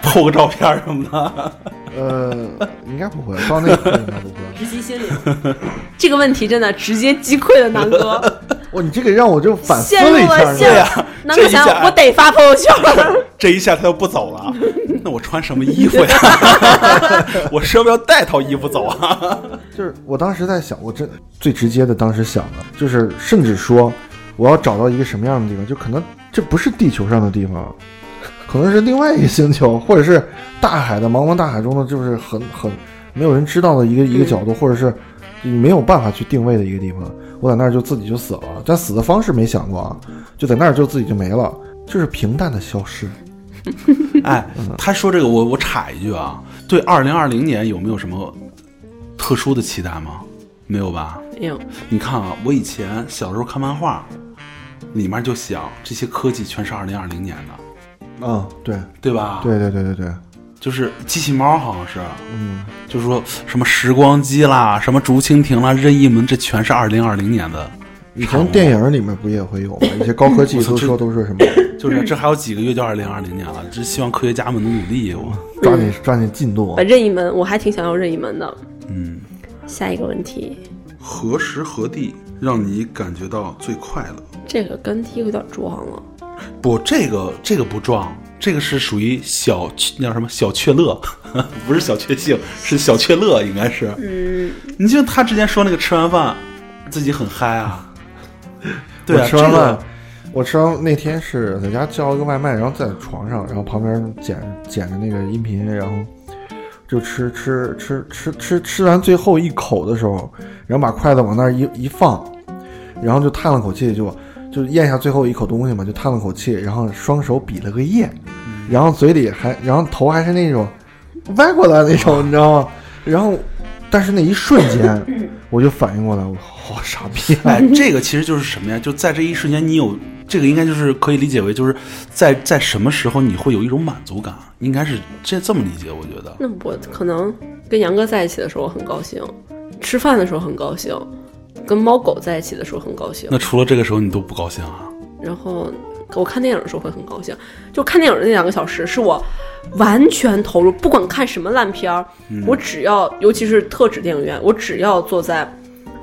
[SPEAKER 6] po 个照片什么的，
[SPEAKER 3] 呃应该不会，到那个应该不会。
[SPEAKER 5] 直击 心灵，这个问题真的直接击溃了南哥，
[SPEAKER 3] 哇，你这个让我就反思
[SPEAKER 5] 陷入
[SPEAKER 3] 了一下
[SPEAKER 5] 了陷入
[SPEAKER 3] 呢。
[SPEAKER 6] 呀。
[SPEAKER 5] 南
[SPEAKER 6] 这
[SPEAKER 5] 哥
[SPEAKER 6] 一下
[SPEAKER 5] 想，我得发朋友 圈。
[SPEAKER 6] 这一下他要不走了， 那我穿什么衣服呀？ 我是不是要带套衣服走啊？
[SPEAKER 3] 就是我当时在想，我真最直接的，当时想的就是，甚至说我要找到一个什么样的地方，就可能这不是地球上的地方， 可能是另外一个星球，或者是大海的茫茫大海中的，就是很很没有人知道的一个一个角度，或者是你没有办法去定位的一个地方。我在那儿就自己就死了，但死的方式没想过啊，就在那儿就自己就没了，就是平淡的消失。
[SPEAKER 6] 哎，他说这个，我我插一句啊，对二零二零年有没有什么特殊的期待吗？没有吧？
[SPEAKER 5] 没有，
[SPEAKER 6] 你看啊，我以前小时候看漫画，里面就想这些科技全是二零二零年的，
[SPEAKER 3] 啊、对，
[SPEAKER 6] 对吧？
[SPEAKER 3] 对对对对对，
[SPEAKER 6] 就是机器猫好像是，
[SPEAKER 3] 嗯，
[SPEAKER 6] 就是说什么时光机啦，什么竹蜻蜓啦，任意门，这全是二零二零年的。
[SPEAKER 3] 以前电影里面不也会有吗？一些高科技
[SPEAKER 6] 我操
[SPEAKER 3] 都
[SPEAKER 6] 这
[SPEAKER 3] 说都是什么？
[SPEAKER 6] 就是这还有几个月就二零二零年了，只希望科学家们能努力。我，
[SPEAKER 3] 抓紧抓紧进度啊
[SPEAKER 5] 把。任意门，我还挺想要任意门的。
[SPEAKER 6] 嗯，
[SPEAKER 5] 下一个问题，
[SPEAKER 6] 何时何地让你感觉到最快乐？
[SPEAKER 5] 这个跟第一个有点撞了。
[SPEAKER 6] 不，这个这个不撞，这个是属于小那叫什么小确乐， 不是小确幸，是小确乐，应该是。
[SPEAKER 5] 嗯，
[SPEAKER 6] 你就他之前说那个吃完饭自己很嗨啊，对啊，
[SPEAKER 3] 我吃完
[SPEAKER 6] 这个
[SPEAKER 3] 饭，我吃完那天是在家叫了个外卖，然后在床上，然后旁边捡捡着那个音频，然后就吃吃吃吃吃吃完最后一口的时候，然后把筷子往那儿一一放，然后就叹了口气，就就咽下最后一口东西嘛，就叹了口气，然后双手比了个耶，然后嘴里还，然后头还是那种歪过来那种，你知道吗？然后，但是那一瞬间我就反应过来，我好傻逼啊！
[SPEAKER 6] 哎，这个其实就是什么呀？就在这一瞬间，你有这个应该就是可以理解为，就是在在什么时候你会有一种满足感，应该是这这么理解。我觉得
[SPEAKER 5] 那我可能跟杨哥在一起的时候很高兴，吃饭的时候很高兴，跟猫狗在一起的时候很高兴
[SPEAKER 6] 那，除了这个时候，你都不高兴啊？
[SPEAKER 5] 然后我看电影的时候会很高兴。就看电影的那两个小时是我完全投入，不管看什么烂片儿，我只要，尤其是特指电影院，我只要坐在。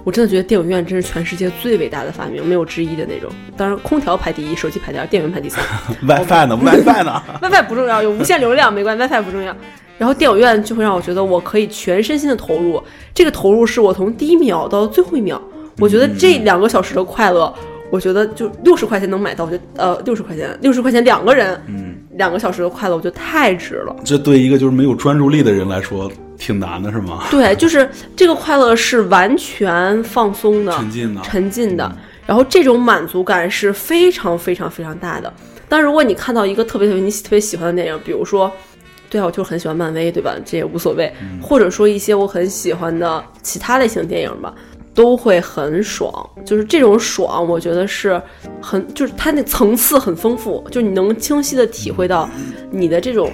[SPEAKER 5] 我真的觉得电影院真是全世界最伟大的发明，没有之一的那种。当然，空调排第一，手机排第二，电源排第三。
[SPEAKER 6] WiFi 呢？WiFi 呢？
[SPEAKER 5] WiFi 不重要，有无限流量没关系，WiFi 不重要。然后电影院就会让我觉得我可以全身心的投入，这个投入是我从第一秒到最后一秒，我觉得这两个小时的快乐，我觉得就六十块钱能买到，我觉得呃六十块钱，六十块钱两个人，
[SPEAKER 6] 嗯，
[SPEAKER 5] 两个小时的快乐，我觉得太值了。
[SPEAKER 6] 这对一个就是没有专注力的人来说挺难的，是吗？
[SPEAKER 5] 对，就是这个快乐是完全放松的、
[SPEAKER 6] 沉浸的
[SPEAKER 5] 啊沉浸的。然后这种满足感是非常非常非常大的。但如果你看到一个特别特别你喜特别喜欢的电影，比如说，对啊，我就很喜欢漫威，对吧？这也无所谓。或者说一些我很喜欢的其他类型电影吧，都会很爽。就是这种爽，我觉得是很，就是它那层次很丰富，就你能清晰的体会到你的这种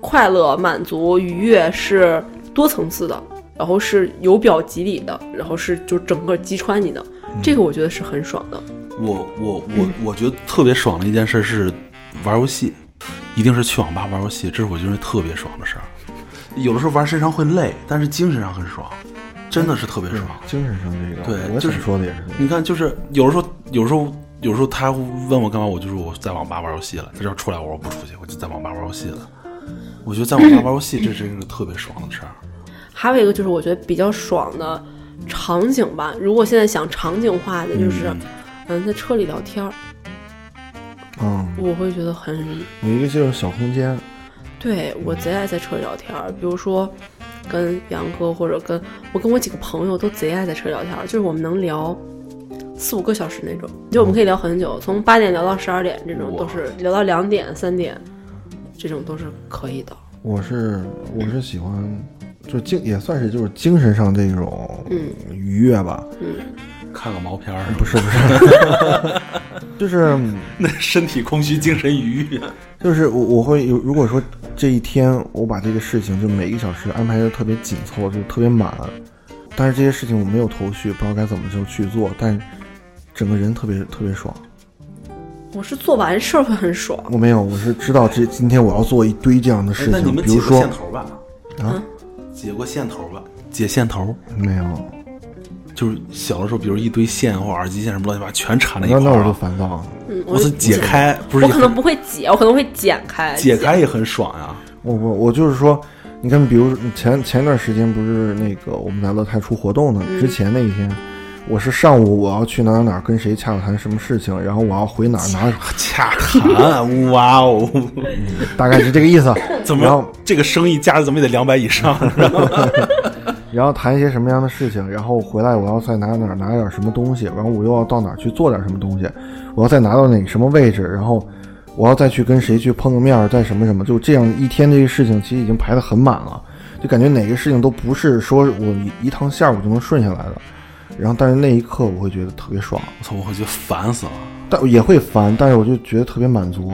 [SPEAKER 5] 快乐、满足、愉悦是多层次的，然后是由表及里的，然后是就整个击穿你的，这个我觉得是很爽的。
[SPEAKER 6] 我我我我觉得特别爽的一件事是玩游戏，一定是去网吧玩游戏，这是我觉得特别爽的事儿。有的时候玩身上会累，但是精神上很爽，真的是特别爽。
[SPEAKER 3] 啊精神上这个，
[SPEAKER 6] 对
[SPEAKER 3] 我
[SPEAKER 6] 就
[SPEAKER 3] 想
[SPEAKER 6] 是
[SPEAKER 3] 说的也是这个。
[SPEAKER 6] 你看，就是有的时候，有时候，有时候他问我干嘛，我就说我在网吧玩游戏了。他就要出来，我说不出去，我就在网吧玩游戏了。我觉得在网吧玩游戏，这真是个特别爽的事儿。
[SPEAKER 5] 还有一个就是我觉得比较爽的场景吧，如果现在想场景化的，就是
[SPEAKER 6] 嗯
[SPEAKER 5] 嗯，在车里聊天儿，
[SPEAKER 3] 嗯，
[SPEAKER 5] 我会觉得很
[SPEAKER 3] 有一个就是小空间，
[SPEAKER 5] 对我贼爱在车里聊天儿，比如说跟杨哥或者跟我跟我几个朋友都贼爱在车里聊天儿，就是我们能聊四五个小时那种，就我们可以聊很久，从八点聊到十二点这种都是聊到两点三点，这种都是可以的。
[SPEAKER 3] 我是我是喜欢，就精也算是就是精神上这种
[SPEAKER 6] 嗯
[SPEAKER 3] 愉悦吧，
[SPEAKER 6] 看个毛片儿，
[SPEAKER 3] 不是不是，就是
[SPEAKER 6] 那 身体空虚，精神愉悦。
[SPEAKER 3] 就是我我会有，如果说这一天我把这个事情就每一个小时安排的特别紧凑，就特别满，但是这些事情我没有头绪，不知道该怎么就去做，但整个人特别特别爽。
[SPEAKER 5] 我是做完事儿会很爽，
[SPEAKER 3] 我没有，我是知道这今天我要做一堆这样的事
[SPEAKER 6] 哎那你
[SPEAKER 3] 情，
[SPEAKER 6] 们
[SPEAKER 3] 比
[SPEAKER 6] 解
[SPEAKER 3] 如
[SPEAKER 6] 过
[SPEAKER 3] 说
[SPEAKER 6] 线头吧？
[SPEAKER 3] 啊，
[SPEAKER 6] 解过线头吧？解线头
[SPEAKER 3] 没有，
[SPEAKER 6] 就是小的时候，比如一堆线或耳机线什么乱七八糟，全缠在一
[SPEAKER 3] 那
[SPEAKER 6] 块
[SPEAKER 3] 那我
[SPEAKER 6] 儿
[SPEAKER 3] 就
[SPEAKER 6] 了。
[SPEAKER 3] 烦躁了。
[SPEAKER 5] 嗯，
[SPEAKER 6] 我
[SPEAKER 5] 就是
[SPEAKER 6] 解，开，不是
[SPEAKER 5] 我
[SPEAKER 6] 也
[SPEAKER 5] 可能不会解，我可能会剪开，
[SPEAKER 6] 解开也很爽 呀、
[SPEAKER 3] 我我我就是说，你看，比如前前段时间不是那个我们在乐泰出活动呢，之前那一天，我是上午我要去哪儿哪儿跟谁洽谈什么事情，然后我要回哪儿哪 儿，
[SPEAKER 6] 洽谈，哇哦，
[SPEAKER 3] 大概是这个意思。
[SPEAKER 6] 怎
[SPEAKER 3] 然后
[SPEAKER 6] 么这个生意价值怎么也得两百 以上？
[SPEAKER 3] 然后谈一些什么样的事情，然后回来我要在哪儿哪儿拿点什么东西，然后我又要到哪儿去做点什么东西，我要再拿到哪个什么位置，然后我要再去跟谁去碰个面儿，再什么什么，就这样一天这个事情其实已经排得很满了，就感觉哪个事情都不是说我一一趟线儿我就能顺下来的。然后，但是那一刻我会觉得特别爽，
[SPEAKER 6] 我操，我觉得烦死了。
[SPEAKER 3] 但也会烦，但是我就觉得特别满足，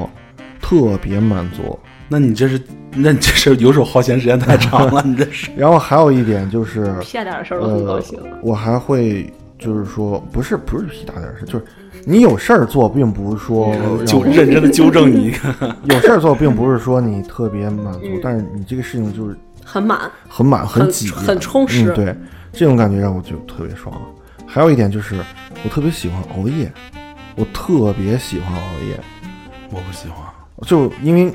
[SPEAKER 3] 特别满足。
[SPEAKER 6] 那你这是，那你这是游手好闲时间太长了，你这是
[SPEAKER 3] 然后还有一点就是，
[SPEAKER 5] 屁大点儿的事儿我很高
[SPEAKER 3] 呃
[SPEAKER 5] 兴。，
[SPEAKER 3] 我还会就是说，不是不是屁大点儿事，就是你有事儿做，并不是说
[SPEAKER 5] 嗯
[SPEAKER 6] 就
[SPEAKER 3] 让
[SPEAKER 6] 认真的纠正你。
[SPEAKER 3] 有事儿做，并不是说你特别满足，但是你这个事情就是
[SPEAKER 5] 很满，
[SPEAKER 3] 很满
[SPEAKER 5] 嗯很
[SPEAKER 3] 挤，
[SPEAKER 5] 很充实
[SPEAKER 3] 嗯，对，这种感觉让我就特别爽。还有一点就是，我特别喜欢熬夜，我特别喜欢熬夜，
[SPEAKER 6] 我不喜欢，
[SPEAKER 3] 就因为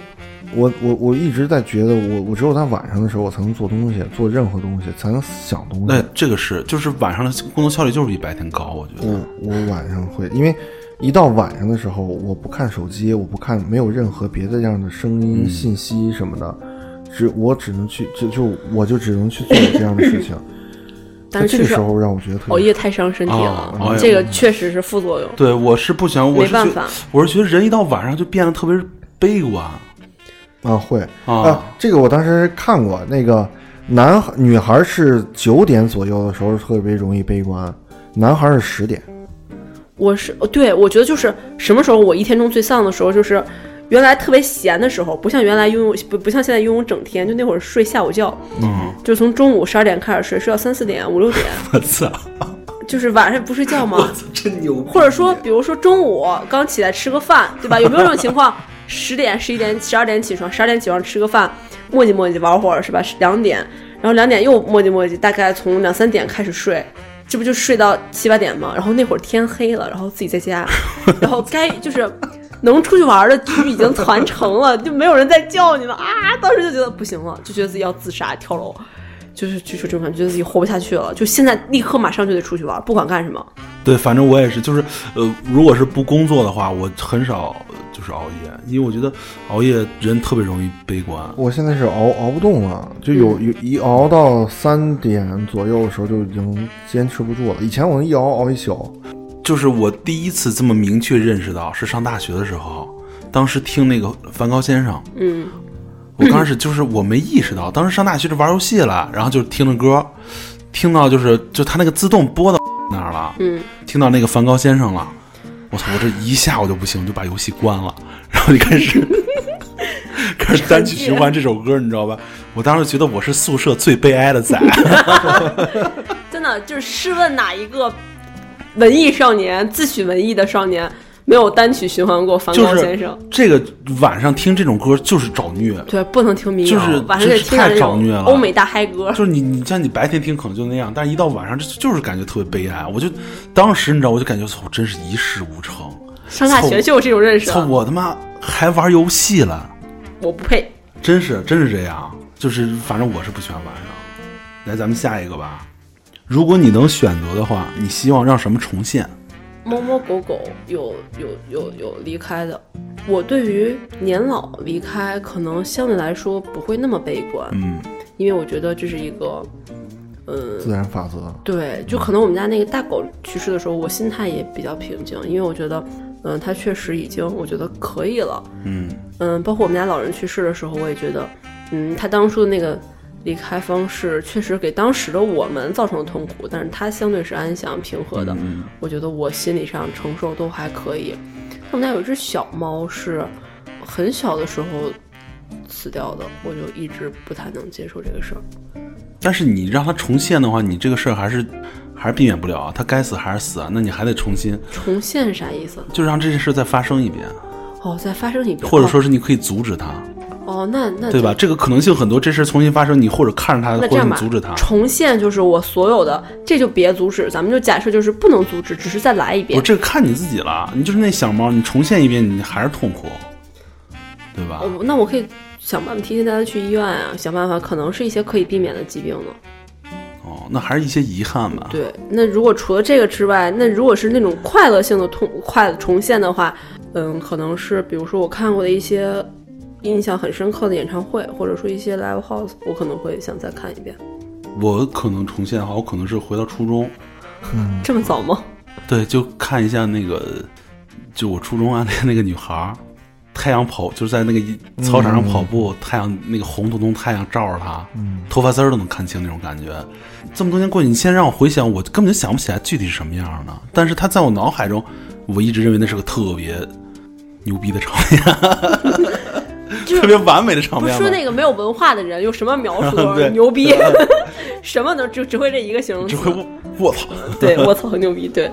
[SPEAKER 3] 我我我一直在觉得我我只有在晚上的时候我才能做东西，做任何东西才能想东西。
[SPEAKER 6] 那这个是，就是晚上的工作效率就是比白天高，我觉得。
[SPEAKER 3] 我
[SPEAKER 5] 嗯
[SPEAKER 3] 我晚上会，因为一到晚上的时候，我不看手机，我不看没有任何别的这样的声音、信息什么的，只我只能去就就我就只能去做这样的事 情。
[SPEAKER 5] 但是
[SPEAKER 3] 这
[SPEAKER 5] 确
[SPEAKER 3] 个
[SPEAKER 5] 实
[SPEAKER 3] 时候让我觉得特
[SPEAKER 5] 熬
[SPEAKER 3] 别
[SPEAKER 5] 夜太伤身体
[SPEAKER 6] 哦
[SPEAKER 5] 了，
[SPEAKER 6] 熬夜
[SPEAKER 5] 这个确实是副作用。
[SPEAKER 6] 对，我是不喜欢，我
[SPEAKER 5] 没
[SPEAKER 6] 是觉
[SPEAKER 5] 办
[SPEAKER 6] 得
[SPEAKER 5] 法，
[SPEAKER 6] 我是觉得人一到晚上就变得特别悲观。
[SPEAKER 3] 啊会
[SPEAKER 6] 啊
[SPEAKER 3] 这个我当时看过那个男孩女孩是九点左右的时候特别容易悲观，男孩是十点。
[SPEAKER 5] 我是哦对，我觉得就是什么时候我一天中最丧的时候，就是原来特别闲的时候，不像原来拥有不不像现在拥有整天，就那会儿睡下午觉，
[SPEAKER 6] 嗯，
[SPEAKER 5] 就从中午十二点开始睡，睡到三四点五六点，
[SPEAKER 6] 我操，
[SPEAKER 5] 就是晚上不睡 觉吗？
[SPEAKER 6] 真牛逼！
[SPEAKER 5] 或者说，比如说中午刚起来吃个饭，对吧？有没有这种情况？十点、十一点、十二点起床，十二点起床吃个饭，磨叽磨叽玩会儿，是吧？两点，然后两点又磨叽磨叽，大概从两三点开始睡，这不就睡到七八点吗？然后那会儿天黑了，然后自己在家，然后该就是能出去玩的局已经团成了，就没有人再叫你了啊！当时就觉得不行了，就觉得自己要自杀跳楼。就是就是这种感觉，觉得自己活不下去了，就现在立刻马上就得出去玩，不管干什么。
[SPEAKER 6] 对，反正我也是，就是呃，如果是不工作的话，我很少就是熬夜，因为我觉得熬夜人特别容易悲观。
[SPEAKER 3] 我现在是熬熬不动了，就有
[SPEAKER 5] 嗯
[SPEAKER 3] 有一熬到三点左右的时候就已经坚持不住了。以前我能一熬熬一宿，
[SPEAKER 6] 就是我第一次这么明确认识到是上大学的时候，当时听那个梵高先生，
[SPEAKER 5] 嗯，
[SPEAKER 6] 我刚开始就是我没意识到，当时上大学就玩游戏了，然后就听着歌，听到就是就他那个自动播到 那儿了，
[SPEAKER 5] 嗯，
[SPEAKER 6] 听到那个梵高先生了，我操，我这一下我就不行，我就把游戏关了，然后就开始 开始单曲循环这首歌，你知道吧？我当时觉得我是宿舍最悲哀的仔，
[SPEAKER 5] 真的就是试问哪一个文艺少年、自诩文艺的少年没有单曲循环过梵
[SPEAKER 6] 就
[SPEAKER 5] 高先
[SPEAKER 6] 是
[SPEAKER 5] 生？
[SPEAKER 6] 这个晚上听这种歌就是找虐。
[SPEAKER 5] 对，不能听民谣，
[SPEAKER 6] 就是
[SPEAKER 5] 晚上
[SPEAKER 6] 就
[SPEAKER 5] 得
[SPEAKER 6] 是
[SPEAKER 5] 听点
[SPEAKER 6] 太
[SPEAKER 5] 那
[SPEAKER 6] 找虐了
[SPEAKER 5] 种欧美大嗨歌。
[SPEAKER 6] 就是你，你像你白天听可能就那样，但是一到晚上就就是感觉特别悲哀。我就当时你知道，我就感觉操，真是一事无成。
[SPEAKER 5] 上大学就有这种认识
[SPEAKER 6] 操，
[SPEAKER 5] 了，
[SPEAKER 6] 我他妈还玩游戏了，
[SPEAKER 5] 我不配。
[SPEAKER 6] 真是真是这样。就是反正我是不喜欢晚上。来，咱们下一个吧。如果你能选择的话，你希望让什么重现？
[SPEAKER 5] 猫猫狗狗有有有有离开的，我对于年老离开可能相对来说不会那么悲观，
[SPEAKER 6] 嗯，
[SPEAKER 5] 因为我觉得这是一个
[SPEAKER 3] 自然法则。
[SPEAKER 5] 对，就可能我们家那个大狗去世的时候，我心态也比较平静，因为我觉得，嗯、它确实已经我觉得可以了，
[SPEAKER 6] 嗯
[SPEAKER 5] 嗯，包括我们家老人去世的时候，我也觉得，嗯，他当初的那个离开方式确实给当时的我们造成了痛苦，但是他相对是安详平和的，
[SPEAKER 6] 嗯
[SPEAKER 5] 我觉得我心理上承受都还可以。我们家有一只小猫是很小的时候死掉的，我就一直不太能接受这个事儿。
[SPEAKER 6] 但是你让它重现的话，你这个事儿还是还是避免不了啊。它该死还是死啊，那你还得重新，
[SPEAKER 5] 重现是啥意思？
[SPEAKER 6] 就让这件事再发生一遍，
[SPEAKER 5] 哦，再发生一遍，
[SPEAKER 6] 或者说是你可以阻止它。
[SPEAKER 5] 哦，哦那那
[SPEAKER 6] 对吧？这个可能性很多，这事儿重新发生，你或者看着他，
[SPEAKER 5] 那
[SPEAKER 6] 或
[SPEAKER 5] 这
[SPEAKER 6] 者
[SPEAKER 5] 样
[SPEAKER 6] 你
[SPEAKER 5] 吧，
[SPEAKER 6] 阻止他。
[SPEAKER 5] 重现就是我所有的，这就别阻止，咱们就假设就是不能阻止，只是再来一
[SPEAKER 6] 我
[SPEAKER 5] 遍。
[SPEAKER 6] 这个看你自己了，你就是那小猫，你重现一遍，你还是痛苦，对吧？
[SPEAKER 5] 哦那我可以想办法提前带他去医院啊，想办法可能是一些可以避免的疾病呢。
[SPEAKER 6] 哦，那还是一些遗憾吧。
[SPEAKER 5] 对，那如果除了这个之外，那如果是那种快乐性的痛快重现的话，嗯，可能是比如说我看过的一些印象很深刻的演唱会，或者说一些 live house，我可能会想再看一遍。
[SPEAKER 6] 我可能重现的话，我可能是回到初中，
[SPEAKER 5] 这么早 吗？
[SPEAKER 6] 对，就看一下那个，就我初中暗恋那个女孩儿，太阳跑就是在那个一操场上跑步，太阳那个红彤彤太阳照着她，头发丝儿都能看清那种感觉。这么多年过去，你现在让我回想，我根本就想不起来具体是什么样的。但是她在我脑海中，我一直认为那是个特别牛逼的场面，
[SPEAKER 5] 就
[SPEAKER 6] 特
[SPEAKER 5] 是
[SPEAKER 6] 别完美的场
[SPEAKER 5] 不
[SPEAKER 6] 面
[SPEAKER 5] 是
[SPEAKER 6] 吧。
[SPEAKER 5] 说那个没有文化的人有什么 描
[SPEAKER 6] 对
[SPEAKER 5] 述？啊牛逼， 什么都只只会这一个形容
[SPEAKER 6] 只会
[SPEAKER 5] 词。
[SPEAKER 6] 我我操，
[SPEAKER 5] 对，我操，很牛逼！ 对，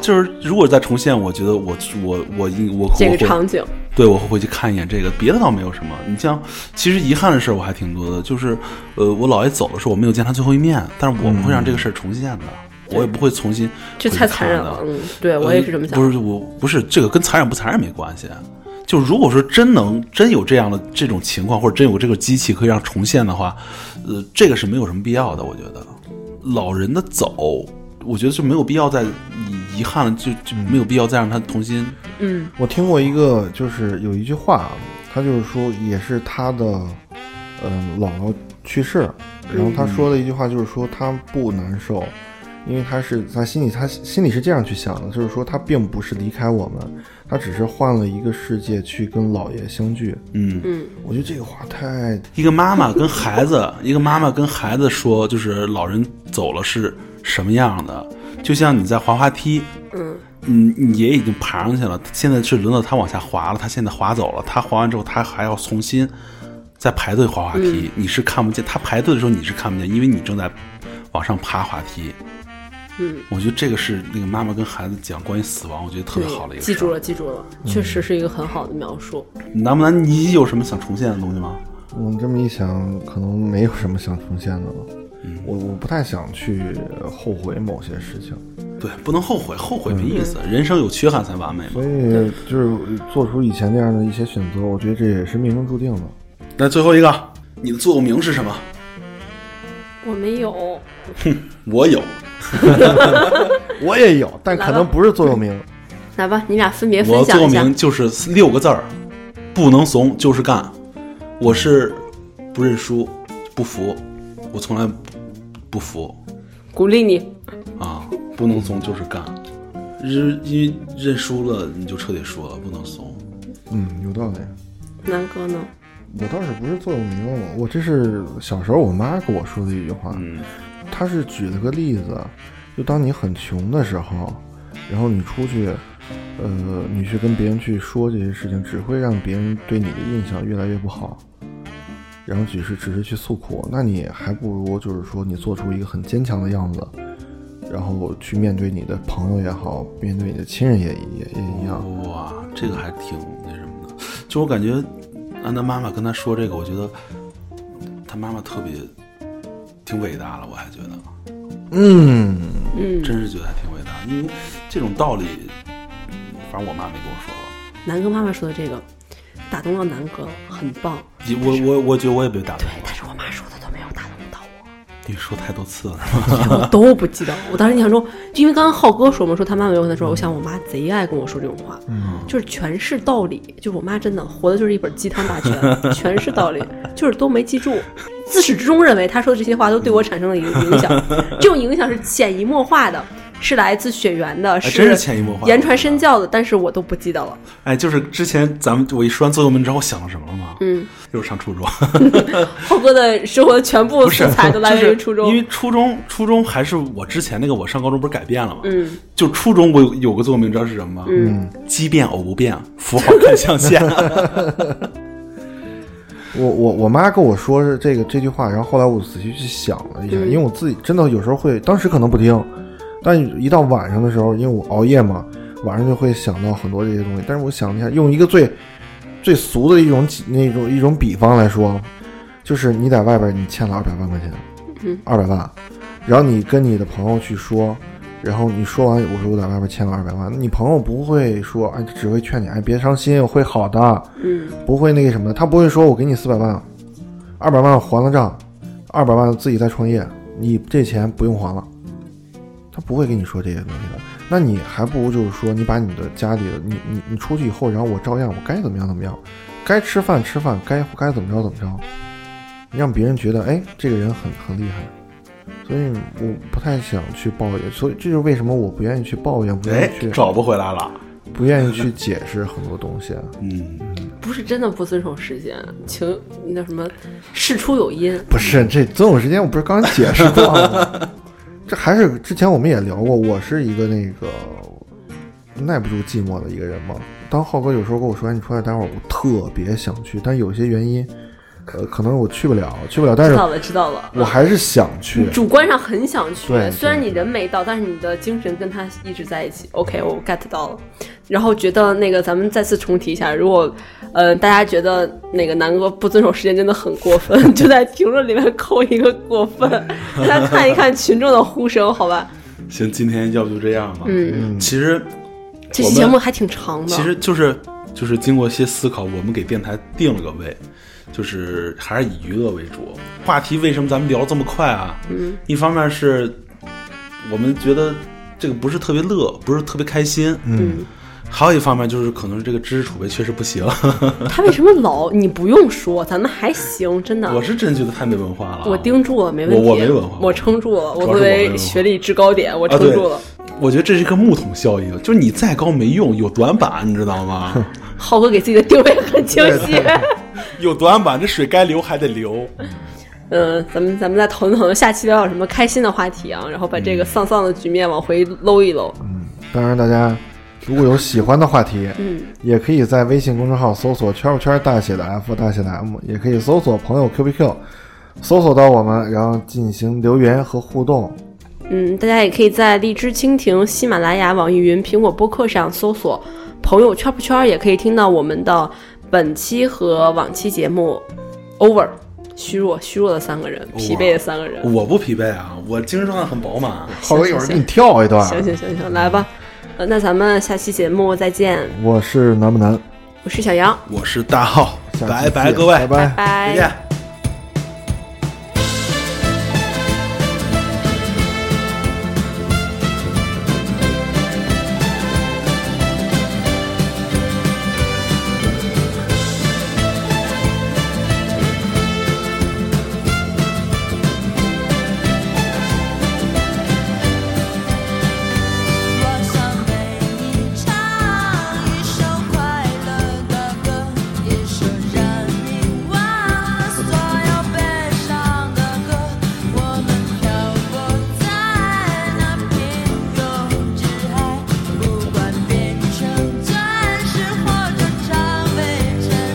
[SPEAKER 6] 就是如果再重现，我觉得我我我应我
[SPEAKER 5] 这
[SPEAKER 6] 我
[SPEAKER 5] 个
[SPEAKER 6] 会
[SPEAKER 5] 场景，
[SPEAKER 6] 对，我会回去看一眼这个，别的倒没有什么。你像，其实遗憾的事儿我还挺多的，就是，呃，我姥爷走的时候我没有见他最后一面，但是我不会让这个事儿重现的，我也不会重新
[SPEAKER 5] 这
[SPEAKER 6] 回去
[SPEAKER 5] 太嗯残忍
[SPEAKER 6] 看的
[SPEAKER 5] 了。嗯，对我也是这么想
[SPEAKER 6] 呃
[SPEAKER 5] 的。
[SPEAKER 6] 不是，我不是这个跟残忍不残忍没关系。就如果说真能真有这样的这种情况，或者真有这个机器可以让重现的话，呃，这个是没有什么必要的。我觉得，老人的走，我觉得就没有必要再遗遗憾了，就就没有必要再让他重新。
[SPEAKER 5] 嗯，
[SPEAKER 3] 我听过一个，就是有一句话，他就是说，也是他的，嗯、姥姥去世，然后他说的一句话就是说他不难受，因为他是他心里他心里是这样去想的，就是说他并不是离开我们，他只是换了一个世界去跟姥爷相聚。
[SPEAKER 6] 嗯，
[SPEAKER 3] 我觉得这个话太
[SPEAKER 6] 一个妈妈跟孩子，一个妈妈跟孩子说，就是老人走了是什么样的，就像你在滑滑梯，
[SPEAKER 5] 嗯，
[SPEAKER 6] 你你爷已经爬上去了，现在是轮到他往下滑了，他现在滑走了，他滑完之后，他还要重新再排队滑滑梯，
[SPEAKER 5] 嗯
[SPEAKER 6] 你是看不见，他排队的时候你是看不见，因为你正在往上爬滑梯。
[SPEAKER 5] 嗯，
[SPEAKER 6] 我觉得这个是那个妈妈跟孩子讲关于死亡，我觉得特别好的一
[SPEAKER 5] 对
[SPEAKER 6] 个。嗯
[SPEAKER 5] 记住了，。记住了，确实是一个很好的描述。
[SPEAKER 6] 难不难？你有什么想重现的东西吗？
[SPEAKER 3] 我这么一想，可能没有什么想重现的了。我我不太想去呃后悔某些事情，
[SPEAKER 6] 对，不能后悔，后悔没意
[SPEAKER 5] 嗯
[SPEAKER 6] 思，人生有缺憾才完美嘛
[SPEAKER 3] 所。以就是做出以前那样的一些选择，我觉得这也是命中注定的。
[SPEAKER 6] 那最后一个，你的座右铭是什么？
[SPEAKER 5] 我没有，
[SPEAKER 6] 我有，
[SPEAKER 3] 我也有，但可
[SPEAKER 5] 来
[SPEAKER 3] 能
[SPEAKER 5] 吧
[SPEAKER 3] 不是座右铭。
[SPEAKER 5] 来吧，你俩分别分
[SPEAKER 6] 我
[SPEAKER 5] 享
[SPEAKER 6] 座
[SPEAKER 5] 一下
[SPEAKER 6] 名。就是六个字儿：不能怂，就是干。我是不认输，不服，我从来不服
[SPEAKER 5] 鼓励你，
[SPEAKER 6] 啊！不能怂就是干，认因为认输了你就彻底输了，不能怂。
[SPEAKER 3] 嗯，有道理。
[SPEAKER 5] 南哥呢？
[SPEAKER 3] 我倒是不是座右铭，我我这是小时候我妈跟我说的一句话，
[SPEAKER 6] 嗯
[SPEAKER 3] 她是举了个例子，就当你很穷的时候，然后你出去，呃，你去跟别人去说这些事情，只会让别人对你的印象越来越不好，然后只是只是去诉苦，那你还不如就是说你做出一个很坚强的样子，然后去面对你的朋友也好，面对你的亲人也也也一样，
[SPEAKER 6] 哇，这个还挺那什么的。就我感觉，安娜妈妈跟他说这个，我觉得他妈妈特别挺伟大了，我还觉得。
[SPEAKER 3] 嗯。
[SPEAKER 5] 嗯，
[SPEAKER 6] 真是觉得还挺伟大，因为这种道理，反正我妈没跟我说过。
[SPEAKER 5] 南哥妈妈说的这个打动了南哥，很棒。
[SPEAKER 6] 也我我我觉得我也被打动
[SPEAKER 5] 对，但是我妈说的都没有打动到我，
[SPEAKER 6] 你说太多次了是吧？
[SPEAKER 5] 我都不记得。我当时印象中，就因为刚刚浩哥说嘛，说他妈妈没有跟他说，我想我妈贼爱跟我说这种话，
[SPEAKER 6] 嗯
[SPEAKER 5] 就是全是道理，就是我妈真的活的就是一本鸡汤大全，全是道理，就是都没记住。自始至终认为他说的这些话都对我产生了影影响，这种影响是潜移默化的，是来自血缘的，
[SPEAKER 6] 哎真是潜移默化
[SPEAKER 5] 言传身教的，但是我都不记得了。
[SPEAKER 6] 哎，就是之前咱们我一说完座右铭，你知道我想到什么了吗？
[SPEAKER 5] 嗯，
[SPEAKER 6] 就是上初中，
[SPEAKER 5] 浩哥的生活全部
[SPEAKER 6] 不
[SPEAKER 5] 素
[SPEAKER 6] 是
[SPEAKER 5] 材都来源于初中，
[SPEAKER 6] 就是因为初中初中还是我之前那个，我上高中不是改变了吗？
[SPEAKER 5] 嗯，
[SPEAKER 6] 就初中我有有个座右铭，你知道是什么吗？嗯，奇变偶不变，符号看象限。
[SPEAKER 3] 我我我妈跟我说是这个这句话，然后后来我仔细去想了一下，因为我自己真的有时候会，当时可能不听，但一到晚上的时候，因为我熬夜嘛，晚上就会想到很多这些东西。但是我想了一下，用一个最最俗的一种那种一种比方来说，就是你在外边你欠了二百万块钱，二百万，然后你跟你的朋友去说。然后你说完，我说我在外边欠了二百万，你朋友不会说，哎，只会劝你，哎，别伤心，会好的，
[SPEAKER 5] 嗯，
[SPEAKER 3] 不会那个什么的，他不会说我给你四百万，啊二百万还了账，二百万自己再创业，你这钱不用还了，他不会跟你说这些东西的。那你还不如就是说，你把你的家里的你你你出去以后，然后我照样我该怎么样怎么样，该吃饭吃饭，该该怎么着怎么着，你让别人觉得哎这个人很很厉害。所以我不太想去抱怨，所以这就是为什么我不愿意去抱怨，不愿
[SPEAKER 6] 哎
[SPEAKER 3] 意 去，
[SPEAKER 6] 找不回来了。
[SPEAKER 3] 不愿意去解释很多东西。啊
[SPEAKER 6] 嗯，
[SPEAKER 5] 不是真的不遵守时间，情那什么，事出有因。
[SPEAKER 3] 不是这总有时间，我不是刚解释过了吗？这还是之前我们也聊过，我是一个那个耐不住寂寞的一个人嘛。当浩哥有时候跟我说哎你出来待会儿，我特别想去，但有些原因，呃，可能我去不了，去不了，但
[SPEAKER 5] 知
[SPEAKER 3] 是
[SPEAKER 5] 道了，知道了。
[SPEAKER 3] 我还是想
[SPEAKER 5] 你
[SPEAKER 3] 去。
[SPEAKER 5] 主观上很想去
[SPEAKER 3] 对，对
[SPEAKER 5] 虽然你人没到，但是你的精神跟他一直在一起。OK，我 get 到了。然后觉得那个，咱们再次重提一下，如果呃大家觉得那个南哥不遵守时间真的很过分， 就在评论里面扣一个过 分，大家看一看群众的呼声，好吧？
[SPEAKER 6] 行，今天要不就这样吧。嗯，其实
[SPEAKER 5] 这期节目还挺长的，
[SPEAKER 6] 其实就是就是经过一些思考，我们给电台定了个位，就是还是以娱乐为主。话题为什么咱们聊得这么快啊？嗯，一方面是我们觉得这个不是特别乐，不是特别开心，嗯。还有一方面就是，可能是这个知识储备确实不行。
[SPEAKER 5] 他为什么老你不用说，咱们还行，真的。
[SPEAKER 6] 我是真觉得太没文化了啊。
[SPEAKER 5] 我盯住了，没问题。
[SPEAKER 6] 我我没文化
[SPEAKER 5] 我撑住了。我
[SPEAKER 6] 主
[SPEAKER 5] 作
[SPEAKER 6] 要是我没文
[SPEAKER 5] 为
[SPEAKER 6] 化
[SPEAKER 5] 学历制高点，我
[SPEAKER 6] 啊，
[SPEAKER 5] 撑
[SPEAKER 6] 对
[SPEAKER 5] 住了。，
[SPEAKER 6] 我觉得这是一个木桶效应，就是你再高没用，有短板，你知道吗？
[SPEAKER 5] 浩哥给自己的定位很清晰。
[SPEAKER 6] 有短板，这水该流还得流。
[SPEAKER 5] 嗯，咱们咱们再讨论讨论下期聊点什么开心的话题啊，然后把这个丧丧的局面往回搂一搂。
[SPEAKER 3] 当然，大家如果有喜欢的话题，也可以在微信公众号搜索“圈儿圈儿”大写的 F 大写的 M，也可以搜索“朋友 QBQ”，搜索到我们，然后进行留言和互动。
[SPEAKER 5] 嗯，大家也可以在荔枝、蜻蜓、喜马拉雅、网易云、苹果播客上搜索“朋友圈不圈”，也可以听到我们的本期和往期节目。Over，虚弱虚弱的三个人，疲惫的三个人。
[SPEAKER 6] 我不疲惫啊，我精神状态很饱满。
[SPEAKER 3] 浩哥一会儿给你跳一段。
[SPEAKER 5] 行行行行，来吧，呃，那咱们下期节目再见，
[SPEAKER 3] 我是南不南，
[SPEAKER 5] 我是小杨，
[SPEAKER 6] 我是大浩，
[SPEAKER 3] 下期
[SPEAKER 6] 拜拜，
[SPEAKER 3] 见
[SPEAKER 6] 各位，
[SPEAKER 3] 拜拜。
[SPEAKER 5] 拜
[SPEAKER 6] 再见。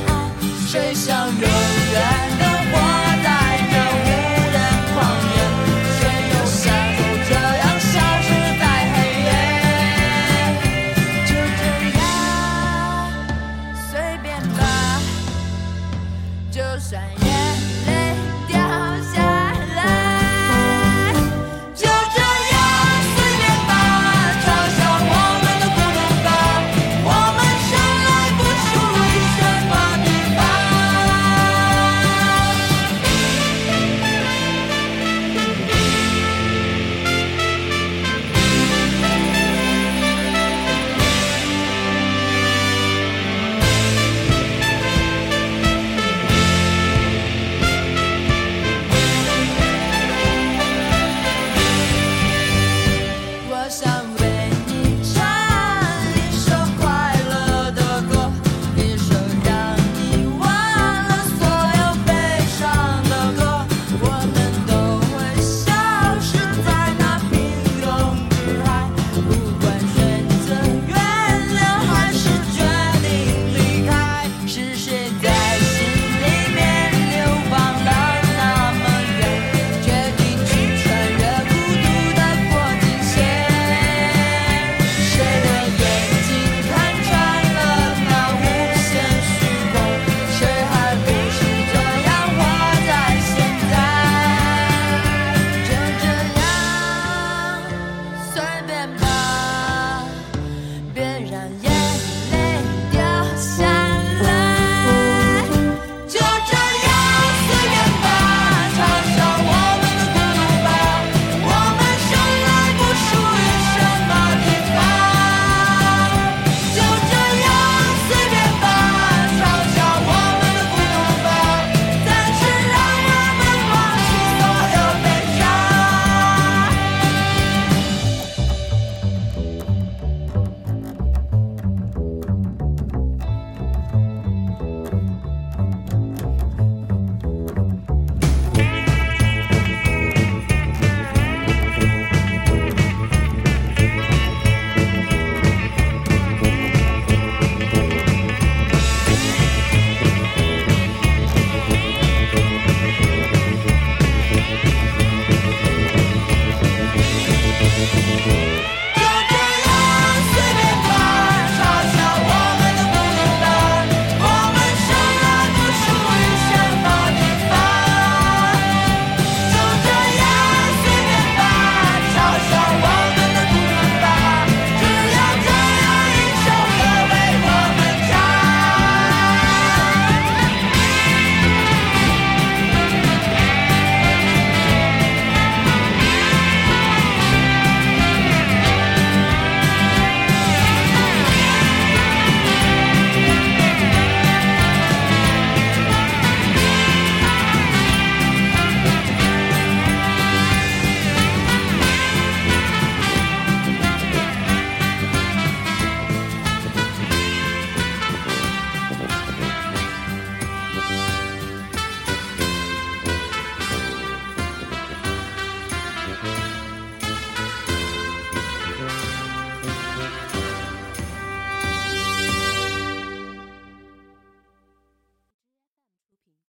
[SPEAKER 7] 永远的活在这无人旷野，谁又像我这样消失在黑夜？就这样随便吧，就算眼泪。